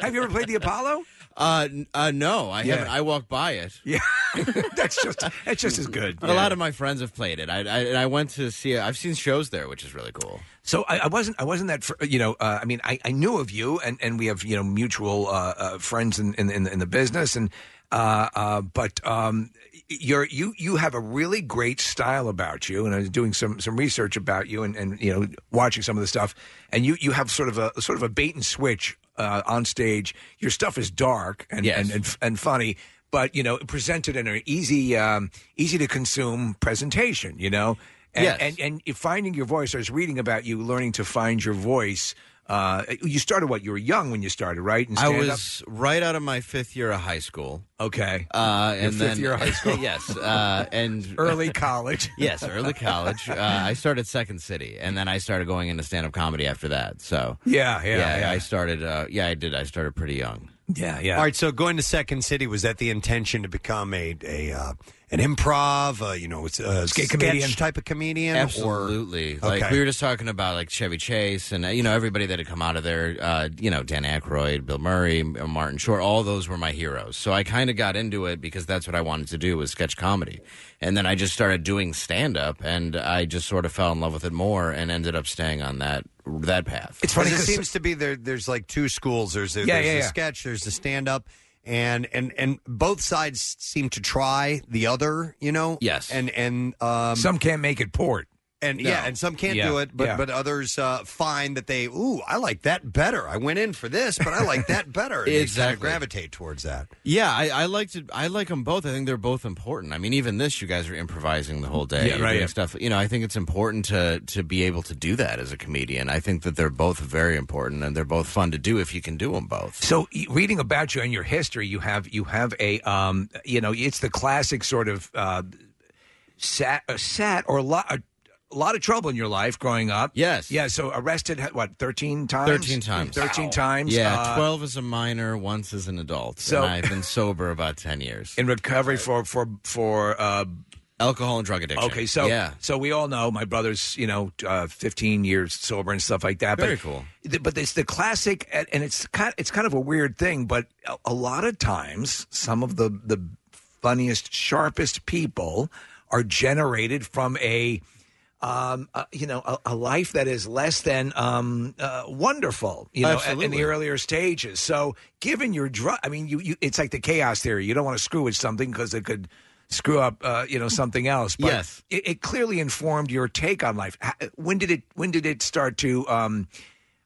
S4: Have you ever played the Apollo?
S19: Uh, n- uh no, I
S4: Yeah.
S19: haven't. I walk by it.
S4: Yeah, that's just that's just as good.
S19: A lot of my friends have played it. I, I and I went to see. I've seen shows there, which is really cool.
S4: So I, I wasn't I wasn't that fr- you know uh, I mean I, I knew of you and, and we have you know mutual uh, uh, friends in, in in in the business and uh, uh, but um, you're you you have a really great style about you and I was doing some some research about you and, and you know watching some of the stuff and you you have sort of a sort of a bait and switch uh, on stage your stuff is dark and
S19: Yes.
S4: and, and and funny. But you know, presented in an easy, um, easy to consume presentation. You know, and,
S19: Yes.
S4: and and finding your voice. I was reading about you learning to find your voice Uh, you started what? You were young when you started, right? In
S19: I
S4: stand-up?
S19: was right out of my fifth year of high school.
S4: Okay.
S19: Uh,
S4: Your
S19: and
S4: fifth
S19: then,
S4: year of high school.
S19: yes. Uh, and
S4: Early college.
S19: yes, early college. Uh, I started Second City, and then I started going into stand up comedy after that. So
S4: Yeah, yeah, yeah.
S19: I started. Uh, yeah, I did. I started pretty young.
S4: Yeah, yeah.
S2: All right, so going to Second City was that the intention to become a a uh, an improv, uh, you know, it's a sketch type of comedian, or-
S19: Absolutely. Like
S2: Okay.
S19: we were just talking about like Chevy Chase and uh, you know everybody that had come out of there. Uh, you know Dan Aykroyd, Bill Murray, M- uh, Martin Short. All those were my heroes. So I kind of got into it because that's what I wanted to do was sketch comedy. And then I just started doing stand up, and I just sort of fell in love with it more, and ended up staying on that that path.
S2: It's funny. It seems to be there. There's like two schools. There's the,
S19: Yeah,
S2: there's
S19: yeah,
S2: the
S19: yeah.
S2: sketch. There's the stand up, and and and both sides seem to try the other. You know. Yes. And and um,
S4: some can't make it port.
S2: And
S4: No.
S2: yeah, and some can't
S4: Yeah,
S2: do it, but
S4: yeah.
S2: but others uh, find that they ooh, I like that better. I went in for this, but I like that better. And they kinda
S19: Exactly.
S2: gravitate towards that.
S19: Yeah, I, I like to. I like them both. I think they're both important. I mean, even this, you guys are improvising the whole day,
S2: Yeah,
S19: you're
S2: right,
S19: doing
S2: yeah.
S19: Stuff. You know, I think it's important to to be able to do that as a comedian. I think that they're both very important, and they're both fun to do if you can do them both.
S4: So, e- reading about you and your history, you have you have a um, you know, it's the classic sort of uh, sat, uh, sat or lot. A, lot of trouble in your life growing up.
S19: Yes.
S4: Yeah. So arrested, ha- what, 13 times?
S19: Thirteen times.
S4: Thirteen times.
S19: Yeah,
S4: uh,
S19: twelve as a minor, once as an adult. So
S4: So-
S19: and I've been sober about ten years
S4: in recovery for for for uh,
S19: alcohol and drug addiction.
S4: Okay, so
S19: yeah,
S4: so we all know my brother's you know uh, 15 years sober and stuff like that.
S19: Very
S4: but,
S19: cool.
S4: th- But it's the classic, and and it's kind it's kind of a weird thing. But a, a lot of times, some of the the funniest, sharpest people are generated from a um, uh, you know a, a life that is less than um, uh, wonderful. You know, at- in the
S19: Absolutely.
S4: earlier stages. So given your drug, I mean, you, you it's like the chaos theory. You don't want to screw with something because it could screw up uh, you know something else but
S19: Yes.
S4: it, it clearly informed your take on life H- when did it when did it start to um,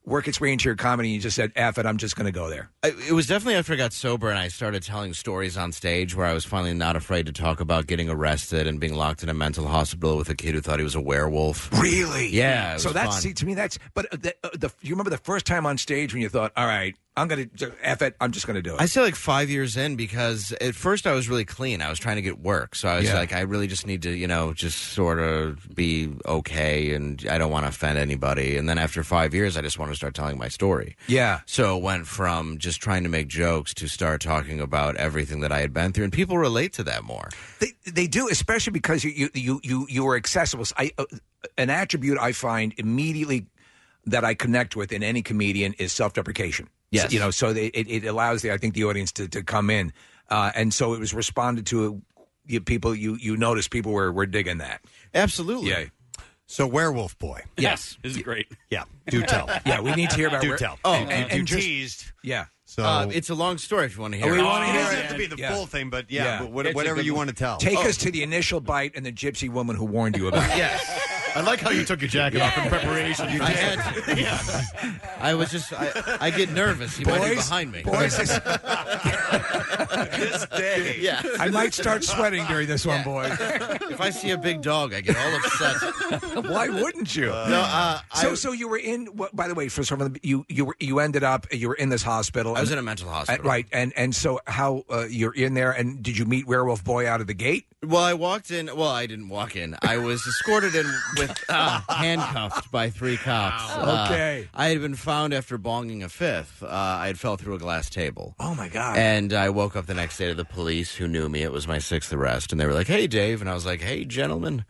S4: work its way into your comedy and you just said F it I'm just going to go there
S19: I, it was definitely after I got sober and I started telling stories on stage where I was finally not afraid to talk about getting arrested and being locked in a mental hospital with a kid who thought he was a werewolf.
S4: Really?
S19: Yeah. it
S4: So
S19: was
S4: that's
S19: fun.
S4: see, to me that's but uh, the, uh, the you remember the first time on stage when you thought all right I'm going to F it I'm just going to do it
S19: I say like five years in because at first I was really clean. I was trying to get work, so I was
S4: Yeah.
S19: like, I really just need to, you know, just sort of be okay, and I don't want to offend anybody. And then after five years, I just want to start telling my story.
S4: yeah
S19: So it went from just trying to make jokes to start talking about everything that I had been through, and people relate to that more.
S4: They, they do, especially because you you you you, you are accessible. So I, uh, an attribute I find immediately that I connect with in any comedian is self-deprecation.
S19: Yes.
S4: you know, so they, it, it allows the I think the audience to, to come in, uh, and so it was responded to. You people, you you notice people were were digging that.
S19: Absolutely.
S4: Yeah.
S2: So werewolf boy.
S4: Yes.
S5: this is great.
S2: Yeah, do tell.
S4: yeah, we need to hear about
S2: Do
S4: where-
S2: tell.
S4: Oh,
S2: And-
S4: and-
S2: you
S4: and just-
S2: teased.
S4: Yeah.
S2: So
S19: Uh, it's a long story if you want to
S4: Oh,
S19: hear.
S4: we wanna
S2: it
S4: hear
S2: doesn't
S4: it.
S2: have to be the
S4: Yeah.
S2: full thing, but yeah, but what-
S4: It's a
S2: whatever
S4: good
S2: you
S4: one.
S2: want to tell.
S4: Take
S2: Oh.
S4: us to the initial bite and the gypsy woman who warned you about. it.
S6: I like how you took your jacket off in preparation.
S19: You I did. I was just I, I get nervous. He might be behind me.
S4: Boys, this, yeah. I might start sweating during this one, boys.
S19: if I see a big dog, I get all upset.
S4: Why wouldn't you?
S19: no, uh, I,
S4: so, so you were in. What, by the way, for some of the, you, you were you ended up you were in this hospital.
S19: I was
S4: and-
S19: in a mental hospital.
S4: uh, right? And and so how uh, you're in there? And did you meet Werewolf Boy out of the gate?
S19: Well, I walked in. Well, I didn't walk in. I was escorted in with uh, handcuffed by three cops.
S4: Wow. Okay.
S19: Uh, I had been found after bonging a fifth. Uh, I had fell through a glass table.
S4: Oh my god!
S19: And I woke up the next day to the police who knew me. It was my sixth arrest, and they were like, "Hey, Dave," and I was like, "Hey, gentlemen."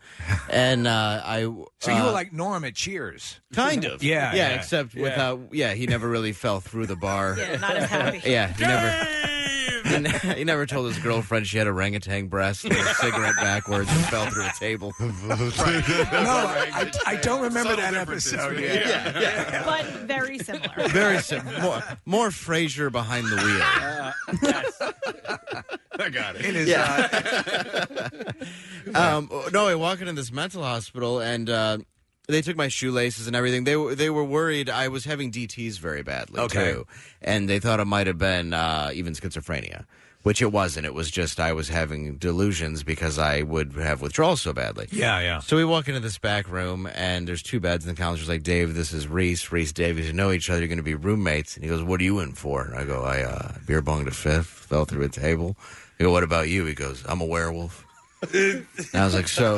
S19: And uh, I
S4: so you
S19: uh,
S4: were like Norm at Cheers,
S19: Kind of.
S4: yeah,
S19: Yeah, except
S4: Yeah.
S19: without. Yeah, he never really fell through the bar.
S4: Yeah, not as happy.
S19: Yeah, he never. He, ne- he never told his girlfriend she had orangutan breasts and a cigarette backwards and fell through a table.
S4: No, I, I don't remember that episode.
S19: Yeah,
S3: but very similar.
S19: Very simple. More, more Frasier behind the wheel.
S6: I got
S4: it. It is.
S19: Um, no, I walk into this mental hospital and uh, they took my shoelaces and everything. They were they were worried I was having DTS very badly
S4: Okay.
S19: too, and they thought it might have been uh, even schizophrenia. which it wasn't. It was just I was having delusions because I would have withdrawal so badly.
S4: Yeah, yeah.
S19: So we walk into this back room, and there's two beds, and the counselor's like, Dave, this is Reese. Reese, Dave, you know each other. You're going to be roommates. And he goes, What are you in for? And I go, I uh, beer bonged a fifth, fell through a table. I go, What about you? He goes, I'm a werewolf. and I was like, So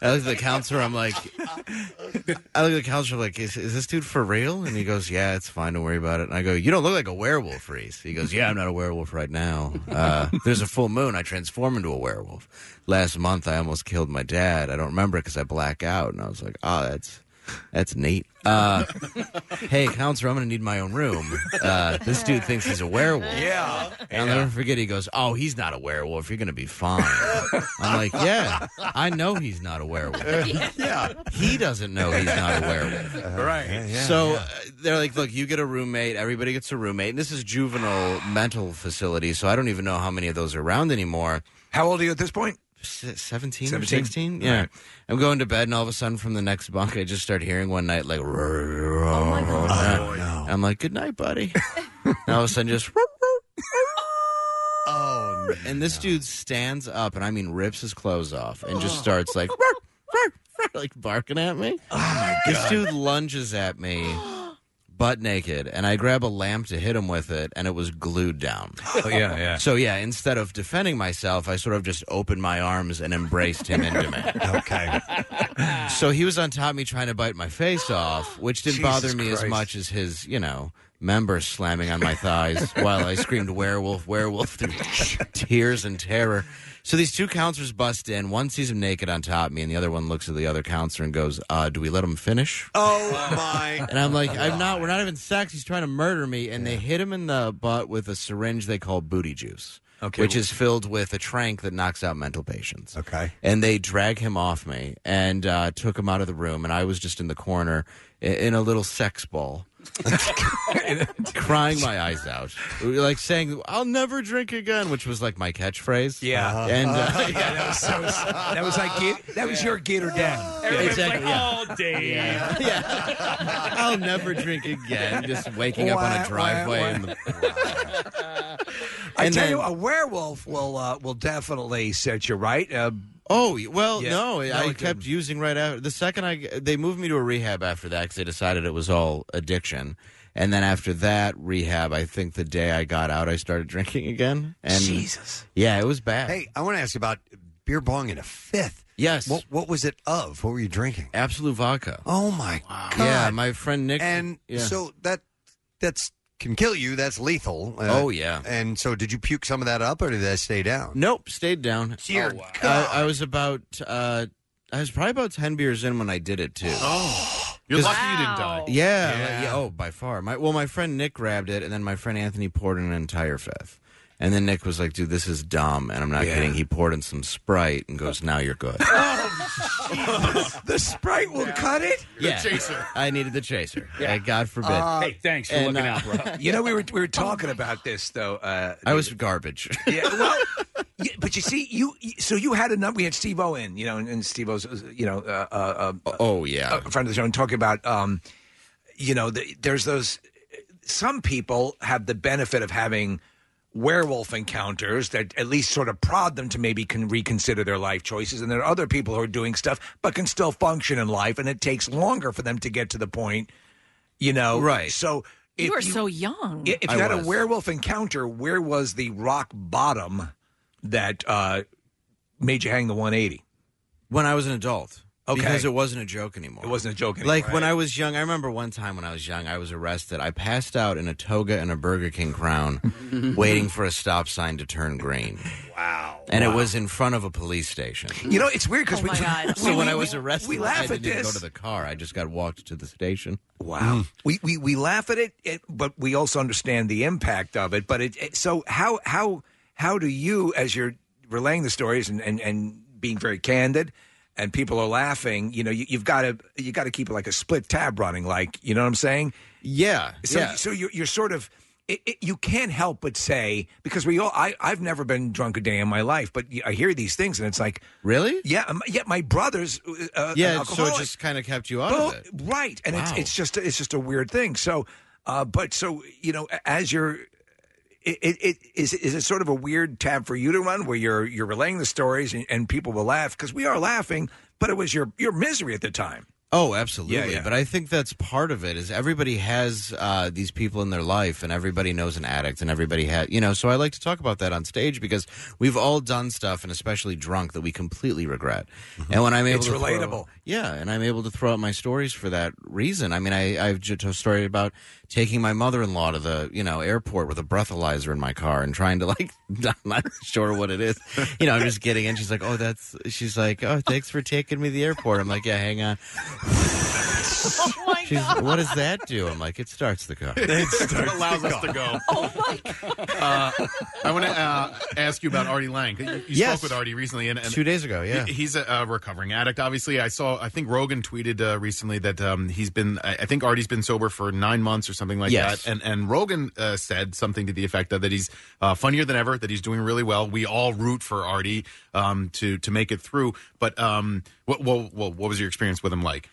S19: I look at the counselor. I'm like, I look at the counselor. I'm like, is, is this dude for real? And he goes, Yeah, it's fine. Don't worry about it. And I go, You don't look like a werewolf, Reese. He goes, Yeah, I'm not a werewolf right now. Uh, there's a full moon. I transform into a werewolf. Last month, I almost killed my dad. I don't remember because I black out. And I was like, Oh, that's that's neat. Uh, hey, counselor, I'm going to need my own room. Uh, this dude thinks he's a werewolf.
S4: Yeah.
S19: And I'll never forget, he goes, Oh, he's not a werewolf. You're going to be fine. I'm like, Yeah, I know he's not a werewolf.
S4: yeah.
S19: He doesn't know he's not a werewolf.
S4: Right. Yeah, yeah,
S19: so
S4: yeah.
S19: uh, they're like, Look, you get a roommate. Everybody gets a roommate. And this is juvenile mental facility. So I don't even know how many of those are around anymore.
S4: How old are you at this point?
S19: 17,
S4: 17?
S19: 16? Yeah.
S4: Right.
S19: I'm going to bed, and all of a sudden, from the next bunk, I just start hearing one night, like, oh my God. And I'm like, good night, buddy. and all of a sudden, just, oh, and this dude stands up, and I mean, rips his clothes off and just starts like, like barking at me. Oh my This dude lunges at me. Butt naked, and I grab a lamp to hit him with it, and it was glued down.
S4: Oh, yeah, yeah.
S19: So yeah, instead of defending myself, I sort of just opened my arms and embraced him into me.
S2: Okay.
S19: So he was on top of me trying to bite my face off, which didn't
S4: Jesus
S19: bother me as
S4: Christ.
S19: much as his, you know, members slamming on my thighs while I screamed werewolf, werewolf through tears and terror. So these two counselors bust in. One sees him naked on top of me, and the other one looks at the other counselor and goes, uh, "Do we let him finish?"
S2: Oh my!
S19: And I'm like, "I'm not. We're not having sex. He's trying to murder me." And they hit him in the butt with a syringe they call booty juice,
S4: Okay.
S19: which is filled with a trank that knocks out mental patients
S2: Okay.
S19: and they drag him off me and uh, took him out of the room and i was just in the corner i- in a little sex ball crying my eyes out like saying i'll never drink again which was like my catchphrase
S4: Yeah. Uh-huh.
S19: and uh,
S4: yeah, that was so. That was like get, that was your get or down.
S19: Everybody's like, Exactly, yeah.
S7: "Oh,
S4: all day.
S19: Yeah. i'll never drink again just waking up on
S4: Wah, wah,
S19: a driveway in the-
S4: I
S19: And
S4: tell
S19: then-
S4: you, a werewolf will uh, will definitely set you right. Uh,
S19: Oh well,
S4: Yeah.
S19: no,
S4: No,
S19: I
S4: it
S19: kept using right after the second I they moved me to a rehab after that because they decided it was all addiction, and then after that rehab, I think the day I got out, I started drinking again. And
S2: Jesus.
S19: yeah, it was bad.
S2: Hey, I want to ask you about beer bong in a fifth.
S19: Yes.
S2: What What was it of? What were you drinking?
S19: Absolute vodka.
S2: Oh my god!
S19: Yeah, my friend Nick.
S2: And
S19: yeah.
S2: so that that's can kill you. That's lethal. Uh,
S19: Oh, yeah.
S2: And so, did you puke some of that up, or did that stay down?
S19: Nope, stayed down.
S2: Dear
S19: Oh, wow.
S2: God.
S19: I, I was about, uh, I was probably about ten beers in when I did it too.
S6: Oh, you're
S19: 'Cause-
S6: lucky you didn't die.
S19: Yeah, like, yeah, Oh, by far. My well, my friend Nick grabbed it, and then my friend Anthony poured in an entire fifth. And then Nick was like, "Dude, this is dumb," and I'm not kidding. He poured in some Sprite and goes, "Now you're good."
S4: Oh, the Sprite will cut it.
S19: I needed the chaser. Yeah. God forbid.
S4: Uh,
S5: hey, thanks for
S19: and,
S5: looking
S19: uh,
S5: out, bro.
S4: You know, we were
S19: Oh,
S4: we were talking about this though. Uh,
S19: I was garbage.
S4: yeah, well, you- but you see, you you- so you had a number. We had Steve O in, you know, and, and Steve O's, you know, uh, uh, uh,
S19: oh yeah,
S4: a friend of the show, and talking about, um, you know, the, there's those. Some people have the benefit of having werewolf encounters that at least sort of prod them to maybe can reconsider their life choices and there are other people who are doing stuff but can still function in life and it takes longer for them to get to the point you know right so if
S3: you are so young.
S4: yeah, if you had a werewolf encounter, where was the rock bottom that uh, made you hang the 180?
S19: When I was an adult.
S4: Okay.
S19: Because it wasn't a joke anymore.
S4: It wasn't a joke anymore.
S19: Like when I was young, I remember one time when I was young, I was arrested. I passed out in a toga and a Burger King crown,
S4: Mm-hmm.
S19: waiting for a stop sign to turn green. Wow. And it was in front of a police station.
S4: You know, it's weird because we,
S19: So
S4: we-
S19: when
S4: we-
S19: I was
S4: we-
S19: arrested,
S4: we laugh
S19: I
S4: at
S19: didn't even
S4: this.
S19: go to the car. I just got walked to the station. Mm.
S4: Wow. We, we we laugh at it, it, but we also understand the impact of it. But it, it- so how how how do you, as you're relaying the stories and, and, and being very candid, and people are laughing, you know, you, you've got to you got to keep it like a split tab running, like you know what I'm saying?
S19: Yeah.
S4: So,
S19: yeah.
S4: so you're, you're sort of, it, it, you can't help but say, because we all, I, I've never been drunk a day in my life, but I hear these things and it's like,
S19: really?
S4: Yeah. um, Yeah. My brother's, uh,
S19: yeah.
S4: an
S19: So it
S4: alcoholic.
S19: just kind of kept you out
S4: Well,
S19: of it.
S4: Right. And it's,
S19: Wow.
S4: it's just, it's just a weird thing. So, uh, but so, you know, as you're, it, it, it is is it sort of a weird tab for you to run where you're you're relaying the stories and, and people will laugh because we are laughing, but it was your your misery at the time.
S19: Oh, absolutely.
S4: Yeah, yeah.
S19: But I think that's part of it is everybody has uh, these people in their life and everybody knows an addict and everybody has, you know, so I like to talk about that on stage because we've all done stuff and especially drunk that we completely regret. And when I'm able
S4: Mm-hmm. It's
S19: to throw-
S4: relatable.
S19: yeah, and I'm able to throw out my stories for that reason. I mean, I, I've just a story about taking my mother-in-law to the, you know, airport with a breathalyzer in my car and trying to like, I'm not sure what it is. You know, I'm just getting in. She's like, oh, that's, she's like, oh, thanks for taking me to the airport. I'm like, yeah, hang on.
S7: oh my
S19: She's, what does that do? I'm like, it starts the car.
S6: It starts Allows the us car. to go.
S7: Oh my God.
S6: Uh, I want to uh, ask you about Artie Lang. You, you
S19: Yes.
S6: spoke with Artie recently, and, and
S19: Two days ago, yeah.
S6: He- he's a, a recovering addict. Obviously, I saw. I think Rogan tweeted uh, recently that um, he's been. I, I think Artie's been sober for nine months or something like
S19: Yes.
S6: that. And and Rogan uh, said something to the effect of that he's uh, funnier than ever. That he's doing really well. We all root for Artie um, to to make it through. But um, what, what what what was your experience with him like?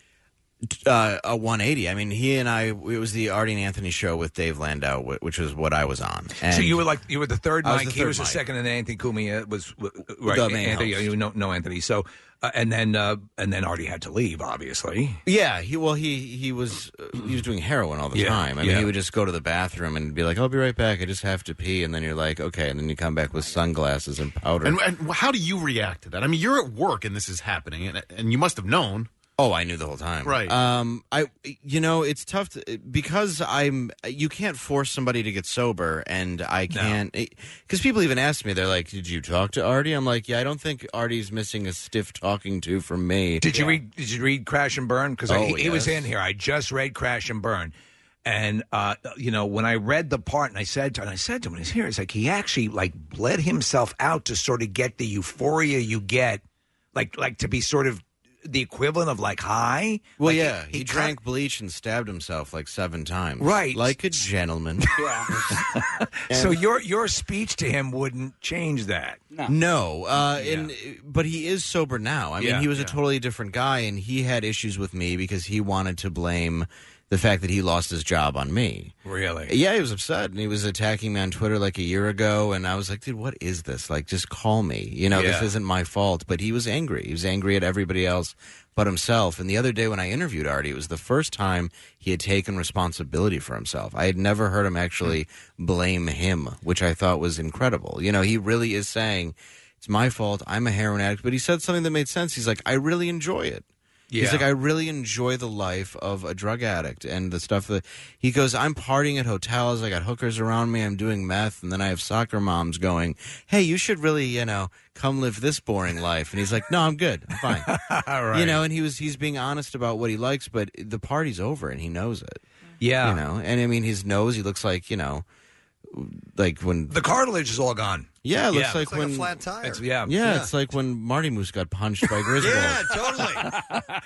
S19: uh, a 180. I mean, he and I, it was the Artie and Anthony show with Dave Landau, wh- which was what I was on. And
S4: so you were like you were the third
S19: I was
S4: Mike,
S19: the
S4: he
S19: third
S4: was the
S19: Mike.
S4: second, and then Anthony Cumia was w- right.
S19: The main
S4: Anthony,
S19: host.
S4: you know, know Anthony. So uh, and then uh, and then Artie had to leave, obviously.
S19: Yeah, he well he he was uh, he was doing heroin all the
S4: Yeah,
S19: time. I mean,
S4: yeah.
S19: he would just go to the bathroom and be like, "I'll be right back. I just have to pee." And then you're like, "Okay." And then you come back with sunglasses and powder.
S6: And, and how do you react to that? I mean, you're at work and this is happening, and, and you must have known.
S19: Oh, I knew the whole time.
S6: Right.
S19: Um, I, you know, it's tough to, because I'm. You can't force somebody to get sober, and I can't. Because people even ask me, they're like, "Did you talk to Artie?" I'm like, "Yeah, I don't think Artie's missing a stiff talking to from me."
S4: Did you read? Did you read Crash and Burn? Because
S19: Oh,
S4: he, he was
S19: yes.
S4: in here. I just read Crash and Burn, and uh, you know when I read the part, and I said, to, and I said to him, he's here. It's like he actually like bled himself out to sort of get the euphoria you get, like like to be sort of the equivalent of like high.
S19: Well,
S4: Like,
S19: yeah, he,
S4: he
S19: drank bleach and stabbed himself like seven times.
S4: Right.
S19: like a gentleman.
S4: so your your speech to him wouldn't change that.
S19: No, uh, and but he is sober now. I mean,
S4: Yeah,
S19: he was
S4: yeah.
S19: a totally different guy, and he had issues with me because he wanted to blame the fact that he lost his job on me.
S4: Really?
S19: Yeah, he was upset, and he was attacking me on Twitter like a year ago, and I was like, "Dude, what is this? Like, just call me. You know, this
S5: Yeah.
S19: isn't my fault." But he was angry. He was angry at everybody else but himself. And the other day when I interviewed Artie, it was the first time he had taken responsibility for himself. I had never heard him actually blame him, which I thought was incredible. You know, he really is saying, "It's my fault. I'm a heroin addict." But he said something that made sense. He's like, "I really enjoy it."
S5: Yeah.
S19: He's like, I really enjoy the life of a drug addict and the stuff that he goes, I'm partying at hotels. I got hookers around me. I'm doing meth. And then I have soccer moms going, Hey, you should really, you know, come live this boring life. And he's like, No, I'm good. I'm fine. You know, and he was, he's being honest about what he likes, but the party's over and he knows it.
S4: Yeah.
S19: You know, and I mean, his nose, he looks like, you know, like when
S4: the cartilage is all gone.
S19: Yeah, it looks like
S2: it's like
S19: when
S2: a flat tire.
S4: It's- yeah.
S19: yeah, it's like when Marty Moose got punched by Griswold.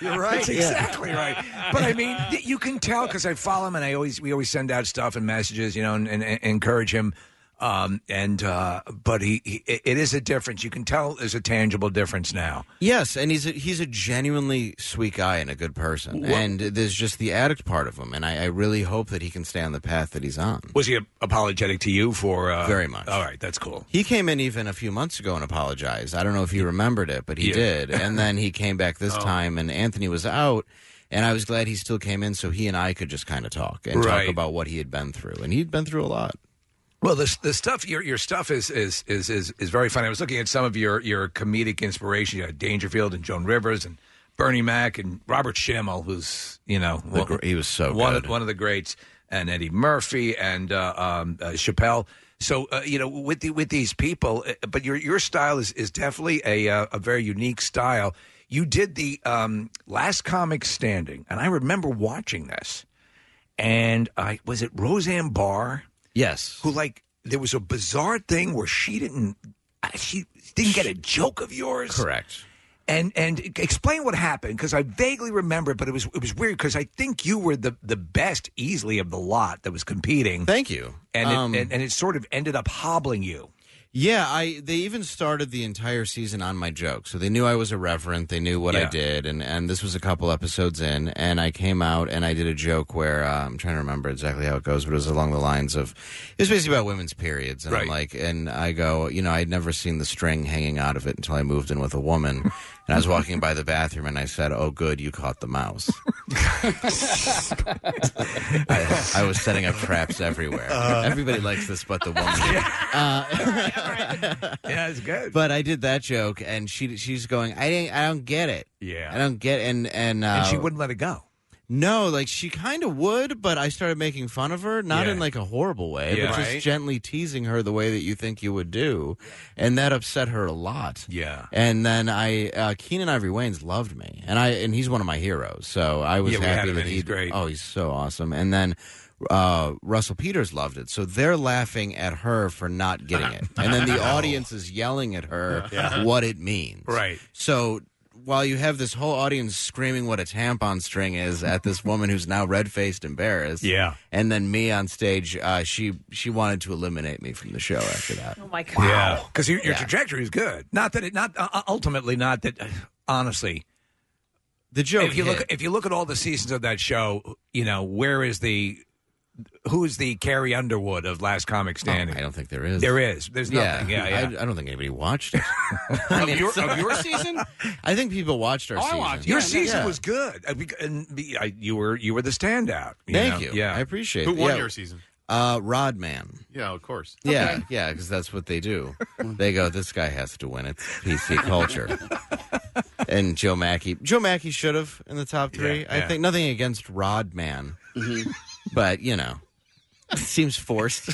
S2: You're
S19: right.
S4: That's
S19: Yeah.
S4: exactly right. But I mean, th- you can tell because I follow him, and I always we always send out stuff and messages, you know, and, and, and encourage him. Um, and uh, but he, he, it is a difference. You can tell there's a tangible difference now.
S19: Yes, and he's a, he's a genuinely sweet guy and a good person,
S4: Well-
S19: and there's just the addict part of him, and I, I really hope that he can stay on the path that he's on.
S4: Was he apologetic to you for uh,
S19: Very much.
S4: All right, that's cool.
S19: He came in even a few months ago and apologized. I don't know if he remembered it, but he
S4: Yeah. Oh.
S19: did. And then he came back this time, and Anthony was out, and I was glad he still came in so he and I could just kind of talk and
S4: Right.
S19: talk about what he had been through, and he'd been through a lot.
S4: Well, the the stuff your your stuff is is is is, is very funny. I was looking at some of your your comedic inspiration. You had Dangerfield and Joan Rivers and Bernie Mac and Robert Schimmel, who's you know
S19: The gr- he was so
S4: one
S19: good.
S4: Of, one of the greats, and Eddie Murphy and uh, um, uh, Chappelle. So uh, you know, with the, with these people, uh, but your your style is is definitely a uh, a very unique style. You did the um, last comic standing, and I remember watching this, and I was it Roseanne Barr,
S19: yes,
S4: who like there was a bizarre thing where she didn't uh, she didn't get a joke of yours,
S19: correct?
S4: And and explain what happened because I vaguely remember, it, but it was it was weird because I think you were the the best easily of the lot that was competing.
S19: Thank you,
S4: and
S19: Um,
S4: it, and, and it sort of ended up hobbling you.
S19: Yeah, I they even started the entire season on my joke. So they knew I was irreverent, they knew what I
S5: Yeah.
S19: did and and this was a couple episodes in and I came out and I did a joke where uh, I'm trying to remember exactly how it goes, but it was along the lines of it was basically about women's periods and I'm
S5: Right.
S19: like and I go, you know, I'd never seen the string hanging out of it until I moved in with a woman and I was walking by the bathroom and I said, "Oh good, you caught the mouse." I, I was setting up traps everywhere.
S7: Uh.
S19: Everybody likes this but the woman. Uh,
S4: yeah, it's good.
S19: But I did that joke, and she she's going, I didn't, I don't get it.
S4: Yeah.
S19: I don't get, and and uh,
S4: and she wouldn't let it go.
S19: No, like she kind of would, but I started making fun of her, not
S4: Yeah.
S19: in like a horrible way,
S4: Yeah.
S19: but just
S4: Right.
S19: gently teasing her the way that you think you would do, and that upset her a lot.
S4: Yeah.
S19: And then I, uh, Keenan Ivory Wayne's loved me, and I and he's one of my heroes, so I was
S4: Yeah, we had
S19: happy
S4: him,
S19: that
S4: and
S19: he.
S4: he's great.
S19: Oh, he's so awesome, and then. Uh, Russell Peters loved it, so they're laughing at her for not getting it, and then the
S5: Oh.
S19: audience is yelling at her
S5: Yeah.
S19: what it means.
S5: Right.
S19: So while you have this whole audience screaming what a tampon string is at this woman who's now red faced, embarrassed,
S4: Yeah.
S19: and then me on stage, uh, she she wanted to eliminate me from the show after that.
S3: Oh my god!
S4: Yeah, because your, your
S19: Yeah.
S4: trajectory is good. Not that it, not uh, ultimately, not that. honestly,
S19: the joke.
S4: If you look,
S19: hit.
S4: if you look at all the seasons of that show, you know where is the, who is the Carrie Underwood of Last Comic Standing?
S19: Oh, I don't think there is.
S4: There is. There's nothing. Yeah, yeah.
S19: I, I don't think anybody watched it. I mean,
S4: your-
S19: so-
S4: of your season? Oh,
S19: I think people watched our season.
S4: Your season
S19: Yeah.
S4: was good, I, bec- and the, I, you were you were the standout.
S19: Thank
S4: know?
S19: you.
S4: Yeah,
S19: I appreciate
S6: Who
S19: it.
S6: won
S19: Yeah.
S6: your season?
S19: Uh, Rodman.
S6: Yeah, Oh, of course.
S19: Yeah, yeah, because that's what they do. they go, this guy has to win. It's PC culture. and Joe Mackey. Joe Mackey should have in the top three.
S5: Yeah, yeah.
S19: I think nothing against Rodman,
S3: Mm-hmm.
S19: but you know, seems forced.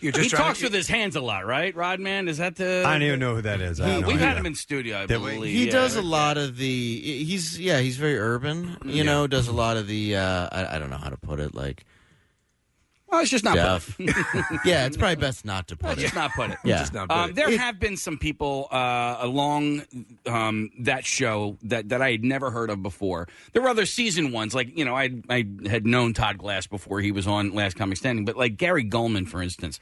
S4: You're
S5: he talks with his hands a lot, right? Rodman, is that the?
S19: I don't even know who that is. I have no
S5: we've had
S19: idea.
S5: him in studio, I
S19: That we-
S5: believe.
S19: He
S5: yeah.
S19: does a lot of the. He's yeah. He's very urban. You
S5: Yeah.
S19: know, does a lot of the. Uh, I, I don't know how to put it. Like,
S5: Well, it's just not.
S19: Duff. yeah, it's probably best not to put
S5: Let's
S19: it.
S5: just not put it.
S19: Yeah,
S5: Um, there have been some people uh, along um, that show that, that I had never heard of before. There were other season ones, like you know, I I had known Todd Glass before he was on Last Comic Standing, but like Gary Gulman, for instance,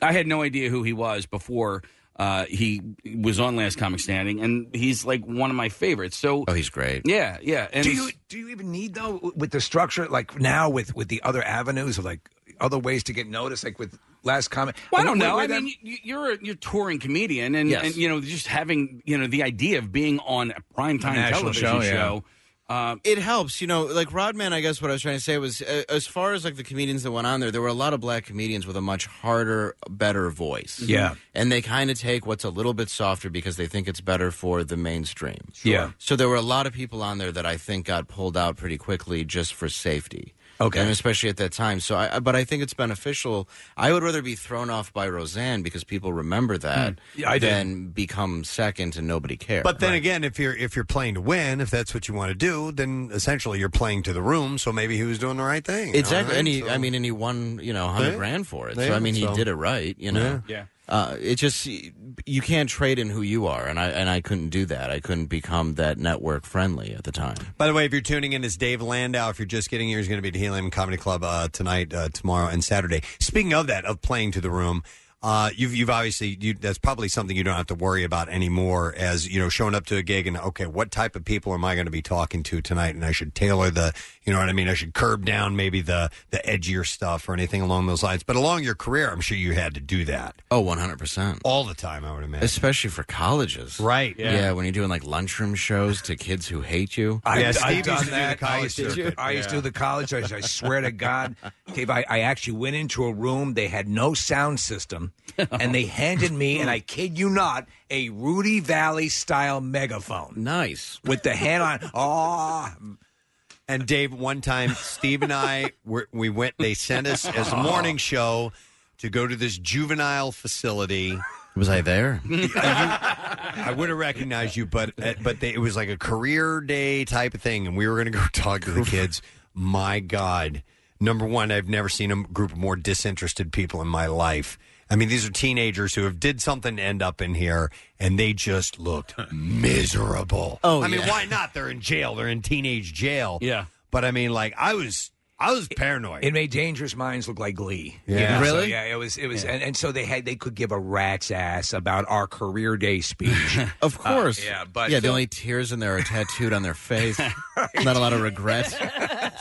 S5: I had no idea who he was before. Uh, he was on Last Comic Standing, and he's like one of my favorites. So, oh,
S19: he's great.
S5: Yeah, yeah. And
S4: do you do you even need though w- with the structure like now with with the other avenues of like other ways to get noticed like with last comment?
S5: Well, I don't know. I mean, you, you're a you're a touring comedian, and,
S4: Yes.
S5: and you know, just having you know the idea of being on a primetime
S19: national
S5: television show.
S19: show, yeah. it helps, you know. Like Rodman, I guess what I was trying to say was, uh, as far as like the comedians that went on there, there were a lot of black comedians with a much harder, better voice.
S4: Yeah.
S19: and they kind of take what's a little bit softer because they think it's better for the mainstream.
S4: Yeah.
S19: So there were a lot of people on there that I think got pulled out pretty quickly just for safety.
S4: Okay.
S19: And especially at that time. So I but I think it's beneficial. I would rather be thrown off by Roseanne because people remember that
S2: Hmm. Yeah, I did.
S19: than become second and nobody cares.
S2: But then again, if you're if you're playing to win, if that's what you want to do, then essentially you're playing to the room. So maybe he was doing the right thing. you know
S19: Exactly.
S2: what I
S19: and
S2: mean?
S19: he,
S2: So-
S19: I mean, and he won, you know, 100
S2: Yeah.
S19: grand for it.
S2: Yeah,
S19: so, I mean,
S2: so-
S19: he did it right, you know?
S2: Yeah.
S19: Uh, it just, you can't trade in who you are. And I, and I couldn't do that. I couldn't become that network friendly at the time.
S2: By the way, if you're tuning in, it's Dave Landau. If you're just getting here, he's going to be at Helium Comedy Club uh, tonight, uh, tomorrow, and Saturday. Speaking of that, of playing to the room, uh, you've you've obviously you, that's probably something you don't have to worry about anymore. As you know, showing up to a gig and okay, what type of people am I going to be talking to tonight? And I should tailor the, you know what I mean? I should curb down maybe the the edgier stuff or anything along those lines. But along your career, I'm sure you had to do that
S19: Oh, 100%.
S2: all the time. I would imagine.
S19: Especially for colleges.
S2: Right.
S19: Yeah. when you're doing like lunchroom shows to kids who hate you.
S4: I, yeah, I've done that. I used, to, do- I used to do the college. I, I swear to God, Dave, I, I actually went into a room. They had no sound system, and they handed me, and I kid you not, a Rudy Valley style megaphone.
S19: Nice
S4: with the head on. Oh,
S2: And Dave, one time, Steve and I were, we went. They sent us as a
S4: Ah.
S2: morning show to go to this juvenile facility.
S19: Was I there?
S2: I would have recognized you, but uh, but they, it was like a career day type of thing, and we were going to go talk to the kids. My God, number one, I've never seen a m- group of more disinterested people in my life. I mean, these are teenagers who have did something to end up in here, and they just looked miserable.
S7: Oh,
S2: I mean,
S7: yeah.
S2: why not? They're in jail. They're in teenage jail. Yeah. But I mean, like, I was I was paranoid.
S4: It made Dangerous Minds look like Glee.
S2: Yeah.
S4: You know, so,
S2: Really?
S4: yeah, it was. It was, and, and so they had they could give a rat's ass about our career day speech. Uh,
S19: Of course.
S4: yeah, but
S19: yeah, the only tears in there are tattooed on their face. Not a lot of regret.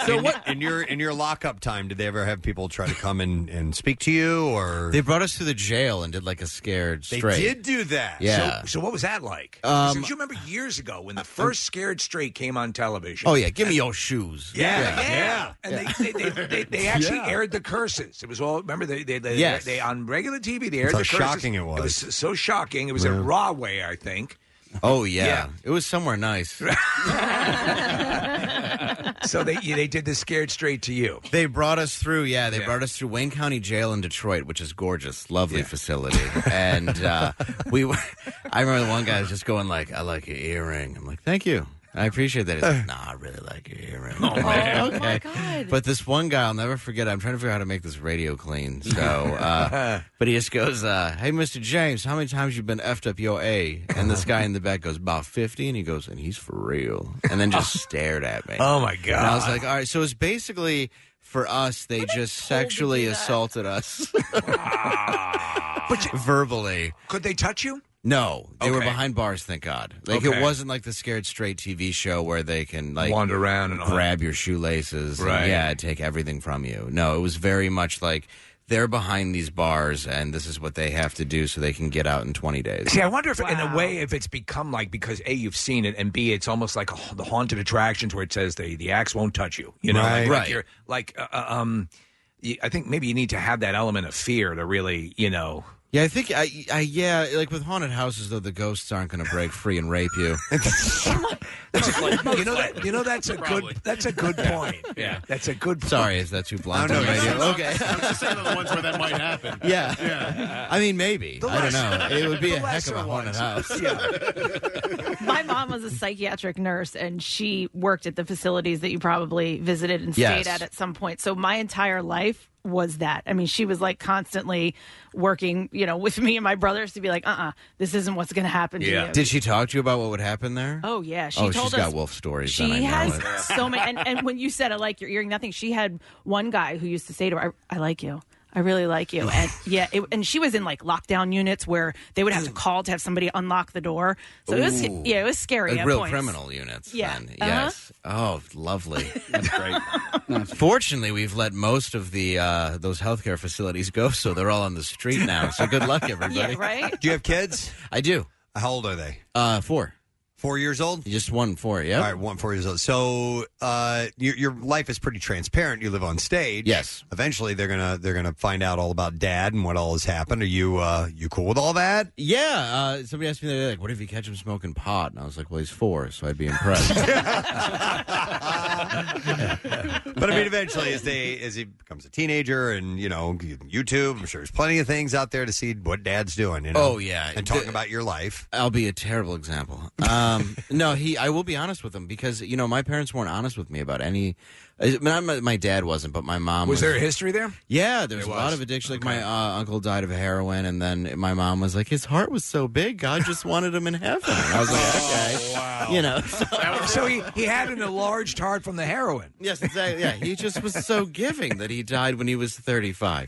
S2: So what in your in your lockup time did they ever have people try to come and, and speak to you or
S19: They brought us to the jail and did like a scared
S2: They
S19: straight.
S2: did do that.
S19: Yeah.
S4: So, so what was that like?
S19: Um, uh,
S4: Because you remember years ago when the first Scared Straight came on television.
S19: Oh yeah, give me your shoes.
S4: Yeah, yeah. And They, they, they, they, they actually
S19: Yeah.
S4: aired the curses. It was all remember they they, they,
S19: Yes.
S4: they on regular TV they aired
S19: That's
S4: the
S19: how
S4: curses.
S19: shocking it was.
S4: It was so shocking. It was
S19: Yeah.
S4: at Rahway, I think.
S19: Oh yeah.
S4: Yeah.
S19: it was somewhere nice.
S4: so they they did the scared straight to you.
S19: They brought us through. Yeah, they brought us through Wayne County Jail in Detroit, which is gorgeous, lovely facility. and uh, we, were, I remember the one guy was just going like, "I like your earring." I'm like, "Thank you." I appreciate that. He's like, nah, I really like your earring. Oh,
S7: man.
S19: okay. my God. But this one guy, I'll never forget. I'm trying to figure out how to make this radio clean. So, uh, but he just goes, uh, hey, Mr. James, how many times you been effed up your A? And this guy in the back goes, about 50. And he goes, and he's for real. And then just stared at me.
S4: Oh, my
S19: And I was
S4: God.
S19: like, all right. So it's basically for us, they just sexually assaulted us
S4: Ah.
S19: verbally.
S4: Could they touch you?
S19: No, they were
S4: Okay.
S19: behind bars. Thank God. Like
S4: Okay.
S19: it wasn't like the Scared Straight TV show where they can like
S4: Wander around and all
S19: grab your shoelaces, and,
S4: Right.
S19: yeah, take everything from you. No, it was very much like they're behind these bars, and this is what they have to do so they can get out in twenty days.
S4: See, I wonder if, in a way, if it's become like because a you've seen it, and b it's almost like a, the haunted attractions where it says the the axe won't touch you. You know, like-
S19: Right.
S4: like,
S19: Right.
S4: you're like uh, uh, um, you- I think maybe you need to have that element of fear to really, you know.
S19: Yeah, I think I, I yeah, like with haunted houses though, the ghosts aren't going to break free and rape you.
S4: you know that you know that's a good that's a good point.
S19: yeah,
S4: that's a good. point.
S19: Sorry, is that too blunt? on radio? Okay.
S6: the ones where that might happen.
S19: Yeah. I mean, maybe.
S6: The
S19: I don't
S6: lesser-
S19: know. It would be
S6: the
S19: a heck of a
S6: lesser
S19: haunted
S6: ones.
S19: house.
S3: My mom was a psychiatric nurse, and she worked at the facilities that you probably visited and
S20: Yes.
S3: stayed at at some point. So my entire life was that. I mean, she was like constantly working, you know, with me and my brothers to be like, uh, uh this isn't what's going to happen to you.
S19: Did she talk to you about what would happen there?
S3: Oh yeah, she
S19: oh,
S3: told
S19: she's
S3: us
S19: got wolf stories.
S3: She
S19: then I know
S3: has
S19: it.
S3: so many. And, and when you said I like your earring, nothing. She had one guy who used to say to her, "I, I like you." I really like you, and yeah, it, and she was in like lockdown units where they would have to call to have somebody unlock the door. So it was,
S19: Ooh.
S3: yeah, it was scary.
S19: Like
S3: at
S19: real
S3: points.
S19: criminal units.
S3: Yeah.
S19: Then.
S3: Uh-huh.
S19: Yes. Oh, lovely. That's great. Fortunately, we've let most of the uh, those healthcare facilities go, so they're all on the street now. So good luck, everybody.
S3: right?
S2: Do you have kids?
S19: I do.
S2: How old are they?
S19: Uh, four.
S2: Four years old?
S19: Just one four, yeah.
S2: All right, one four years old. So uh, your, your life is pretty transparent. You live on stage. Yes. Eventually, they're gonna they're gonna find out all about dad and what all has happened. Are you uh, you cool with all that?
S19: Yeah. Uh, somebody asked me the other day, like, what if you catch him smoking pot? And I was like, well, he's four, so I'd be impressed.
S2: But I mean, eventually, as they as he becomes a teenager and you know YouTube, I'm sure there's plenty of things out there to see what dad's doing. You know?
S19: Oh, yeah.
S2: and talking about your life.
S19: I'll be a terrible example. Um, no, he. I will be honest with him because you know my parents weren't honest with me about any. I mean, I'm- my, dad wasn't, but my mom
S4: Was there a history there?
S19: Yeah, there was
S4: There
S19: a lot
S4: was.
S19: of addiction. Like my uh, uncle died of heroin, and then my mom was like, "His heart was so big, God just wanted him in heaven." And I was like,
S4: Oh,
S19: "Okay, you know." So,
S4: so he, he had an enlarged heart from the heroin.
S19: Yes, exactly. Yeah, he just was so giving that he died when he was 35.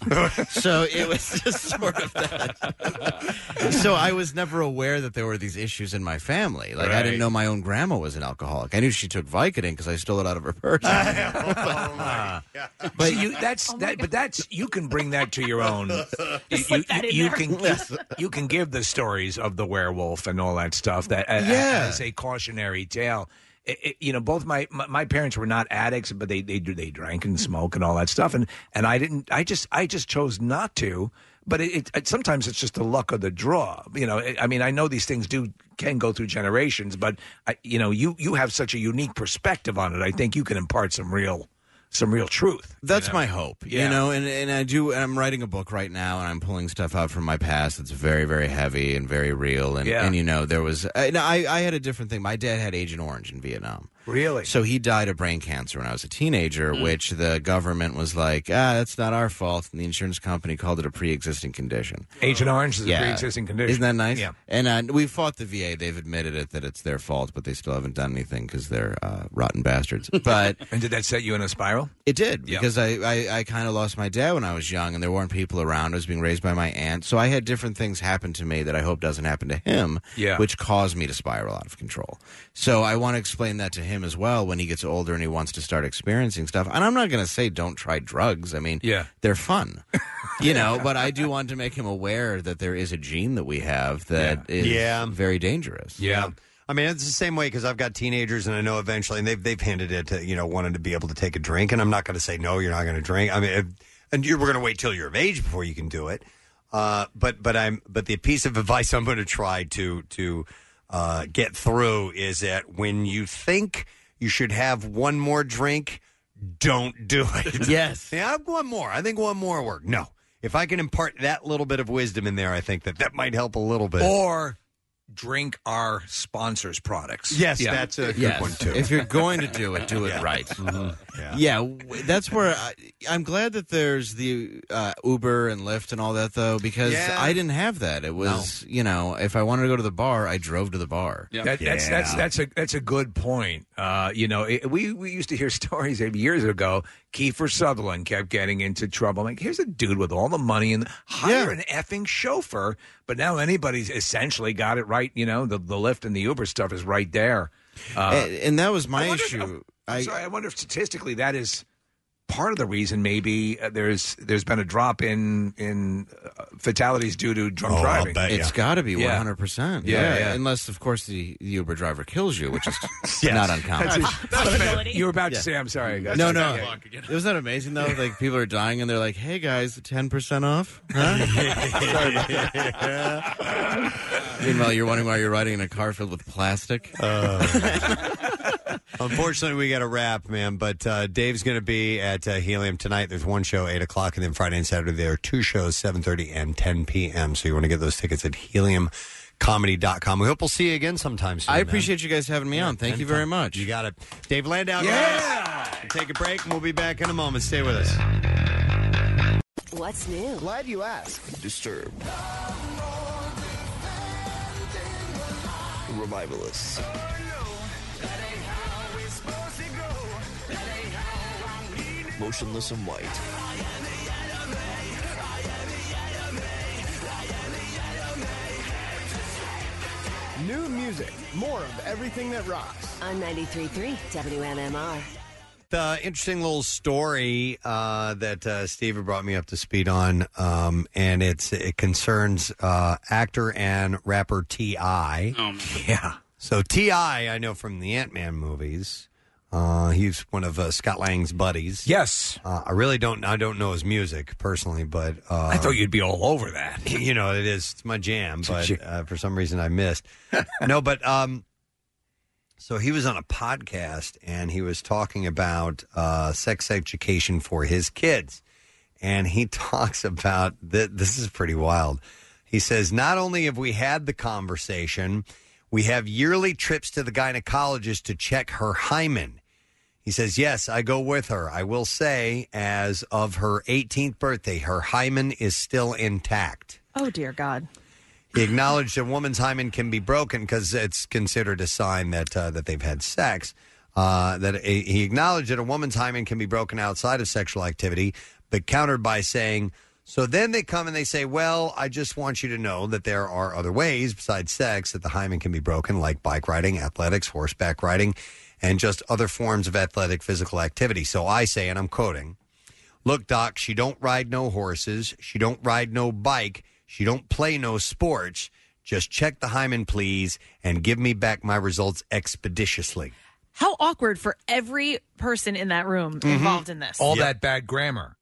S19: So it was just sort of that. So I was never aware that there were these issues in my family. Like I
S7: Right.
S19: didn't know my own grandma was an alcoholic. I knew she took Vicodin because I stole it out of her purse.
S4: But you that's that but that's you can bring that to your own. you you,
S7: that in
S4: you
S7: there.
S4: can you can give the stories of the werewolf and all that stuff that a- a-
S7: Yeah.
S4: as a cautionary tale. It- it- you know, both my, my my parents were not addicts, but they they they drank and smoked and all that stuff, and and I didn't. I just I just chose not to. But it, it, it sometimes it's just the luck of the draw. You know, I mean, I know these things do can go through generations, but I, you know, you you have such a unique perspective on it. I think you can impart some real some real truth.
S19: That's my hope,
S4: Yeah.
S19: you know, and, and I do. And I'm writing a book right now, and I'm pulling stuff out from my past that's very, very heavy and very real. And,
S7: Yeah.
S19: and you know, there was, I, no, I, I had a different thing. My dad had Agent Orange in Vietnam,
S4: Really? Mm.
S19: So he died of brain cancer when I was a teenager, which the government was like, ah, that's not our fault. And the insurance company called it a pre existing condition.
S4: Agent Orange is a pre-existing condition.
S19: Isn't that nice?
S4: Yeah.
S19: And uh, we fought the VA. They've admitted it that it's their fault, but they still haven't done anything because they're uh, rotten bastards. But
S4: and did that set you in a spiral?
S19: it did
S4: Yeah.
S19: because I, I, I kind of lost my dad when I was young, and there weren't people around. I was being raised by my aunt, so I had different things happen to me that I hope doesn't happen to him.
S4: Yeah.
S19: which caused me to spiral out of control. So I want to explain that to him as well when he gets older and he wants to start experiencing stuff. And I'm not going to say don't try drugs. I mean,
S4: Yeah.
S19: they're fun, you know. But I do want to make him aware that there is a gene that we have that
S2: Yeah.
S19: is
S2: Yeah.
S19: very dangerous.
S2: Yeah. I mean, it's the same way because I've got teenagers, and I know eventually, and they've they've hinted it to you know wanting to be able to take a drink, and I'm not going to say no, you're not going to drink. I mean, if, and you're, we're going to wait till you're of age before you can do it. Uh, but but I'm but the piece of advice I'm going to try to to uh, get through is that when you think you should have one more drink, don't do it.
S19: Yes.
S2: Yeah, I've one more. I think one more work. No. If I can impart that little bit of wisdom in there, I think that that might help a little bit.
S4: Or drink our sponsors' products.
S2: Yes, that's a good
S19: Yes.
S2: one, too.
S19: If you're going to do it, do it right.
S2: Yeah.
S19: w- that's where I, I'm glad that there's the uh, Uber and Lyft and all that though, because
S4: Yeah.
S19: I didn't have that. It was you know, if I wanted to go to the bar, I drove to the bar.
S4: That, that's that's that's a that's a good point. Uh, you know, it, we we used to hear stories maybe years ago. Kiefer Sutherland kept getting into trouble. Like, here's a dude with all the money and hire an effing chauffeur. But now anybody's essentially got it right. You know, the the Lyft and the Uber stuff is right there. Uh,
S19: and, and that was my
S4: I wonder-
S19: issue.
S4: I'm sorry, I wonder if statistically that is part of the reason. Maybe uh, there's there's been a drop in in uh, fatalities due to
S19: Oh,
S4: drunk driving.
S19: It's got to be
S4: Yeah.
S19: 100. percent
S4: Yeah, yeah.
S19: Unless, of course, the, the Uber driver kills you, which is
S4: Yes.
S19: not uncommon.
S4: That's a- Possibility. you were about to
S19: Yeah.
S4: say, I'm sorry. That's
S19: no,
S4: okay.
S19: no.
S4: Yeah.
S19: Isn't that amazing though? Like people are dying and they're like, "Hey guys, ten percent off." Huh? Sorry about that. Meanwhile, you're wondering why you're riding in a car filled with plastic.
S2: Uh, Unfortunately, we got to wrap, man. But uh, Dave's going to be at uh, Helium tonight. There's one show, eight o'clock, and then Friday and Saturday there are two shows, seven thirty and ten p.m. So you want to get those tickets at heliumcomedy.com. We hope we'll see you again sometime soon.
S19: I
S2: man.
S19: appreciate you guys having me on. Thank you very much. You
S2: got it, Dave Landau.
S19: Yeah.
S2: Take a break, and we'll be back in a moment. Stay with us.
S20: What's new? Glad you asked.
S11: Disturbed. Revivalists. Motionless and white.
S20: New music. More of everything that rocks. On 93.3 WMMR.
S2: Uh, interesting little story uh, that uh, Steve had brought me up to speed on, um, and it's it concerns uh, actor and rapper Ti.
S4: Oh, yeah.
S2: So Ti, I know from the Ant Man movies. Uh, he's one of uh, Scott Lang's buddies.
S4: Yes,
S2: uh, I really don't. I don't know his music personally, but uh,
S4: I thought you'd be all over that.
S2: you know, it is it's my jam,
S4: It's a
S2: but
S4: jam.
S2: uh, for some reason I missed. no, but um, so he was on a podcast and he was talking about uh, sex education for his kids, and he talks about th- this is pretty wild. He says not only have we had the conversation, we have yearly trips to the gynecologist to check her hymen. He says, Yes, I go with her. I will say, as of her 18th birthday, her hymen is still intact.
S3: Oh, dear God.
S2: He acknowledged a woman's hymen can be broken because it's considered a sign that uh, that they've had sex. Uh, that a, he acknowledged that a woman's hymen can be broken outside of sexual activity, but countered by saying, "So then they come and they say, well, I just want you to know that there are other ways besides sex that the hymen can be broken, like bike riding, athletics, horseback riding, and just other forms of athletic physical activity." So I say, and I'm quoting. Look, Doc, she don't ride no horses. She don't ride no bike. She don't play no sports. Just check the hymen, please, and give me back my results expeditiously.
S3: How awkward for every person in that room
S6: Mm-hmm.
S3: involved in this.
S4: All that bad grammar.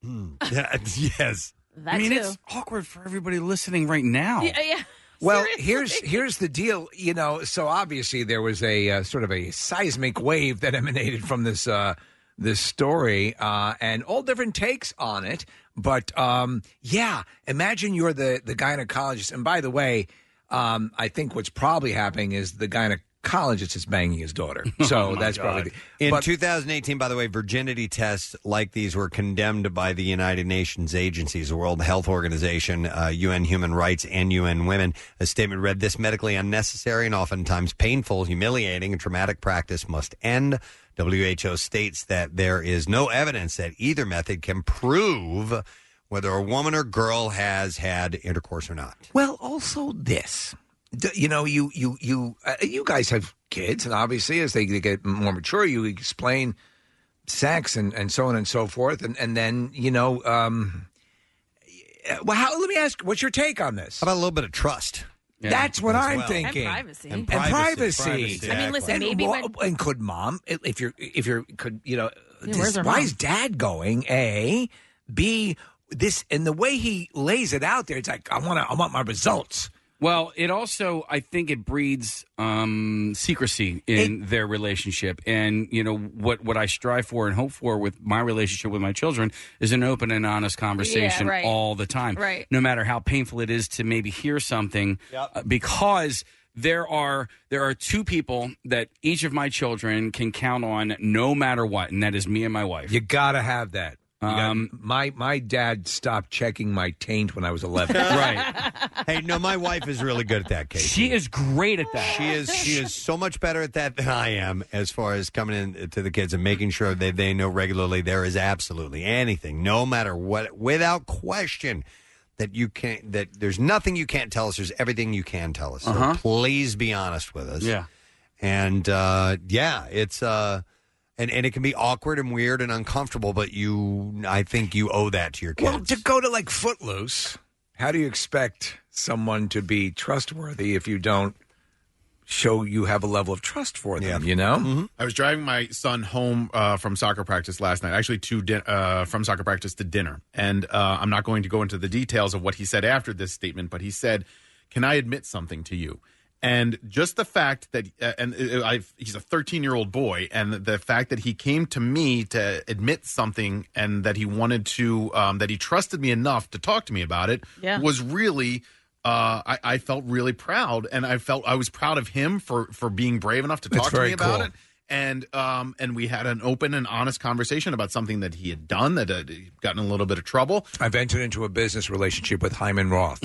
S2: yes.
S3: That
S5: I mean,
S3: too.
S5: it's awkward for everybody listening right now.
S3: Yeah, yeah.
S4: Well, here's here's the deal. You know, so obviously there was a uh, sort of a seismic wave that emanated from this uh, this story, uh, and all different takes on it. But um, yeah, imagine you're the the gynecologist. And by the way, um, I think what's probably happening is the gynecologist college, it's just banging his daughter.
S2: Oh,
S4: So
S2: my
S4: that's
S2: God.
S4: probably
S2: in
S4: but-
S2: 2018. By the way, virginity tests like these were condemned by the United Nations agencies, the World Health Organization, uh, UN Human Rights, and UN Women. A statement read: "This medically unnecessary and oftentimes painful, humiliating, and traumatic practice must end." WHO states that there is no evidence that either method can prove whether a woman or girl has had intercourse or not.
S4: Well, also this. D- You know, you you you uh, you guys have kids, and obviously, as they, they get more mature, you explain sex and, and so on and so forth, and and then you know, um, uh, well, how, let me ask, what's your take on this? How
S2: about a little bit of trust?
S4: That's what
S2: As
S4: I'm
S2: well.
S4: thinking.
S3: And privacy.
S4: and
S3: And
S4: privacy.
S3: privacy, privacy, I mean, listen,
S4: And
S3: maybe
S4: wha-
S3: when-
S4: and could mom, if you're if you're could you know,
S3: Yeah,
S4: this-
S3: where's her
S4: why
S3: mom?
S4: is dad going? A, B, this, and the way he lays it out there, it's like I want to, I want my results.
S5: Well, it also, I think, it breeds um, secrecy in their relationship, and you know what what I strive for and hope for with my relationship with my children is an open and honest conversation
S21: Yeah, right.
S5: all the time,
S21: Right.
S5: No matter how painful it is to maybe hear something, uh, because there are there are two people that each of my children can count on no matter what, and that is me and my wife.
S4: You gotta have that. You got- my my dad stopped checking my taint when I was eleven.
S5: right.
S2: Hey, no, my wife is really good at that, Casey.
S5: She is great at that.
S2: She is. She is so much better at that than I am, as far as coming in to the kids and making sure that they know regularly there is absolutely anything, no matter what, without question, that you can't. That there's nothing you can't tell us. There's everything you can tell us. So
S5: Uh-huh.
S2: please be honest with us.
S5: Yeah.
S2: And uh, yeah, it's uh, and and it can be awkward and weird and uncomfortable, but you, I think you owe that to your kids.
S4: Well, to go to like Footloose, how do you expect someone to be trustworthy if you don't show you have a level of trust for them? You know.
S6: Mm-hmm. I was driving my son home uh, from soccer practice last night, actually to din- uh, from soccer practice to dinner. And uh, I'm not going to go into the details of what he said after this statement, but he said, "Can I admit something to you?" And just the fact that, uh, and uh, I've, he's a 13 year old boy, and the fact that he came to me to admit something and that he wanted to, um, that he trusted me enough to talk to me about it
S22: Yeah.
S6: was really uh, I, I felt really proud, and I felt I was proud of him for for being brave enough to
S4: That's
S6: talk to
S4: very
S6: me about
S4: cool.
S6: it. And um, and we had an open and honest conversation about something that he had done that had gotten a little bit of trouble.
S4: I've entered into a business relationship with Hyman Roth.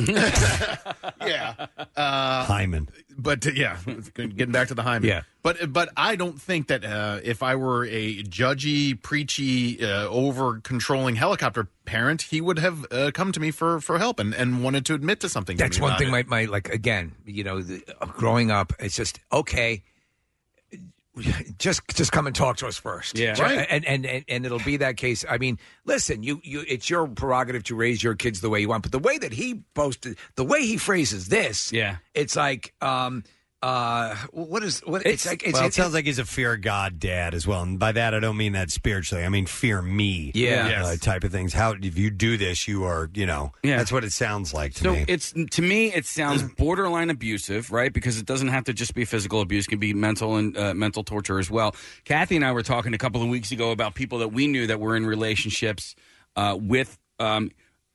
S6: yeah, uh,
S2: Hyman.
S6: But uh, yeah, getting back to the Hyman.
S4: Yeah.
S6: But but I don't think that uh, if I were a judgy, preachy, uh, over controlling helicopter parent, he would have uh, come to me for for help and, and wanted to admit to something. to
S4: That's
S6: me
S4: one
S6: about
S4: thing.
S6: it.
S4: My, my like again, you know, the, uh, growing up, it's just okay. Just just come and talk to us first.
S5: Yeah.
S4: Ju-
S5: Right.
S4: And, and and and it'll be that case. I mean, listen, you you, it's your prerogative to raise your kids the way you want, but the way that he posted, the way he phrases this,
S5: yeah,
S4: it's like, um, uh, what is what? It's, like it's,
S2: well, it
S4: it's-
S2: sounds like he's a fear of God dad as well, and by that I don't mean that spiritually. I mean fear me,
S5: Yeah.
S2: uh,
S5: Yes.
S2: type of things. How if you do this, you are, you know,
S5: Yeah.
S2: that's what it sounds like to
S5: so
S2: me.
S5: it's to me it sounds borderline abusive right because it doesn't have to just be physical abuse it can be mental and uh, mental torture as well kathy and i were talking a couple of weeks ago about people that we knew that were in relationships uh, with um,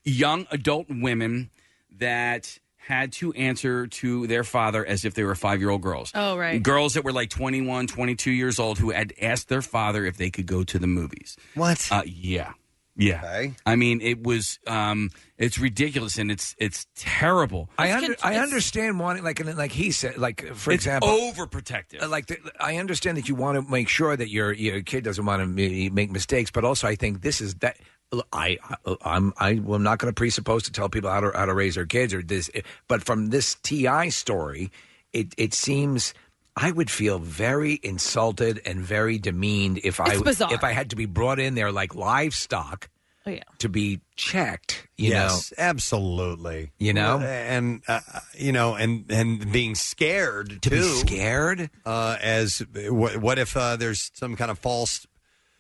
S5: young adult women that had to answer to their father as if they were five year old girls
S3: Oh, right.
S5: girls that were like 21 22 years old who had asked their father if they could go to the movies
S2: What?
S5: uh, yeah yeah i mean it was um, it's ridiculous and it's it's terrible
S4: I under, I understand wanting like and like he said like for
S5: It's
S4: example
S5: overprotective.
S4: uh, Like the, I understand that you want to make sure that your your kid doesn't want to ma- make mistakes, but also I think this is that look, I, I I'm I, am not going to presuppose to tell people how to how to raise their kids or this, but from this Ti story, it it seems. I would feel very insulted and very demeaned if I
S3: It's bizarre.
S4: if I had to be brought in there like livestock
S3: Oh, yeah.
S4: to be checked. You
S2: yes,
S4: know,
S2: absolutely.
S4: You know?
S2: and uh, you know, and and being scared
S4: To be
S2: too.
S4: scared
S2: uh, as what, what if uh, there's some kind of false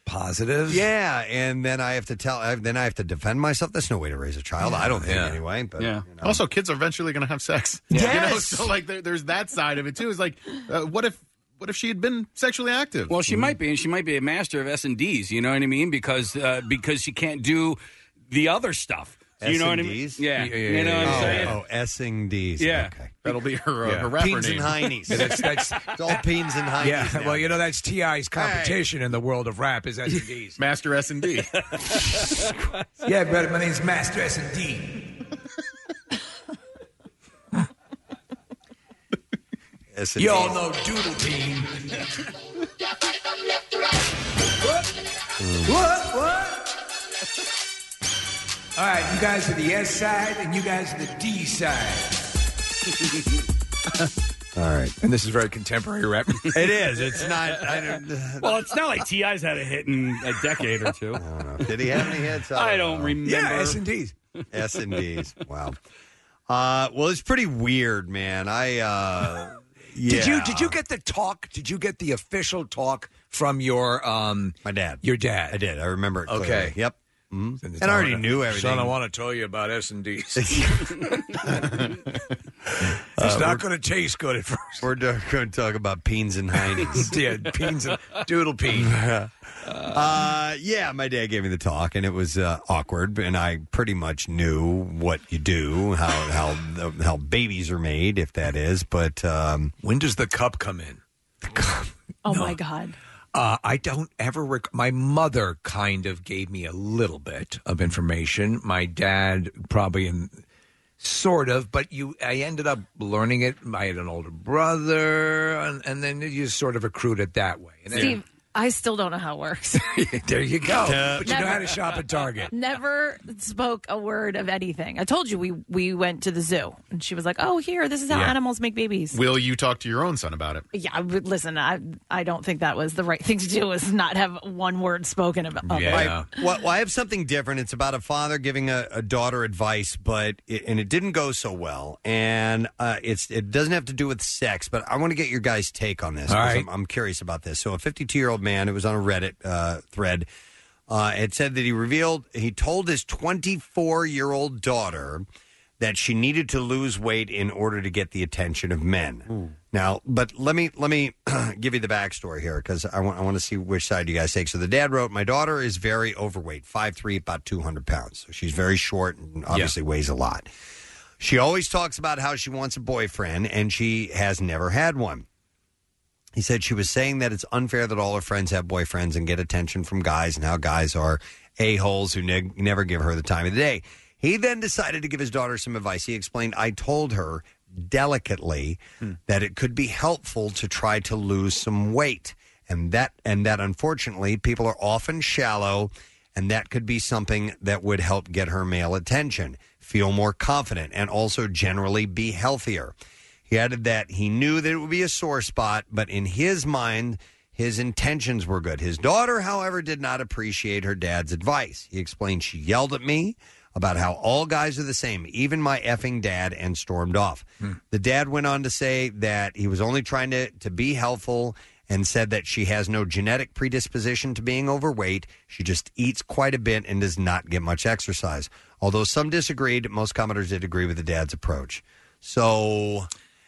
S4: positive?
S2: Yeah, and then I have to tell. I, then I have to defend myself. That's no way to raise a child. I don't think
S6: Yeah.
S2: anyway. But
S6: Yeah. Also, kids are eventually going to have sex. You know,
S2: Yes!
S6: so like there, there's that side of it too. Is like, uh, what if what if she had been sexually active?
S5: Well, she
S4: Mm-hmm.
S5: might be, and she might be a master of S and D's. You know what I mean? Because uh, because she can't do the other stuff. Do you know what I mean?
S2: S&Ds?
S5: Yeah. You know what I'm
S2: oh,
S5: saying?
S2: Oh, Essing D's.
S5: Yeah.
S2: Okay.
S6: That'll be her,
S5: uh, her rapper
S2: Peens
S5: name.
S2: and Heinies.
S5: Yeah, that's- that's-
S2: it's all Peens and Heinies.
S4: Yeah,
S2: now.
S4: well, you know that's Ti's competition in the world of rap is S and D's.
S6: Master S and D.
S4: Yeah, but my name's Master S and D.
S2: S&Ds.
S4: You all know Doodle Team. What? What? All right, you guys are the S side, and you guys are the D side.
S2: All right.
S4: And this is very contemporary rap.
S2: It is. It's not. I don't,
S5: well, it's not like Ti's had a hit in Mm, a decade or two.
S2: Did he have any hits?
S5: I don't remember.
S2: Yeah, S&Ds. S and D's. Wow. Uh, well, it's pretty weird, man. I uh, yeah.
S4: Did you did you get the talk? Did you get the official talk from your um
S2: my dad?
S4: Your dad. I
S2: did. I remember. it clearly.
S4: Okay.
S2: Yep. Mhm. And I already knew everything.
S4: Son, I want to tell you about S and D's.
S2: Uh,
S4: it's
S2: we're-
S4: not going to taste good at first.
S2: We're going to talk about peens and heinies.
S4: yeah, beans and doodle peen.
S2: Uh, yeah, my dad gave me the talk, and it was uh, awkward. And I pretty much knew what you do, how how how babies are made, if that is. But um,
S4: when does the cup come in?
S3: Oh my God.
S4: Uh, I don't ever. Rec- my mother kind of gave me a little bit of information. My dad probably in sort of, but you. I ended up learning it. I had an older brother, and, and then you just sort of accrued it that way. And then-
S3: Steve, I still don't know how it works.
S4: there you go.
S3: Yeah.
S4: But you know
S3: Never.
S4: how to shop at Target.
S3: Never spoke a word of anything. I told you we we went to the zoo, and she was like, "Oh, here, this is how
S6: Yeah.
S3: animals make babies."
S6: Will you talk to your own son about it?
S3: yeah, I would- listen, I I don't think that was the right thing to do. Is not have one word spoken about.
S2: Right. Well, well, I have something different. It's about a father giving a, a daughter advice, but it, and it didn't go so well. And uh, it's it doesn't have to do with sex, but I want to get your guys' take on this.
S4: All
S2: 'cause
S4: right.
S2: I'm, I'm curious about this. So, a 52 year old man, it was on a Reddit uh, thread. Uh, it said that he revealed he told his 24 year old daughter that she needed to lose weight in order to get the attention of men. Now, but let me let me give you the backstory here because I want I want to see which side you guys take. So the dad wrote, "My daughter is very overweight, 5'3", about two hundred pounds. So she's very short and obviously weighs a lot. She always talks about how she wants a boyfriend, and she has never had one. He said she was saying that it's unfair that all her friends have boyfriends and get attention from guys, and how guys are a-holes who neg never give her the time of the day. He then decided to give his daughter some advice. He explained, I told her delicately that it could be helpful to try to lose some weight. And that, and that unfortunately, people are often shallow, and that could be something that would help get her male attention, feel more confident, and also generally be healthier. He added that he knew that it would be a sore spot, but in his mind, his intentions were good. His daughter, however, did not appreciate her dad's advice. He explained she yelled at me about how all guys are the same, even my effing dad, and stormed off. The dad went on to say that he was only trying to, to be helpful and said that she has no genetic predisposition to being overweight. She just eats quite a bit and does not get much exercise. Although some disagreed, most commenters did agree with the dad's approach. So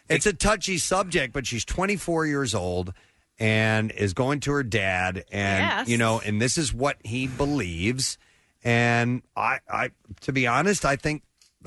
S2: it's a touchy subject, but she's 24 years old and is going to her dad and
S21: Yes.
S2: you know and this is what he believes and i i to be honest i think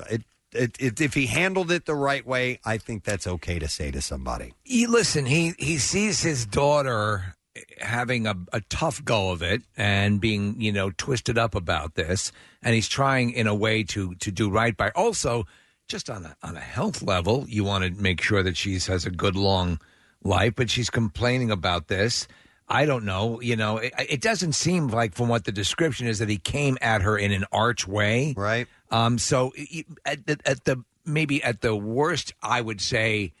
S2: it, it, it if he handled it the right way i think that's okay to say to somebody
S4: He, listen, he he sees his daughter having a, a tough go of it and being you know twisted up about this, and he's trying in a way to to do right by. Also, just on a on a health level, you want to make sure that she has a good long life, but she's complaining about this. I don't know. You know, it, it doesn't seem like from what the description is that he came at her in an arch way,
S2: right?
S4: Um, so y- y- at the, at the maybe at the worst, I would say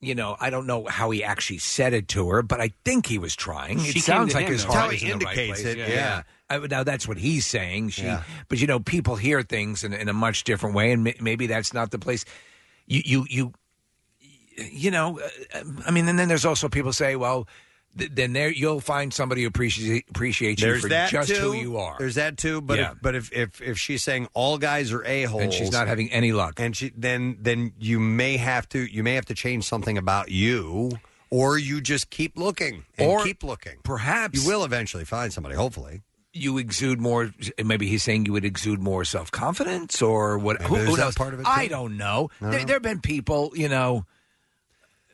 S4: you know, I don't know how he actually said it to her, but I think he was trying.
S2: She
S4: it
S2: came
S4: sounds
S2: to
S4: like
S2: him,
S4: his
S2: though. That's
S4: heart
S2: how
S4: is
S2: he
S4: in the right
S2: indicates
S4: place.
S2: it, yeah.
S4: I, now that's what he's saying. She,
S2: Yeah.
S4: but you know, people hear things in, in a much different way, and ma- maybe that's not the place. You, you, you, you know, uh, I mean, and then there's also people say, well, th- then there you'll find somebody who appreciates appreciates you
S2: there's
S4: for
S2: that
S4: just
S2: too.
S4: who you are.
S2: there's that too but
S4: Yeah.
S2: if, but if, if if she's saying all guys are a-holes
S4: And she's not having any luck
S2: and she then then you may have to you may have to change something about you or you just keep looking and
S4: Or
S2: keep looking
S4: perhaps
S2: you will eventually find somebody hopefully
S4: you exude more. Maybe he's saying you would exude more self confidence or what? Who,
S2: there's
S4: who
S2: that
S4: knows?
S2: part of it,
S4: I
S2: too.
S4: don't know.
S2: I don't
S4: there,
S2: know.
S4: there have been people, you know.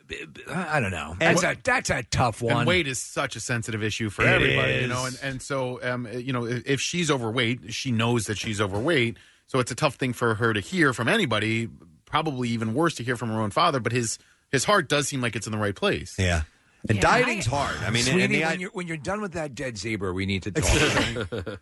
S4: b- b- I don't know.
S6: And-
S4: that's a that's a tough one.
S6: And weight is such a sensitive issue for
S4: It
S6: everybody, you
S4: is.
S6: know. And and so, um, you know, if, if she's overweight, she knows that she's overweight. So it's a tough thing for her to hear from anybody. Probably even worse to hear from her own father. But his his heart does seem like it's in the right place.
S2: Yeah.
S6: And dieting's hard. I mean, and-
S4: Sweetie,
S6: and the i-
S4: when, you're, when you're done with that dead zebra, we need to talk.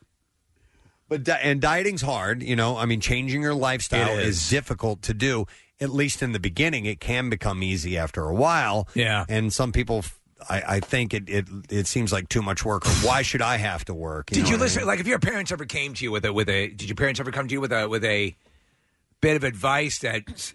S2: But di- and dieting's hard, you know. I mean, changing your lifestyle
S4: It
S2: is. difficult to do. At least in the beginning, it can become easy after a while. Yeah, and some people, f- I, I think it, it it seems like too much work. Or why should I have to work? know
S4: Did you
S2: what I
S4: listen?
S2: mean?
S4: Like, if your parents ever came to you with a with a, did your parents ever come to you with a with a bit of advice that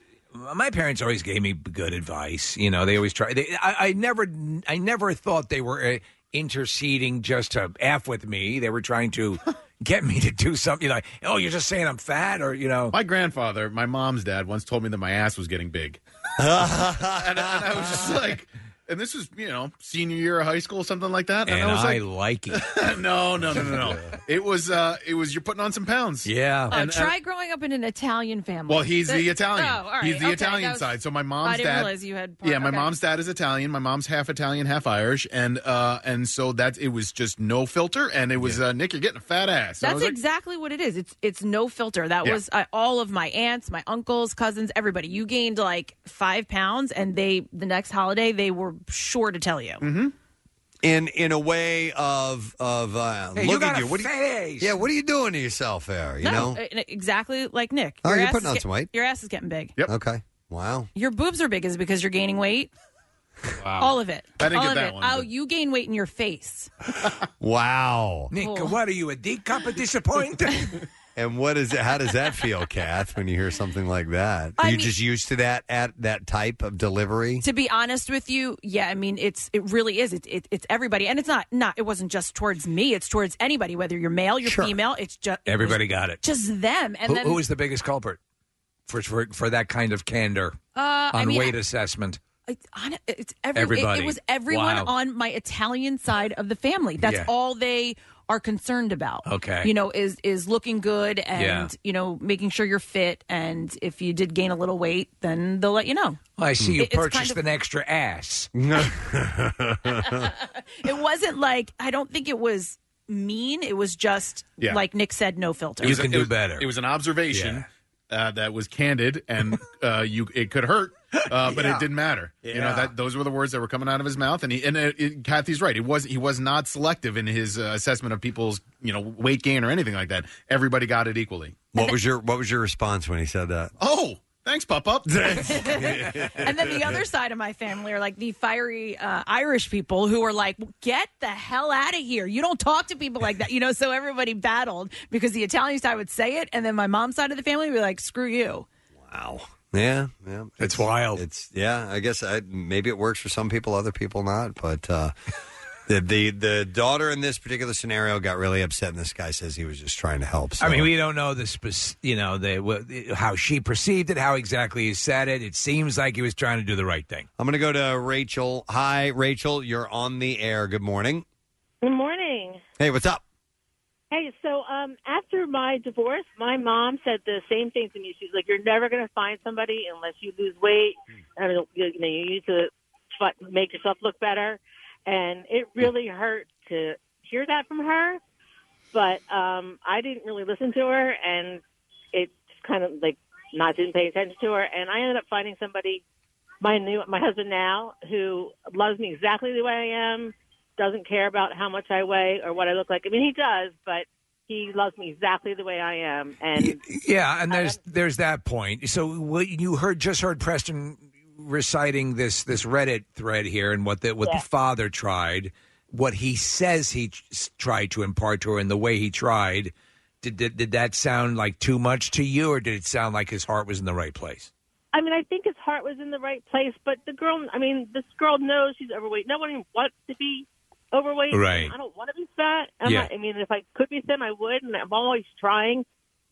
S4: my parents always gave me good advice. You know, they always try. They, I, I never, I never thought they were uh, interceding just to f with me. They were trying to get me to do something. You know, oh, you're just saying I'm fat, or you know,
S6: my grandfather, my mom's dad, once told me that my ass was getting big. and, I- and I was just like, and this was you know senior year of high school, something like that.
S4: and
S6: I was
S4: I
S6: like,
S4: like it.
S6: no, no, no, no, no. It was uh, it was you're putting on some pounds.
S4: Yeah.
S3: Oh, try growing up in an Italian family.
S6: Well, he's the
S3: That-
S6: Italian.
S3: Oh, all right.
S6: He's the
S3: Okay, that
S6: Italian
S3: was-
S6: side. So my
S3: I
S6: mom's
S3: didn't
S6: dad.
S3: realize you had. Part,
S6: yeah, my
S3: okay.
S6: mom's dad is Italian. My mom's half Italian, half Irish, and uh, and so that it was just no filter, and it was uh, Nick, you're getting a fat ass. And I
S3: That's
S6: was like,
S3: exactly what it is. It's it's no filter. That
S6: Yeah.
S3: was uh, all of my aunts, my uncles, cousins, everybody. You gained like five pounds, and they the next holiday they were sure to tell you.
S2: Mm,
S3: Mm-hmm.
S2: in in a way of of uh,
S3: Hey, you
S2: look
S3: got
S2: at
S3: a
S2: you. What are
S4: you
S2: yeah, what are you doing to yourself there? You
S3: no,
S2: know.
S3: uh, exactly like Nick.
S2: Oh,
S3: Your
S2: you're
S3: ass
S2: putting
S3: is
S2: on
S3: get-
S2: some weight.
S3: Your ass is getting big.
S6: Yep.
S2: Okay. Wow.
S3: Your boobs are big is because you're gaining weight. All of it.
S2: I didn't
S3: all
S2: get
S3: of
S2: that
S3: it.
S2: one,
S3: oh,
S2: but-
S3: you gain weight in your face.
S2: Wow.
S4: Nick,
S6: Oh.
S4: what are you a D cup of disappointment?
S2: And what is it? How does that feel, Kath, when you hear something like that? Are
S3: I
S2: you
S3: mean-
S2: just used to that at that type of delivery?
S3: to be honest with you yeah i mean it's it really is it, it, it's everybody and it's not not it wasn't just towards me it's towards anybody whether you're male you're female it's just
S4: Everybody got it.
S3: just them and
S4: who,
S3: then
S4: who is the biggest culprit for for, for that kind of candor
S3: Uh,
S4: on
S3: I mean,
S4: weight
S3: I-
S4: assessment?
S3: it's, on, it's every,
S4: Everybody.
S3: It, it was everyone
S4: Wow.
S3: on my Italian side of the family. That's
S4: Yeah.
S3: all they are concerned about.
S4: Okay.
S3: you know, is is looking good and
S4: Yeah.
S3: you know making sure you're fit. And if you did gain a little weight, then they'll let you know.
S4: I see you
S3: It- Hmm. it's kind
S4: purchased
S3: of-
S4: an extra ass.
S3: It wasn't like I don't think it was mean. It was just
S6: Yeah.
S3: like Nick said, no filter.
S6: it was- it was- It was an observation uh, that was candid, and uh, you it could hurt, uh, but
S4: Yeah.
S6: it didn't matter. You know
S4: Yeah.
S6: that those were the words that were coming out of his mouth, and he and it, it- Kathy's right. It was he was not selective in his uh, assessment of people's you know weight gain or anything like that. Everybody got it equally.
S2: What was your What was your response when he said that?
S6: Oh, thanks, Pop Up.
S3: and then the other side of my family are like the fiery uh, Irish people who are like, get the hell out of here. You don't talk to people like that. You know, so everybody battled because the Italian side would say it. And then my mom's side of the family would be like, screw you.
S2: Yeah, yeah, it's, wild. It's yeah. I guess I, maybe it works for some people, other people not. But uh, the the the daughter in this particular scenario got really upset, and this guy says he was just trying to help. So.
S4: I mean, we don't know the spec- you know the wha- how she perceived it, how exactly he said it. It seems like he was trying to do the right thing.
S2: I'm going to go to Rachel. Hi, Rachel. You're on the air. Good morning.
S21: Good morning.
S2: Hey, what's up?
S21: Hey, so um, after my divorce, my mom said the same thing to me. She's like, "You're never going to find somebody unless you lose weight, and you you know you need to fi- make yourself look better." And it really hurt to hear that from her, but um, I didn't really listen to her, and it just kind of like not didn't pay attention to her, and I ended up finding somebody my new my husband now who loves me exactly the way I am, doesn't care about how much I weigh or what I look like. I mean, he does, but he loves me exactly the way I am. And
S4: Yeah, and there's there's that point. So what you heard just heard Preston reciting this this Reddit thread here, and what the what
S21: Yeah.
S4: the father tried, what he says he tr- s- tried to impart to her, and the way he tried. Did, did, did that sound like too much to you, or did it sound like his heart was in the right place?
S21: I mean, I think his heart was in the right place, but the girl, I mean, this girl knows she's overweight. No one wants to be overweight.
S4: Right.
S21: I don't want to be fat. I'm
S4: Yeah.
S21: not- I mean, if I could be thin, I would, and I'm always trying.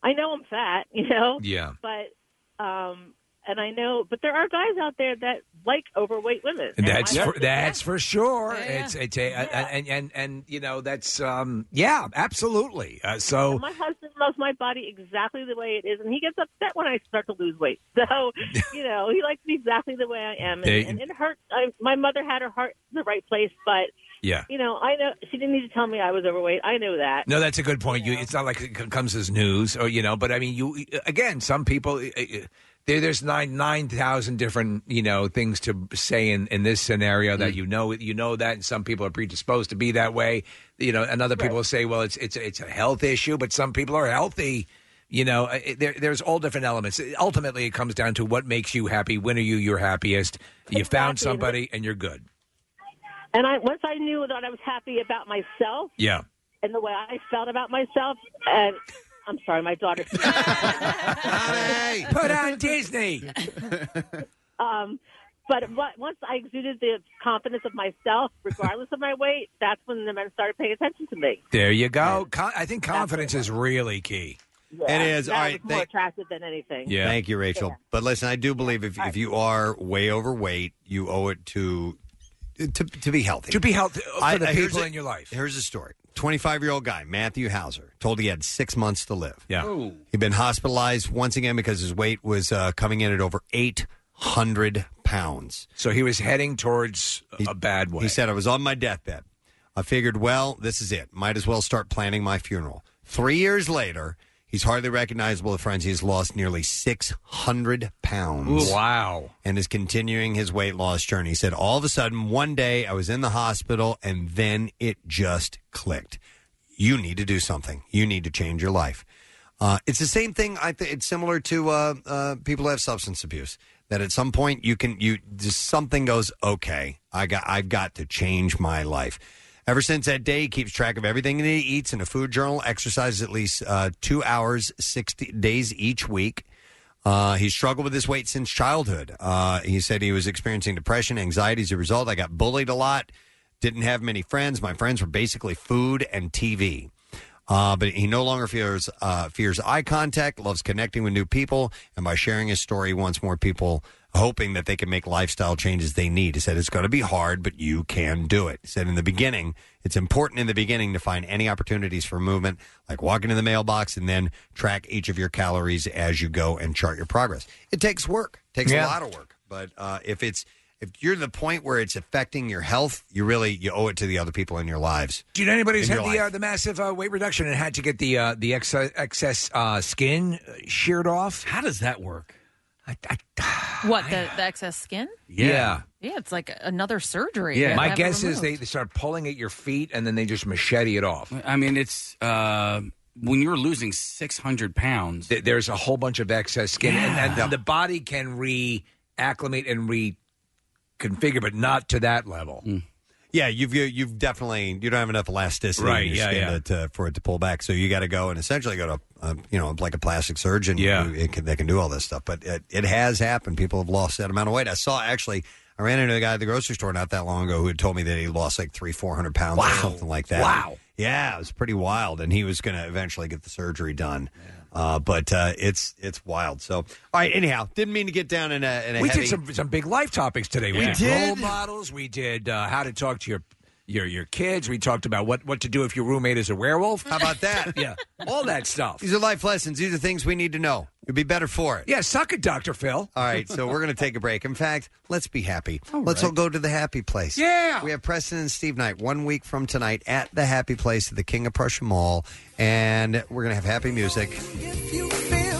S21: I know I'm fat, you know?
S4: Yeah.
S21: But um, and I know, but there are guys out there that like overweight women. And
S4: That's
S21: I-
S4: for, that's for sure.
S21: Yeah, yeah.
S4: It's it's a, and and and you know that's um yeah absolutely. Uh, so
S21: My husband loves my body exactly the way it is, and he gets upset when I start to lose weight. So, you know, he likes me exactly the way I am, and,
S4: They-
S21: and it hurts. I, my mother had her heart in the right place, but
S4: Yeah.
S21: you know, I know she didn't need to tell me I was overweight. I know that.
S4: No, that's a good point. You, it's not like it c- comes as news, or you know. But I mean, you again, some people. uh, uh, There, there's nine nine thousand different you know things to say in, in this scenario that you know you know that, and some people are predisposed to be that way. You know, and other people say, well, it's it's it's a health issue, but some people are healthy. You know, uh, it- there, there's all different elements. Ultimately, it comes down to what makes you happy. When are you your happiest? You found somebody, and you're good.
S21: And I once I knew that I was happy about myself
S4: Yeah.
S21: and the way I felt about myself, and I'm sorry, my daughter.
S4: Put on Disney.
S21: um, but what, once I exuded the confidence of myself, regardless of my weight, that's when the men started paying attention to me.
S4: There you go. Con- I think confidence is really key.
S21: Yeah,
S2: is.
S21: That
S2: All
S21: was
S2: right,
S21: more
S2: thank-
S21: attractive than anything.
S2: Thank you, Rachel. But listen, I do believe if, if you are way overweight, you owe it to to, to be healthy.
S4: To be healthy uh, for the
S2: uh, here's
S4: people
S2: a-
S4: in your life.
S2: Here's a story. 25 year old guy, Matthew Hauser, told he had six months to live.
S4: Yeah.
S7: Oh,
S2: He'd been hospitalized once again because his weight was uh, coming in at over 800 pounds.
S4: So he was heading towards a bad way.
S2: He said, I was on my deathbed. I figured, well, this is it. Might as well start planning my funeral. Three years later, he's hardly recognizable to friends. He's lost nearly 600 pounds.
S4: Ooh, wow.
S2: And is continuing his weight loss journey. He said, all of a sudden, one day I was in the hospital and then it just clicked. You need to do something, you need to change your life. Uh, it's the same thing. I think it's similar to uh, uh, people who have substance abuse. That at some point you can you just something goes okay. I got I've got to change my life. Ever since that day, he keeps track of everything that he eats in a food journal. Exercises at least uh, two hours, sixty days each week. Uh, he struggled with his weight since childhood. Uh, he said he was experiencing depression, anxiety as a result. I got bullied a lot. Didn't have many friends. My friends were basically food and TV. Uh, but he no longer fears uh, fears eye contact, loves connecting with new people, and by sharing his story, he wants more people hoping that they can make lifestyle changes they need. He said it's going to be hard, but you can do it. He said in the beginning, it's important in the beginning to find any opportunities for movement, like walking to the mailbox, and then track each of your calories as you go and chart your progress. It takes work. takes
S12: Yeah.
S2: a lot of work, but uh, if it's if you're to the point where it's affecting your health, you really you owe it to the other people in your lives.
S4: Do you know anybody who's
S2: In
S4: had
S2: your
S4: the, uh, the massive uh, weight reduction and had to get the uh, the ex- excess uh, skin uh, sheared off? How does that work?
S3: What the, the excess skin?
S4: Yeah.
S3: yeah, it's like another surgery. You have to
S4: My
S3: have it
S4: guess is
S3: removed.
S4: they, they start pulling at your feet and then they just machete it off.
S5: I mean, it's uh, when you're losing 600 pounds.
S4: There's a whole bunch of excess skin, and, and the body can reacclimate and reconfigure, but not to that level.
S2: Hmm. Yeah, you've you- you've definitely you don't have enough elasticity
S4: Right,
S2: in your
S4: yeah,
S2: skin
S4: yeah.
S2: To, to- for it to pull back. So you got to go and essentially go to uh, you know like a plastic surgeon.
S4: Yeah.
S2: who- it can, they can do all this stuff. But it, it has happened. People have lost that amount of weight. I saw actually. I ran into a guy at the grocery store not that long ago who had told me that he lost like three four hundred pounds or something like that.
S4: Wow.
S2: Yeah, it was pretty wild, and he was going to eventually get the surgery done. Uh, but uh, it's it's wild. So all right. Anyhow, didn't mean to get down in a. In a
S4: we
S2: heavy-
S4: did some some big life topics today. We,
S2: We
S4: did,
S2: did.
S4: role models. We did uh, how to talk to your your your kids. We talked about what what to do if your roommate is a werewolf. How
S2: about that?
S4: yeah, all that stuff.
S2: These are life lessons. These are things we need to know. It'd be better for it.
S4: Yeah, suck it, Dr. Phil.
S2: All right, so we're going to take a break. In fact, let's be happy. let's
S4: right.
S2: all go to the happy place. Yeah. We have Preston and Steve Knight one week from tonight at the happy place at the King of Prussia Mall. And we're going to have happy music.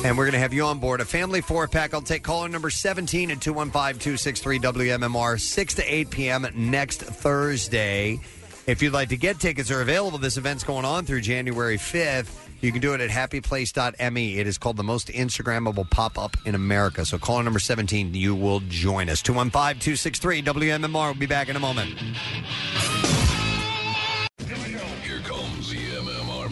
S2: And we're going to have you on board a family four pack. I'll take caller number 17 at 215 263 WMMR, 6 to 8 p.m. next Thursday. If you'd like to get tickets, they're available. This event's going on through January 5th. You can do it at happyplace.me. E. It is called the most Instagrammable pop up in America. So caller number 17, you will join us. 215 263 WMMR. We'll be back in a moment.
S1: Here comes the MMR.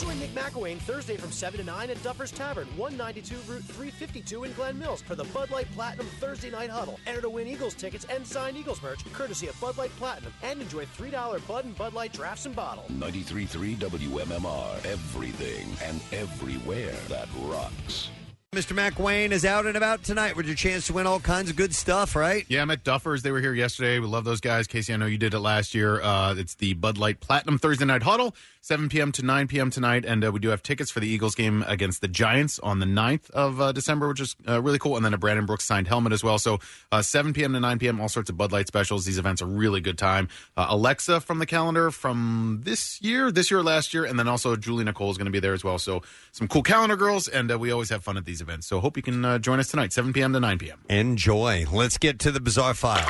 S22: Join Mick McElwain Thursday from 7 to 9 at Duffer's Tavern, 192 Route 352 in Glen Mills for the Bud Light Platinum Thursday Night Huddle. Enter to win Eagles tickets and signed Eagles merch, courtesy of Bud Light Platinum, and enjoy $3 Bud and Bud Light drafts and bottles.
S1: 93.3 WMMR. Everything and everywhere that rocks.
S2: Mr. McWayne is out and about tonight with your chance to win all kinds of good stuff, right?
S6: Yeah, I'm at Duffers. They were here yesterday. We love those guys. Casey, I know you did it last year. Uh, it's the Bud Light Platinum Thursday Night Huddle, 7 p.m. to 9 p.m. tonight. And uh, we do have tickets for the Eagles game against the Giants on the 9th of uh, December, which is uh, really cool. And then a Brandon Brooks signed helmet as well. So uh, 7 p.m. to 9 p.m., all sorts of Bud Light specials. These events are really good time. Uh, Alexa from the calendar from this year, this year, or last year. And then also Julie Nicole is going to be there as well. So some cool calendar girls. And uh, we always have fun at these events. So hope you can uh, join us tonight, 7 p.m. to 9 p.m.
S2: Enjoy. Let's get to the bizarre file.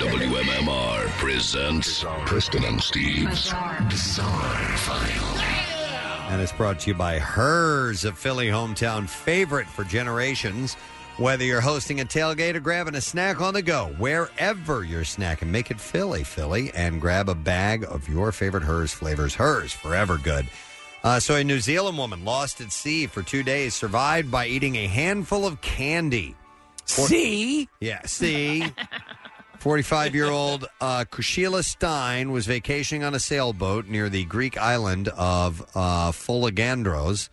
S1: WMMR presents Preston and Steve's Bizarre, File.
S2: And it's brought to you by Hers, a Philly hometown favorite for generations. Whether you're hosting a tailgate or grabbing a snack on the go, wherever you're snacking, make it Philly, Philly, and grab a bag of your favorite Hers flavors. Hers, forever good. Uh, so, a New Zealand woman lost at sea for two days survived by eating a handful of candy.
S7: See?
S2: Yeah, see? 45 year old uh, Kushila Stein was vacationing on a sailboat near the Greek island of uh, Fulagandros.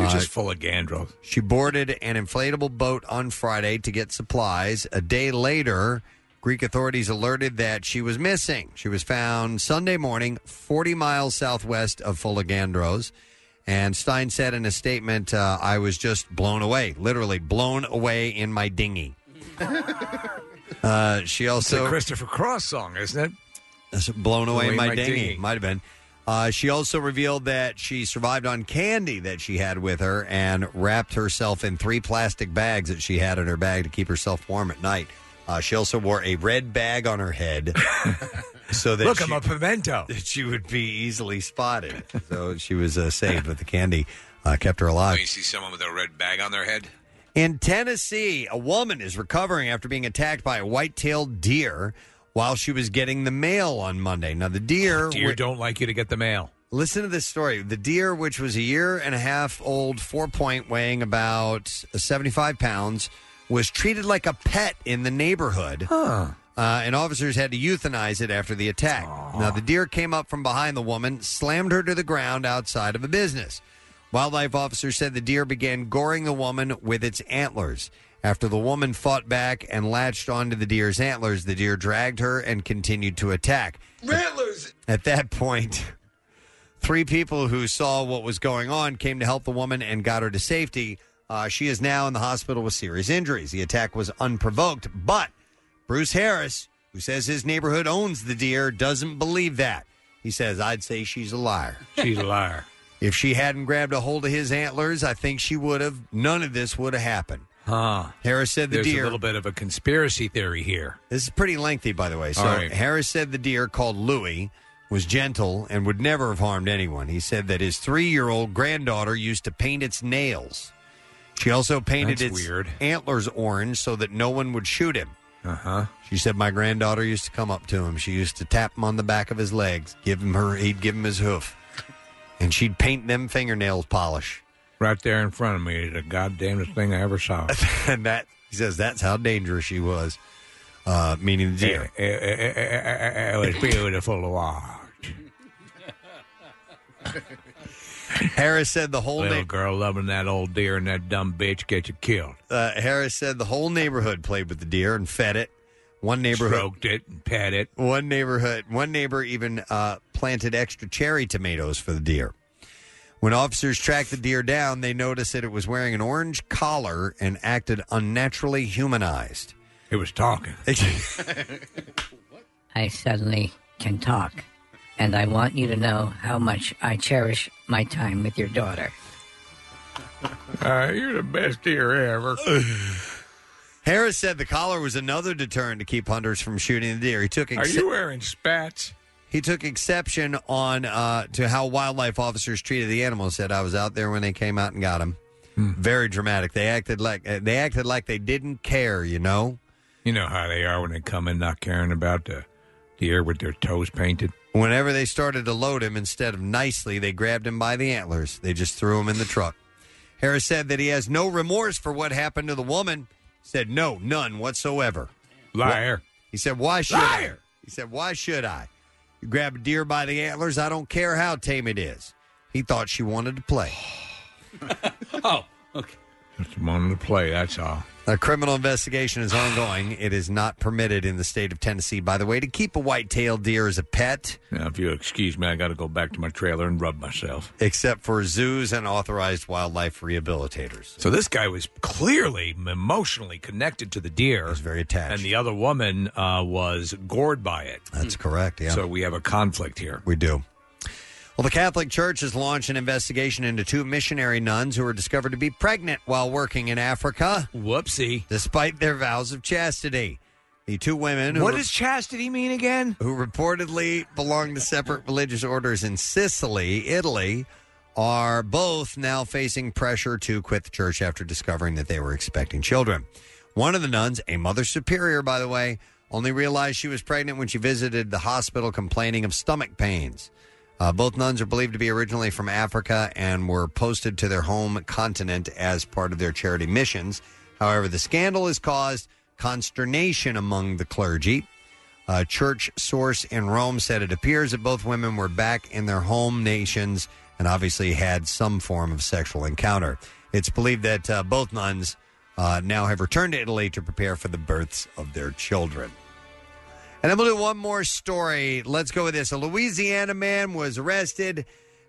S4: You're
S2: Uh,
S4: just full of Gandro.
S2: she boarded an inflatable boat on Friday to get supplies. A day later, Greek authorities alerted that she was missing. She was found Sunday morning, 40 miles southwest of Fulagandros. And Stein said in a statement, uh, I was just blown away, literally blown away in my dinghy. Uh, she
S4: It's a
S2: also
S4: Christopher Cross song, isn't it?
S2: That's blown away,
S4: Away
S2: my,
S4: my
S2: dinghy.
S4: dinghy.
S2: Might have been. Uh, she also revealed that she survived on candy that she had with her and wrapped herself in three plastic bags that she had in her bag to keep herself warm at night. Uh, she also wore a red bag on her head so that
S4: Look,
S2: she,
S4: I'm a pimento.
S2: that she would be easily spotted. So she was uh, saved, but the candy uh, kept her alive.
S4: You see someone with a red bag on their head?
S2: In Tennessee, a woman is recovering after being attacked by a white tailed deer while she was getting the mail on Monday. Now, the deer.
S4: Deer don't like you to get the mail.
S2: Listen to this story. The deer, which was a year and a half old, four point, weighing about 75 pounds, was treated like a pet in the neighborhood. Uh, and officers had to euthanize it after the attack. Now, the deer came up from behind the woman, slammed her to the ground outside of a business. Wildlife officers said the deer began goring the woman with its antlers. After the woman fought back and latched onto the deer's antlers, the deer dragged her and continued to attack.
S7: Rattlers.
S2: At that point, three people who saw what was going on came to help the woman and got her to safety. Uh, she is now in the hospital with serious injuries. The attack was unprovoked, but Bruce Harris, who says his neighborhood owns the deer, doesn't believe that. He says, I'd say she's a liar.
S4: She's a liar.
S2: If she hadn't grabbed a hold of his antlers, I think she would have. None of this would have happened.
S4: Huh.
S2: Harris said the
S4: There's
S2: deer-
S4: a little bit of a conspiracy theory here.
S2: This is pretty lengthy, by the way. So
S4: All right.
S2: Harris said the deer called Louie was gentle and would never have harmed anyone. He said that his three-year-old granddaughter used to paint its nails. She also painted
S4: That's
S2: its
S4: weird.
S2: antlers orange so that no one would shoot him.
S4: Uh huh.
S2: She said my granddaughter used to come up to him. She used to tap him on the back of his legs, give him her, he'd give him his hoof, and she'd paint them fingernails polish.
S4: Right there in front of me, the goddamnest thing I ever saw.
S2: and that he says that's how dangerous she was, uh, meaning the deer.
S4: It, it- it- it- it was eh, beautiful to watch.
S2: Harris said the whole
S4: little
S2: na-
S4: girl loving that old deer and that dumb bitch gets you killed.
S2: Uh, Harris said the whole neighborhood played with the deer and fed it. One neighborhood
S4: stroked it and pet it.
S2: One neighborhood, one neighbor even uh, planted extra cherry tomatoes for the deer. When officers tracked the deer down, they noticed that it was wearing an orange collar and acted unnaturally humanized.
S4: It was talking.
S15: I suddenly can talk, and I want you to know how much I cherish my time with your daughter.
S4: Uh, you're the best deer ever.
S2: Harris said the collar was another deterrent to keep hunters from shooting the deer. He took
S4: Are
S2: exce-
S4: you wearing spats?
S2: He took exception on uh, to how wildlife officers treated the animal. Said I was out there when they came out and got him. Very dramatic. They acted like uh, they acted like they didn't care. You know.
S4: You know how they are when they come in not caring about the deer with their toes painted.
S2: Whenever they started to load him, instead of nicely, they grabbed him by the antlers. They just threw him in the truck. Harris said that he has no remorse for what happened to the woman. Said no, none whatsoever.
S4: Liar.
S2: He said, "Why should Liar. I?" He said, "Why should I? You grab a deer by the antlers. I don't care how tame it is." He thought she wanted to play.
S5: Oh,
S4: Just wanted to play. That's all.
S2: A criminal investigation is ongoing. It is not permitted in the state of Tennessee, by the way, to keep a white-tailed deer as a pet,
S4: Now, if you'll excuse me, I got to go back to my trailer and rub myself.
S2: except for zoos and authorized wildlife rehabilitators.
S4: So this guy was clearly emotionally connected to the deer. was
S2: very attached.
S4: And the other woman uh, was gored by it.
S2: That's correct, yeah.
S4: So we have a conflict here.
S2: We do. Well, the Catholic Church has launched an investigation into two missionary nuns who were discovered to be pregnant while working in Africa.
S4: Whoopsie.
S2: Despite their vows of chastity. The two women who
S4: What
S2: were-
S4: does chastity mean again?
S2: who reportedly belong to separate religious orders in Sicily, Italy, are both now facing pressure to quit the church after discovering that they were expecting children. One of the nuns, a mother superior, by the way, only realized she was pregnant when she visited the hospital complaining of stomach pains. Uh, both nuns are believed to be originally from Africa and were posted to their home continent as part of their charity missions. However, the scandal has caused consternation among the clergy. A Uh, church source in Rome said it appears that both women were back in their home nations and obviously had some form of sexual encounter. It's believed that uh, both nuns uh, now have returned to Italy to prepare for the births of their children. And then we'll do one more story. Let's go with this. A Louisiana man was arrested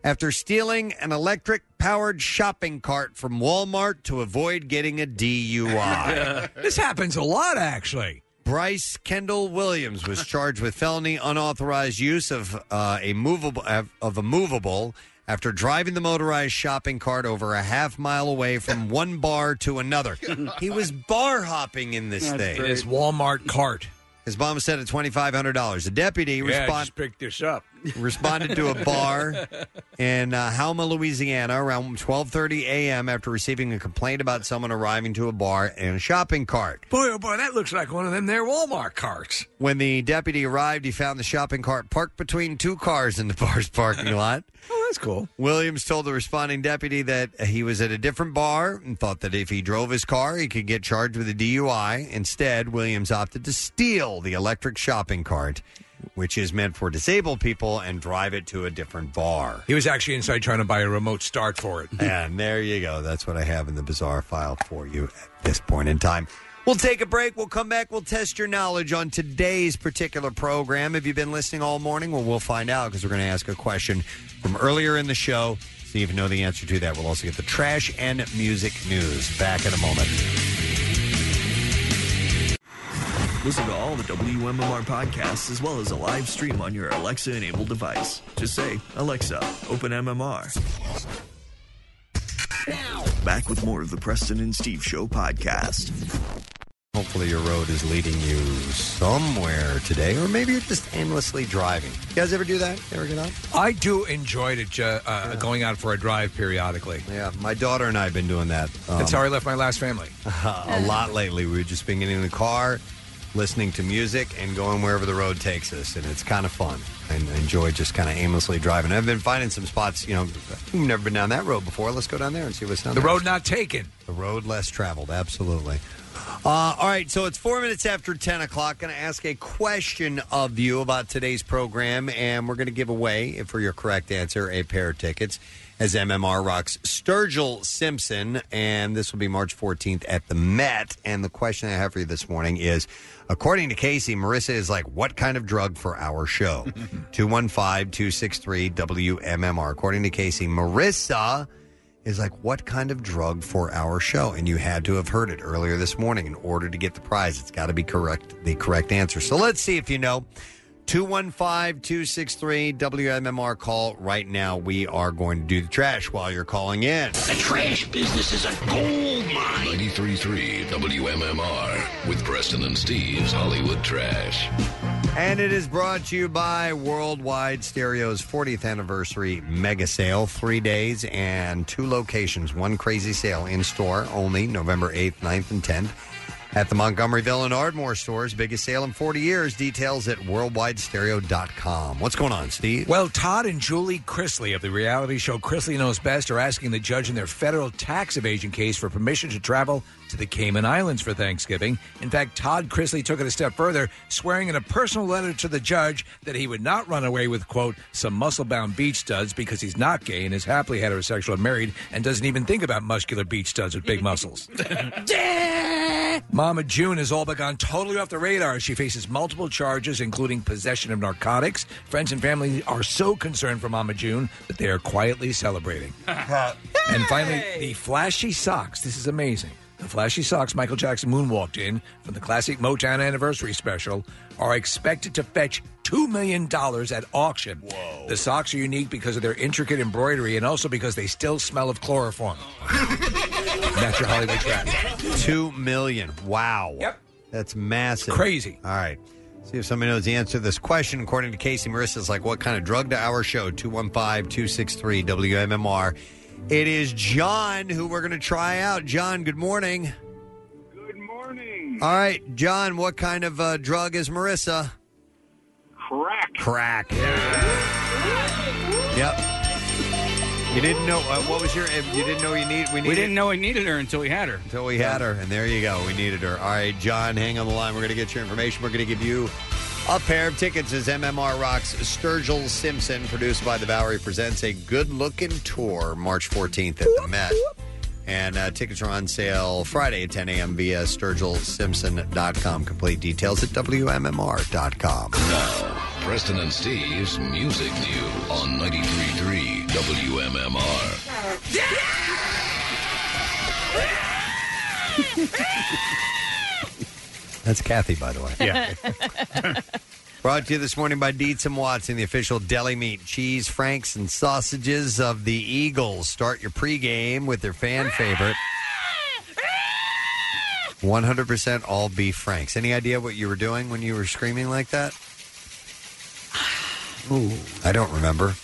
S2: after stealing an electric powered shopping cart from Walmart to avoid getting a DUI.
S4: this happens a lot, actually.
S2: Bryce Kendall Williams was charged with felony unauthorized use of uh, a movable of of a movable after driving the motorized shopping cart over a half mile away from one bar to another. He was bar hopping in this
S4: That's
S2: thing.
S4: great. This Walmart cart.
S2: His mom said at twenty five hundred dollars. The deputy
S4: yeah, I
S2: responded
S4: just picked this up.
S2: responded to a bar in uh, Halma, Louisiana, around 12:30 a.m. after receiving a complaint about someone arriving to a bar in a shopping cart.
S4: Boy, oh boy, that looks like one of them there Walmart carts.
S2: When the deputy arrived, he found the shopping cart parked between two cars in the bar's parking lot.
S4: Oh, that's cool.
S2: Williams told the responding deputy that he was at a different bar and thought that if he drove his car, he could get charged with a DUI. Instead, Williams opted to steal the electric shopping cart, which is meant for disabled people, and drive it to a different bar.
S4: He was actually inside trying to buy a remote start for it.
S2: And there you go. That's what I have in the bizarre file for you at this point in time. We'll take a break. We'll come back. We'll test your knowledge on today's particular program. Have you been listening all morning? Well, we'll find out because we're going to ask a question from earlier in the show. See if you know the answer to that. We'll also get the trash and music news back in a moment.
S11: Listen to all the WMMR podcasts as well as a live stream on your Alexa enabled device. Just say, Alexa, open MMR. Back with more of the Preston and Steve Show podcast.
S2: Hopefully, your road is leading you somewhere today, or maybe you're just aimlessly driving. You guys ever do that? Ever get out?
S4: I do enjoy it, uh, uh, going out for a drive periodically.
S2: Yeah, my daughter and I have been doing that.
S4: That's
S2: Um,
S4: how I left my last family.
S2: a lot lately. We've just been getting in the car, listening to music, and going wherever the road takes us, and it's kind of fun. And I enjoy just kind of aimlessly driving. I've been finding some spots. You know, we've never been down that road before. Let's go down there and see what's down
S4: The
S2: there.
S4: road not taken.
S2: The road less traveled. Absolutely. Uh, all right, so it's four minutes after 10 o'clock. Going to ask a question of you about today's program, and we're going to give away, if for your correct answer, a pair of tickets as MMR rocks Sturgill Simpson, and this will be March 14th at the Met. And the question I have for you this morning is according to Casey, Marissa is like, what kind of drug for our show? 215 263 WMMR. According to Casey, Marissa is like, what kind of drug for our show? And you had to have heard it earlier this morning in order to get the prize. It's got to be correct, the correct answer. So let's see if you know. 215 263 WMMR call right now. We are going to do the trash while you're calling in.
S1: The trash business is a gold mine. 93.3 WMMR with Preston and Steve's Hollywood Trash.
S2: And it is brought to you by Worldwide Stereo's 40th anniversary mega sale. Three days and two locations. One crazy sale in store only November 8th, 9th, and 10th. At the Montgomeryville and Ardmore stores, biggest sale in 40 years. Details at worldwidestereo.com. What's going on, Steve?
S4: Well, Todd and Julie Chrisley of the reality show Chrisley Knows Best are asking the judge in their federal tax evasion case for permission to travel to the Cayman Islands for Thanksgiving. In fact, Todd Chrisley took it a step further, swearing in a personal letter to the judge that he would not run away with, quote, some muscle bound beach studs because he's not gay and is happily heterosexual and married and doesn't even think about muscular beach studs with big muscles. Mama June has all but gone totally off the radar. She faces multiple charges, including possession of narcotics. Friends and family are so concerned for Mama June that they are quietly celebrating. And finally, the flashy socks. This is amazing. The flashy socks Michael Jackson moonwalked in from the classic Motown anniversary special are expected to fetch $2 million at auction. Whoa. The socks are unique because of their intricate embroidery and also because they still smell of chloroform. That's your Hollywood trash.
S2: Two million. Wow. Yep. That's massive.
S4: Crazy.
S2: All right. See if somebody knows the answer to this question. According to Casey Marissa's like, what kind of drug to our show? 215 263 WMMR. It is John who we're going to try out. John, good morning. Good morning. All right, John, what kind of uh, drug is Marissa?
S9: Crack.
S2: Crack. Yep. You didn't know uh, what was your. uh, You didn't know you need. We, needed,
S5: We didn't know we needed her until we had her.
S2: until we had her, and there you go. We needed her. All right, John, hang on the line. We're going to get your information. We're going to give you a pair of tickets as MMR Rocks Sturgill Simpson, produced by the Bowery, presents a good looking tour March 14th at the Met. And uh, tickets are on sale Friday at 10 a.m. via sturgillsimpson.com. Complete details at WMMR.com.
S1: Now, Preston and Steve's Music News on 93.3 WMMR.
S2: That's Kathy, by the way.
S1: Yeah.
S2: Brought to you this morning by Dietz and Watson, the official deli meat, cheese, franks, and sausages of the Eagles. Start your pregame with their fan favorite. 100% all beef franks. Any idea what you were doing when you were screaming like that? Ooh. I don't remember.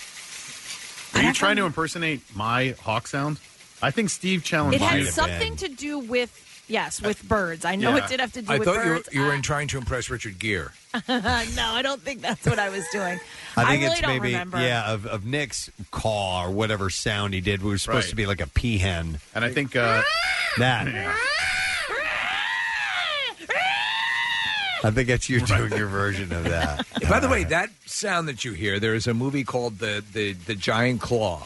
S6: Are you trying to impersonate my hawk sound? I think Steve challenged
S3: It
S6: me
S3: had
S6: to
S3: something to do with yes, with birds. I know
S4: Yeah.
S3: it did have to do
S4: I
S3: with
S4: thought you were,
S3: birds.
S4: you were in trying to impress Richard Gere.
S3: no, I don't think that's what I was doing.
S2: I think
S3: really
S2: it's
S3: don't
S2: maybe
S3: remember.
S2: yeah of, of Nick's caw or whatever sound he did. We were supposed
S6: Right.
S2: to be like a peahen,
S6: and I think uh,
S2: that. I think that's you doing your version of that.
S4: By the way, that sound that you hear, there is a movie called the the the Giant Claw,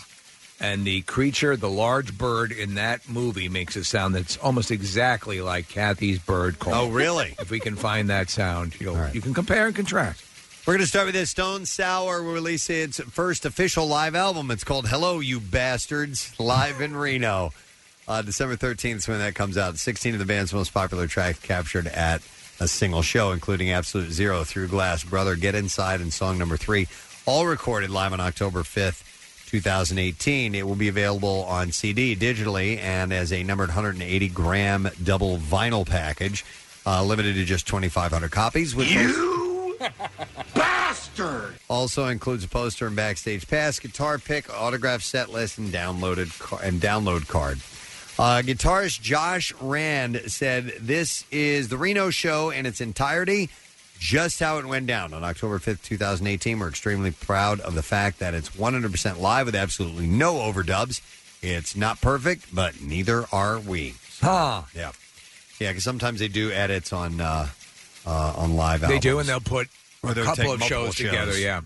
S4: and the creature, the large bird in that movie, makes a sound that's almost exactly like Kathy's bird call.
S2: Oh, really?
S4: If we can find that sound, you'll, you can compare and contrast.
S2: We're going to start with this. Stone Sour will release its first official live album. It's called Hello, You Bastards, live in Reno. Uh, December 13th is when that comes out. 16 of the band's most popular tracks captured at a single show, including Absolute Zero, Through Glass, Brother, Get Inside, and song number three, all recorded live on October 5th. 2018. It will be available on CD digitally and as a numbered 180 gram double vinyl package, uh, limited to just 2,500 copies. With
S7: Bastard!
S2: also includes a poster and backstage pass, guitar pick, autograph set list, and downloaded ca- and download card. Uh, guitarist Josh Rand said, "This is the Reno show in its entirety, just how it went down on October fifth, two thousand eighteen. We're extremely proud of the fact that it's one hundred percent live with absolutely no overdubs. It's not perfect, but neither are we.
S4: Huh.
S2: Yeah, yeah. Because sometimes they do edits on uh, uh, on live.
S4: They do,
S2: albums.
S4: and they'll put
S2: Or
S4: a
S2: they'll
S4: couple
S2: take
S4: of
S2: multiple
S4: shows, together.
S2: shows.
S4: Yeah.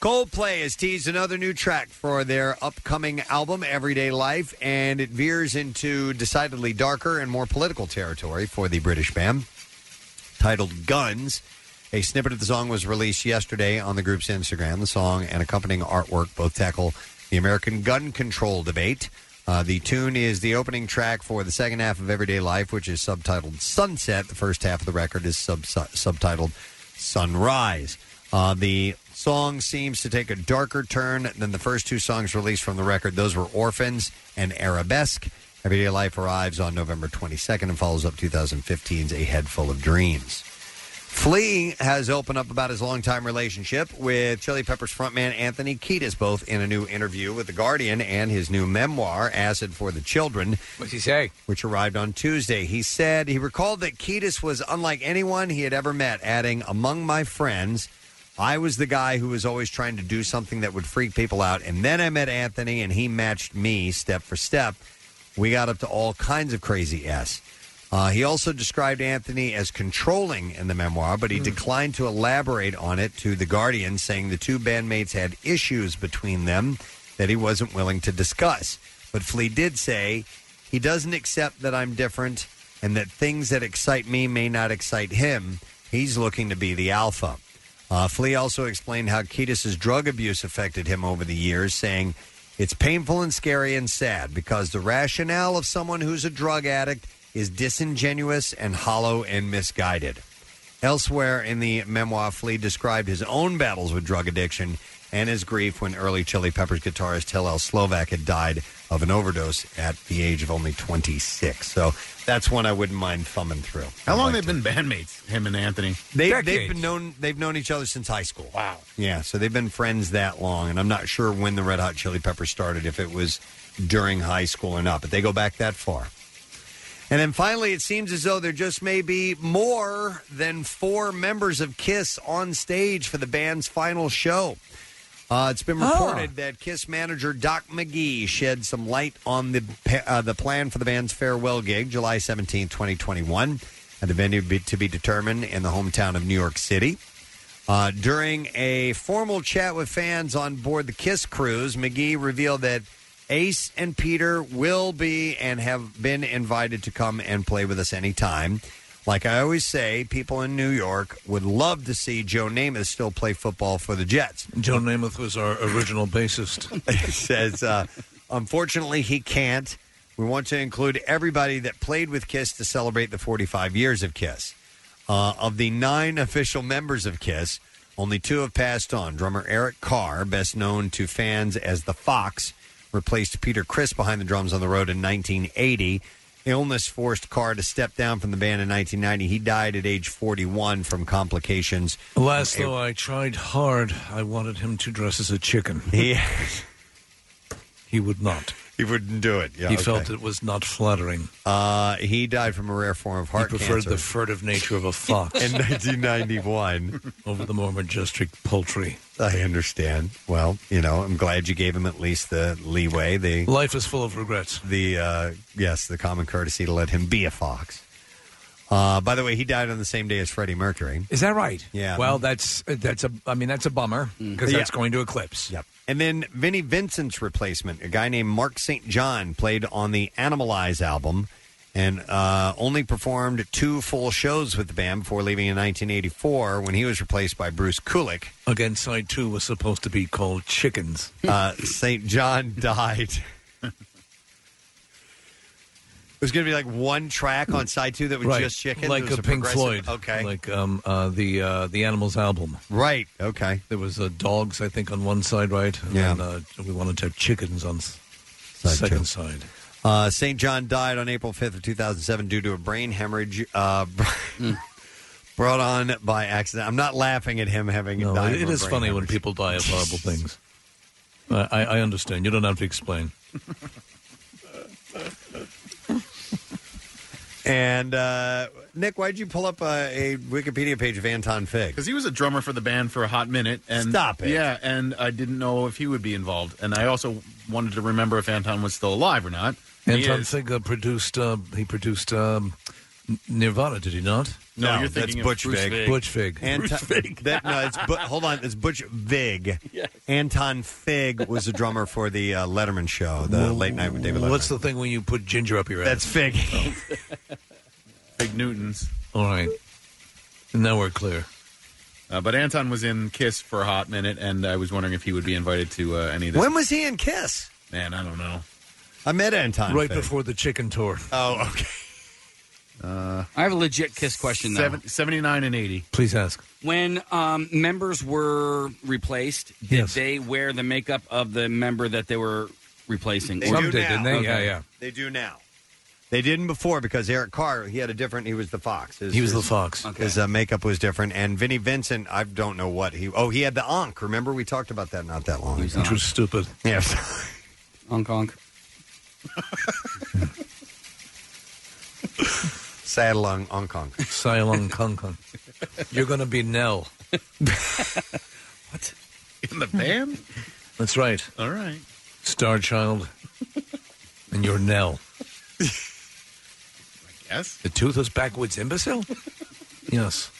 S2: Coldplay has teased another new track for their upcoming album, Everyday Life, and it veers into decidedly darker and more political territory for the British band. Titled Guns, a snippet of the song was released yesterday on the group's Instagram. The song and accompanying artwork both tackle the American gun control debate. Uh, the tune is the opening track for the second half of Everyday Life, which is subtitled Sunset. The first half of the record is sub- subtitled Sunrise. Uh, the song seems to take a darker turn than the first two songs released from the record. Those were Orphans and Arabesque. Everyday Life arrives on November 22nd and follows up 2015's A Head Full of Dreams. Flea has opened up about his longtime relationship with Chili Peppers frontman Anthony Kiedis, both in a new interview with The Guardian and his new memoir, Acid for the Children.
S4: What's he say?
S2: Which arrived on Tuesday. He said he recalled that Kiedis was unlike anyone he had ever met, adding, Among my friends, I was the guy who was always trying to do something that would freak people out. And then I met Anthony, and he matched me step for step. We got up to all kinds of crazy S. Uh, he also described Anthony as controlling in the memoir, but he declined to elaborate on it to The Guardian, saying the two bandmates had issues between them that he wasn't willing to discuss. But Flea did say he doesn't accept that I'm different and that things that excite me may not excite him. He's looking to be the alpha. Uh, Flea also explained how Kiedis' drug abuse affected him over the years, saying, It's painful and scary and sad because the rationale of someone who's a drug addict is disingenuous and hollow and misguided. Elsewhere in the memoir, Flea described his own battles with drug addiction and his grief when early Chili Peppers guitarist Hillel Slovak had died of an overdose at the age of only 26. So that's one I wouldn't mind thumbing through.
S6: How long they've been bandmates, him and Anthony?
S2: They, they've been known they've known each other since high school. Wow. Yeah, so they've been friends that long, and I'm not sure when the Red Hot Chili Peppers started, if it was during high school or not, but they go back that far. And then finally, it seems as though there just may be more than four members of Kiss on stage for the band's final show. Uh, it's been reported that Kiss manager Doc McGee shed some light on the pa- uh, the plan for the band's farewell gig, July seventeenth, 2021, at a venue be- to be determined in the hometown of New York City. Uh, during a formal chat with fans on board the Kiss cruise, McGee revealed that Ace and Peter will be and have been invited to come and play with us anytime. Like I always say, people in New York would love to see Joe Namath still play football for the Jets.
S4: Joe Namath was our original bassist.
S2: It says, uh, unfortunately, he can't. We want to include everybody that played with Kiss to celebrate the 45 years of Kiss. Uh, of the nine official members of Kiss, only two have passed on. Drummer Eric Carr, best known to fans as the Fox, replaced Peter Chris behind the drums on the road in 1980. Illness forced Carr to step down from the band in 1990. He died at age 41 from complications.
S4: Last though I tried hard, I wanted him to dress as a chicken.
S2: He,
S4: he would not.
S2: He wouldn't do it. Yeah,
S4: he
S2: okay.
S4: felt it was not flattering.
S2: Uh, he died from a rare form of
S4: He
S2: heart
S4: preferred
S2: cancer.
S4: the furtive nature of a fox
S2: In 1991
S4: over the more majestic poultry.
S2: I understand. Well, you know, I'm glad you gave him at least the leeway. The
S4: Life is full of regrets.
S2: The uh, yes, the common courtesy to let him be a fox. Uh, by the way, he died on the same day as Freddie Mercury.
S4: Is that right?
S2: Yeah. Mm.
S4: Well, that's that's a. I mean, that's a bummer because that's going to eclipse.
S2: Yep. And then Vinnie Vincent's replacement, a guy named Mark St. John, played on the Animalize album and uh, only performed two full shows with the band before leaving in 1984 when he was replaced by Bruce Kulick.
S4: Again, side two was supposed to be called chickens.
S2: Uh, St. John died. It was going to be like one track on side two that was just chicken,
S4: like
S2: It was
S4: a Pink
S2: progressive-
S4: Floyd. Okay, like um, uh, the uh, the Animals album.
S2: Right. Okay.
S4: There was uh, dogs, I think, on one side, right? And
S2: Yeah.
S4: Then, uh, we wanted to have chickens on s- second side.
S2: Uh, St. John died on April 5th of 2007 due to a brain hemorrhage uh, brought on by accident. I'm not laughing at him having
S4: No,
S2: died.
S4: it- it
S2: from a
S4: is
S2: brain
S4: funny
S2: hemorrhage.
S4: when people die of horrible things. I, I, I understand. You don't have to explain.
S2: And uh, Nick, why'd you pull up uh, a Wikipedia page of Anton Fig?
S6: Because he was a drummer for the band for a hot minute. And
S2: Stop it.
S6: Yeah, and I didn't know if he would be involved. And I also wanted to remember if Anton was still alive or not. He
S4: Anton
S6: is.
S4: Fig uh, produced. Uh, he produced um, N- Nirvana, did he not?
S6: No, No, you're thinking
S2: That's Butch Vig.
S4: Butch Vig.
S2: Anton, That, no, it's Bu- hold on. It's Butch Vig. Anton Fig was the drummer for the uh, Letterman show, the late night with David Letterman.
S4: What's the thing when you put ginger up your ass? Oh,
S2: That's Fig.
S6: Big Newtons.
S4: All right. Now we're clear.
S6: Uh, but Anton was in Kiss for a hot minute, and I was wondering if he would be invited to uh, any of this.
S2: When was he in Kiss?
S6: Man, I don't know.
S2: I met Anton
S4: Right
S6: Fig.
S4: before the chicken tour.
S2: Oh, okay.
S6: Uh,
S5: I have a legit Kiss question, though.
S6: seven, 79 and 80.
S4: Please ask.
S5: When um, members were replaced, did
S4: Yes.
S5: they wear the makeup of the member that they were replacing?
S2: They
S5: Or-
S2: do now.
S5: Okay.
S2: They do now. They didn't before because Eric Carr, he had a different. He was the fox. His-
S12: He was the
S2: his-
S12: fox.
S2: His uh, makeup was different. And Vinnie Vincent, I don't know what he. Oh, he had the onk. Remember we talked about that not that long. ago.
S12: Which was stupid.
S2: Yes.
S5: Onk onk.
S2: Saddlung onk onk.
S4: Silong Kung Kung. You're going to be Nell. what?
S6: In the band?
S4: That's right.
S6: All right.
S4: Star Child. And you're Nell.
S6: Yes.
S4: The toothless backwoods imbecile? yes.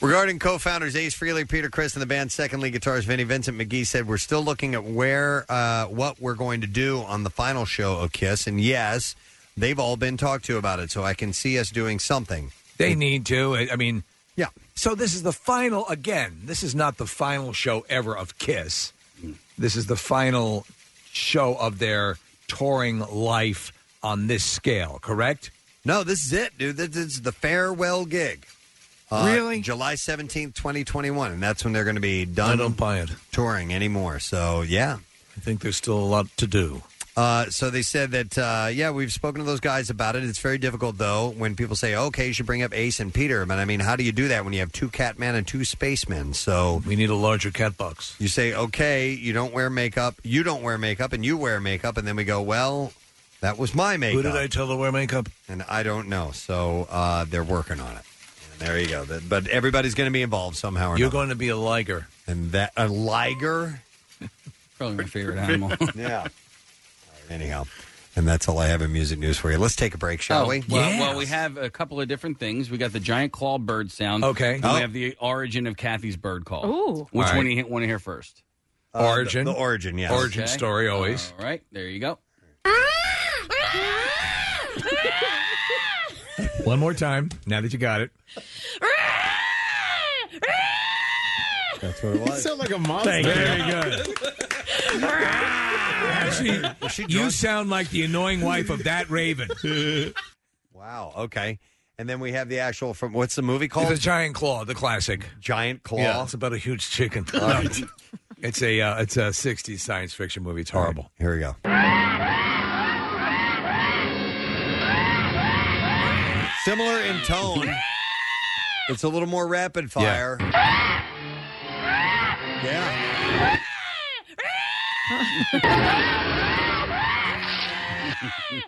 S2: Regarding co-founders Ace Frehley, Peter Chris, and the band's second lead guitarist Vinnie Vincent McGee said, "We're still looking at where uh, what we're going to do on the final show of Kiss." And yes, they've all been talked to about it, so I can see us doing something.
S4: They need to. I, I mean,
S2: yeah.
S4: So this is the final again. This is not the final show ever of Kiss. This is the final show of their touring life on this scale. Correct?
S2: No, this is it, dude. This is the farewell gig.
S4: Really?
S2: Uh, July seventeenth, twenty twenty-one, and that's when they're going to be done.
S4: I don't buy it.
S2: touring anymore. So yeah,
S4: I think there's still a lot to do.
S2: Uh, so they said that, uh, yeah, we've spoken to those guys about it. It's very difficult, though, when people say, okay, you should bring up Ace and Peter. But I mean, how do you do that when you have two Catmen and two Spacemen? So
S4: we need a larger cat box.
S2: You say, okay, you don't wear makeup, you don't wear makeup, and you wear makeup. And then we go, well, that was my makeup.
S4: Who did I tell to wear makeup?
S2: And I don't know. So uh, they're working on it. And there you go. That- But everybody's going to be involved somehow or
S4: You're
S2: another.
S4: going to be a liger.
S2: And that, a liger?
S5: Probably my favorite animal.
S2: yeah. Anyhow, and that's all I have in music news for you. Let's take a break, shall
S5: Oh,
S2: we?
S5: Well, well, we have a couple of different things. We got the giant claw bird sound.
S2: Okay.
S5: And
S2: Oh.
S5: We have the origin of Kathy's bird call.
S2: Ooh.
S5: Which
S2: All
S5: one
S2: right.
S5: do you want to hear first?
S2: Uh, the- Origin. the origin, yes. Origin story, always.
S5: All right. There you go.
S4: One more time. Now that you got it.
S2: That's what it
S6: was. sound like a monster.
S4: Thank you. Very good. Actually, you sound like the annoying wife of that raven.
S2: Wow. Okay. And then we have the actual from what's the movie called?
S4: The Giant Claw, the classic.
S2: Giant Claw.
S4: Yeah, it's about a huge chicken. No. It's a uh, it's a '60s science fiction movie. It's horrible.
S2: Here we go. Similar in tone. it's a little more rapid fire. Yeah.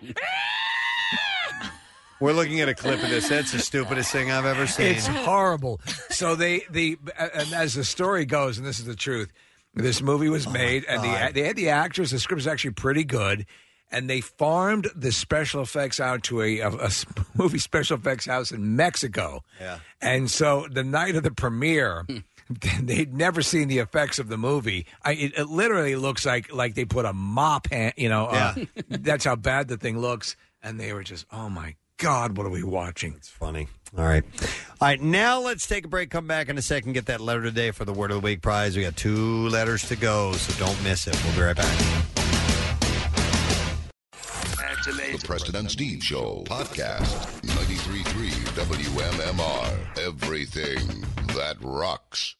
S2: We're looking at a clip of this. That's the stupidest thing I've ever seen.
S4: It's horrible. So they the and as the story goes, and this is the truth. This movie was made, and the,
S2: God.
S4: they had the actors. The script is actually pretty good, and they farmed the special effects out to a, a, a s- movie special effects house in Mexico.
S2: Yeah.
S4: And so the night of the premiere,
S2: Hmm.
S4: they'd never seen the effects of the movie. I, it, it literally looks like like they put a mop hand. You know,
S2: Yeah.
S4: uh, that's how bad the thing looks. And they were just, oh my god, what are we watching? It's
S2: funny. All right. All right, now let's take a break. Come back in a second. Get that letter today for the Word of the Week prize. We got two letters to go, so don't miss it. We'll be right back.
S1: The President Steve Show podcast. 93.3 WMMR. Everything that rocks.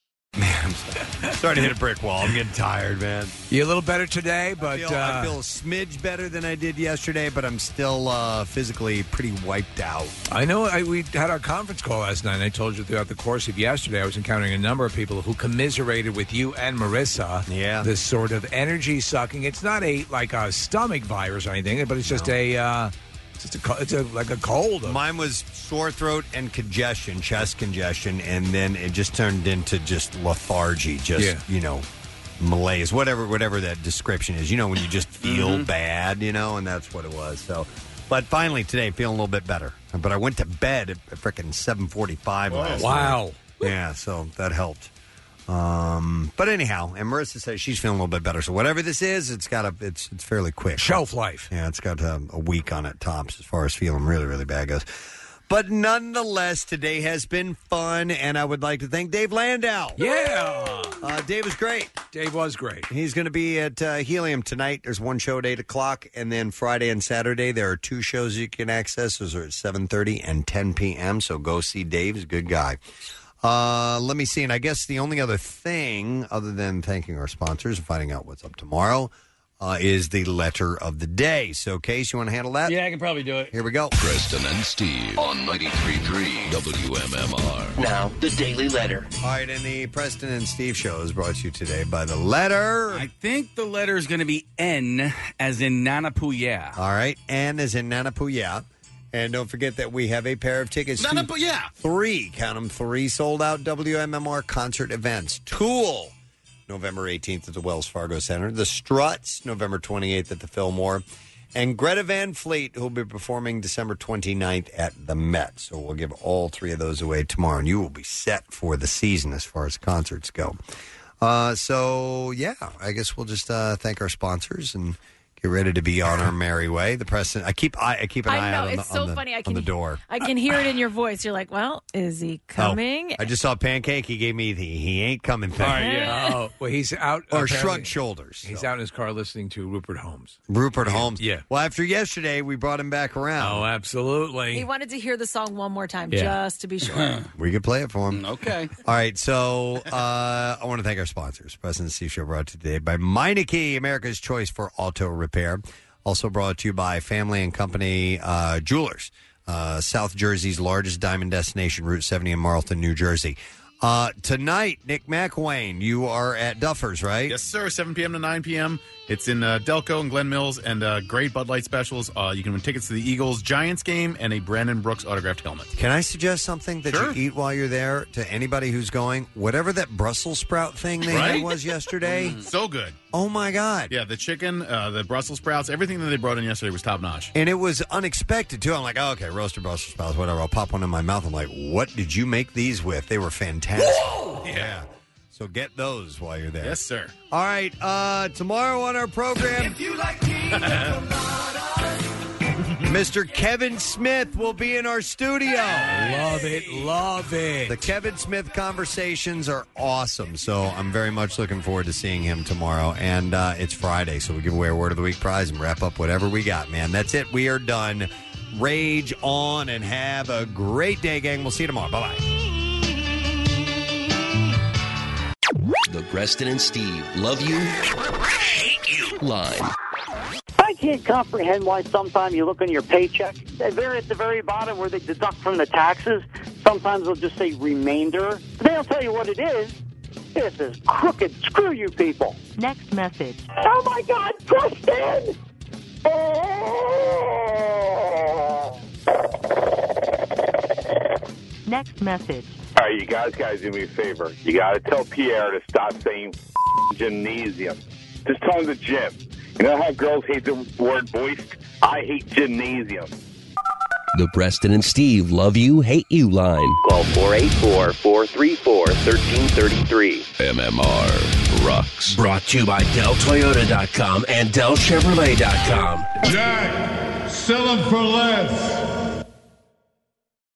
S2: Starting to hit a brick wall. I'm getting tired, man.
S4: You're a little better today, but
S2: I feel, I
S4: uh,
S2: feel a smidge better than I did yesterday, but I'm still uh, physically pretty wiped out.
S4: I know I, we had our conference call last night, and I told you throughout the course of yesterday, I was encountering a number of people who commiserated with you and Marissa. Yeah, this sort of energy sucking. It's not a like a stomach virus or anything, but it's just a uh, it's just a co- it's a like a cold.
S2: Mine was sore throat and congestion, chest congestion, and then it just turned into just lethargy, just
S4: Yeah.
S2: you know, malaise, whatever, whatever that description is. You know, when you just feel
S4: Mhm.
S2: bad, you know, and that's what it was. So, but finally today, feeling a little bit better. But I went to bed at freaking seven forty-five
S4: Whoa.
S2: last
S4: Wow.
S2: night. Yeah, so that helped. Um, but anyhow, and Marissa says she's feeling a little bit better. So whatever this is, it's got a it's it's fairly quick
S4: shelf life.
S2: Yeah, it's got um, a week on it tops as far as feeling really really bad goes. But nonetheless, today has been fun, and I would like to thank Dave Landau.
S4: Yeah,
S2: uh, Dave is great.
S4: Dave was great.
S2: He's going to be at uh, Helium tonight. There's one show at eight o'clock, and then Friday and Saturday there are two shows you can access. Those are at seven thirty and ten p.m. So go see Dave. He's a good guy. Uh, let me see. And I guess the only other thing, other than thanking our sponsors and finding out what's up tomorrow, uh, is the letter of the day. So, Case, you want to handle that?
S5: Yeah, I can probably do it.
S2: Here we go.
S1: Preston and Steve on 93.3 WMMR.
S2: Now,
S1: the Daily Letter.
S2: All right, and the Preston and Steve show is brought to you today by the letter.
S5: I think the letter is going to be N, as in Nanapuya.
S2: All right, N is in Nanapuya. And don't forget that we have a pair of tickets. to
S6: Nanapuya!
S2: Three, count them, three sold out WMMR concert events. Tool, November 18th at the Wells Fargo Center. The Struts, November 28th at the Fillmore. And Greta Van Fleet, who'll be performing December 29th at the Met. So we'll give all three of those away tomorrow, and you will be set for the season as far as concerts go. Uh, so, yeah, I guess we'll just uh, thank our sponsors and get ready to be on our merry way. The Preston, I keep I, I keep an
S3: I
S2: eye
S3: know
S2: out on
S3: it's
S2: the,
S3: so
S2: on the-
S3: funny. I
S2: on
S3: can
S2: the door.
S3: I can hear it in your voice. You're like, well, is he coming?
S2: Oh, I just saw Pancake. He gave me the he ain't coming thing.
S4: All right, yeah. Oh, well, he's out.
S2: Or
S4: apparently-
S2: shrugged shoulders.
S4: He's out in his car listening to Rupert Holmes.
S2: Rupert Holmes.
S4: Yeah.
S2: Well, after yesterday, we brought him back around.
S4: Oh, absolutely.
S3: He wanted to hear the song one more time,
S2: Yeah.
S3: just to be sure.
S2: We could play it for him.
S5: Okay.
S2: All right. So uh, I want to thank our sponsors. President Steve Show brought to you today by Meineke, America's Choice for Auto Repair. Also brought to you by Family and Company uh, Jewelers, uh, South Jersey's largest diamond destination, Route 70 in Marlton, New Jersey. Uh, tonight, Nick McWayne, you are at Duffer's, right?
S6: Yes, sir. 7 p.m. to 9 p.m. It's in uh, Delco and Glen Mills, and uh, great Bud Light specials. Uh, you can win tickets to the Eagles Giants game and a Brandon Brooks autographed helmet.
S2: Can I suggest something that you eat while you're there to anybody who's going? Whatever that Brussels sprout thing they had
S6: Right?
S2: was yesterday.
S6: So good.
S2: Oh my God.
S6: Yeah, the chicken, uh, the Brussels sprouts, everything that they brought in yesterday was top notch.
S2: And it was unexpected too. I'm like, oh, okay, roasted Brussels sprouts, whatever. I'll pop one in my mouth. I'm like, what did you make these with? They were fantastic.
S6: Yeah.
S2: So get those while you're there.
S6: Yes, sir.
S2: All right, uh, tomorrow on our program, Mr. Kevin Smith will be in our studio. Love it, love it. The Kevin Smith conversations are awesome, so I'm very much looking forward to seeing him tomorrow. And uh, it's Friday, so we give away a Word of the Week prize and wrap up whatever we got, man. That's it. We are done. Rage on and have a great day, gang. We'll see you tomorrow. Bye bye.
S12: The Preston and Steve love you, hate you line.
S13: I can't comprehend why sometimes you look on your paycheck, at very- at the very bottom where they deduct from the taxes, sometimes they'll just say remainder. They don't tell you what it is. This is crooked. Screw you people. Next message. Oh my God, Preston!
S23: Next message.
S24: All right, you guys, guys, do me a favor. You got to tell Pierre to stop saying gymnasium. Just tell him the gym. You know how girls hate the word voiced? I hate gymnasium.
S12: The Preston and Steve love you, hate you line.
S13: Call 484 434 1333.
S12: MMR rocks. Brought to you by DellToyota.com and DellChevrolet.com.
S25: Jack, sell them for less.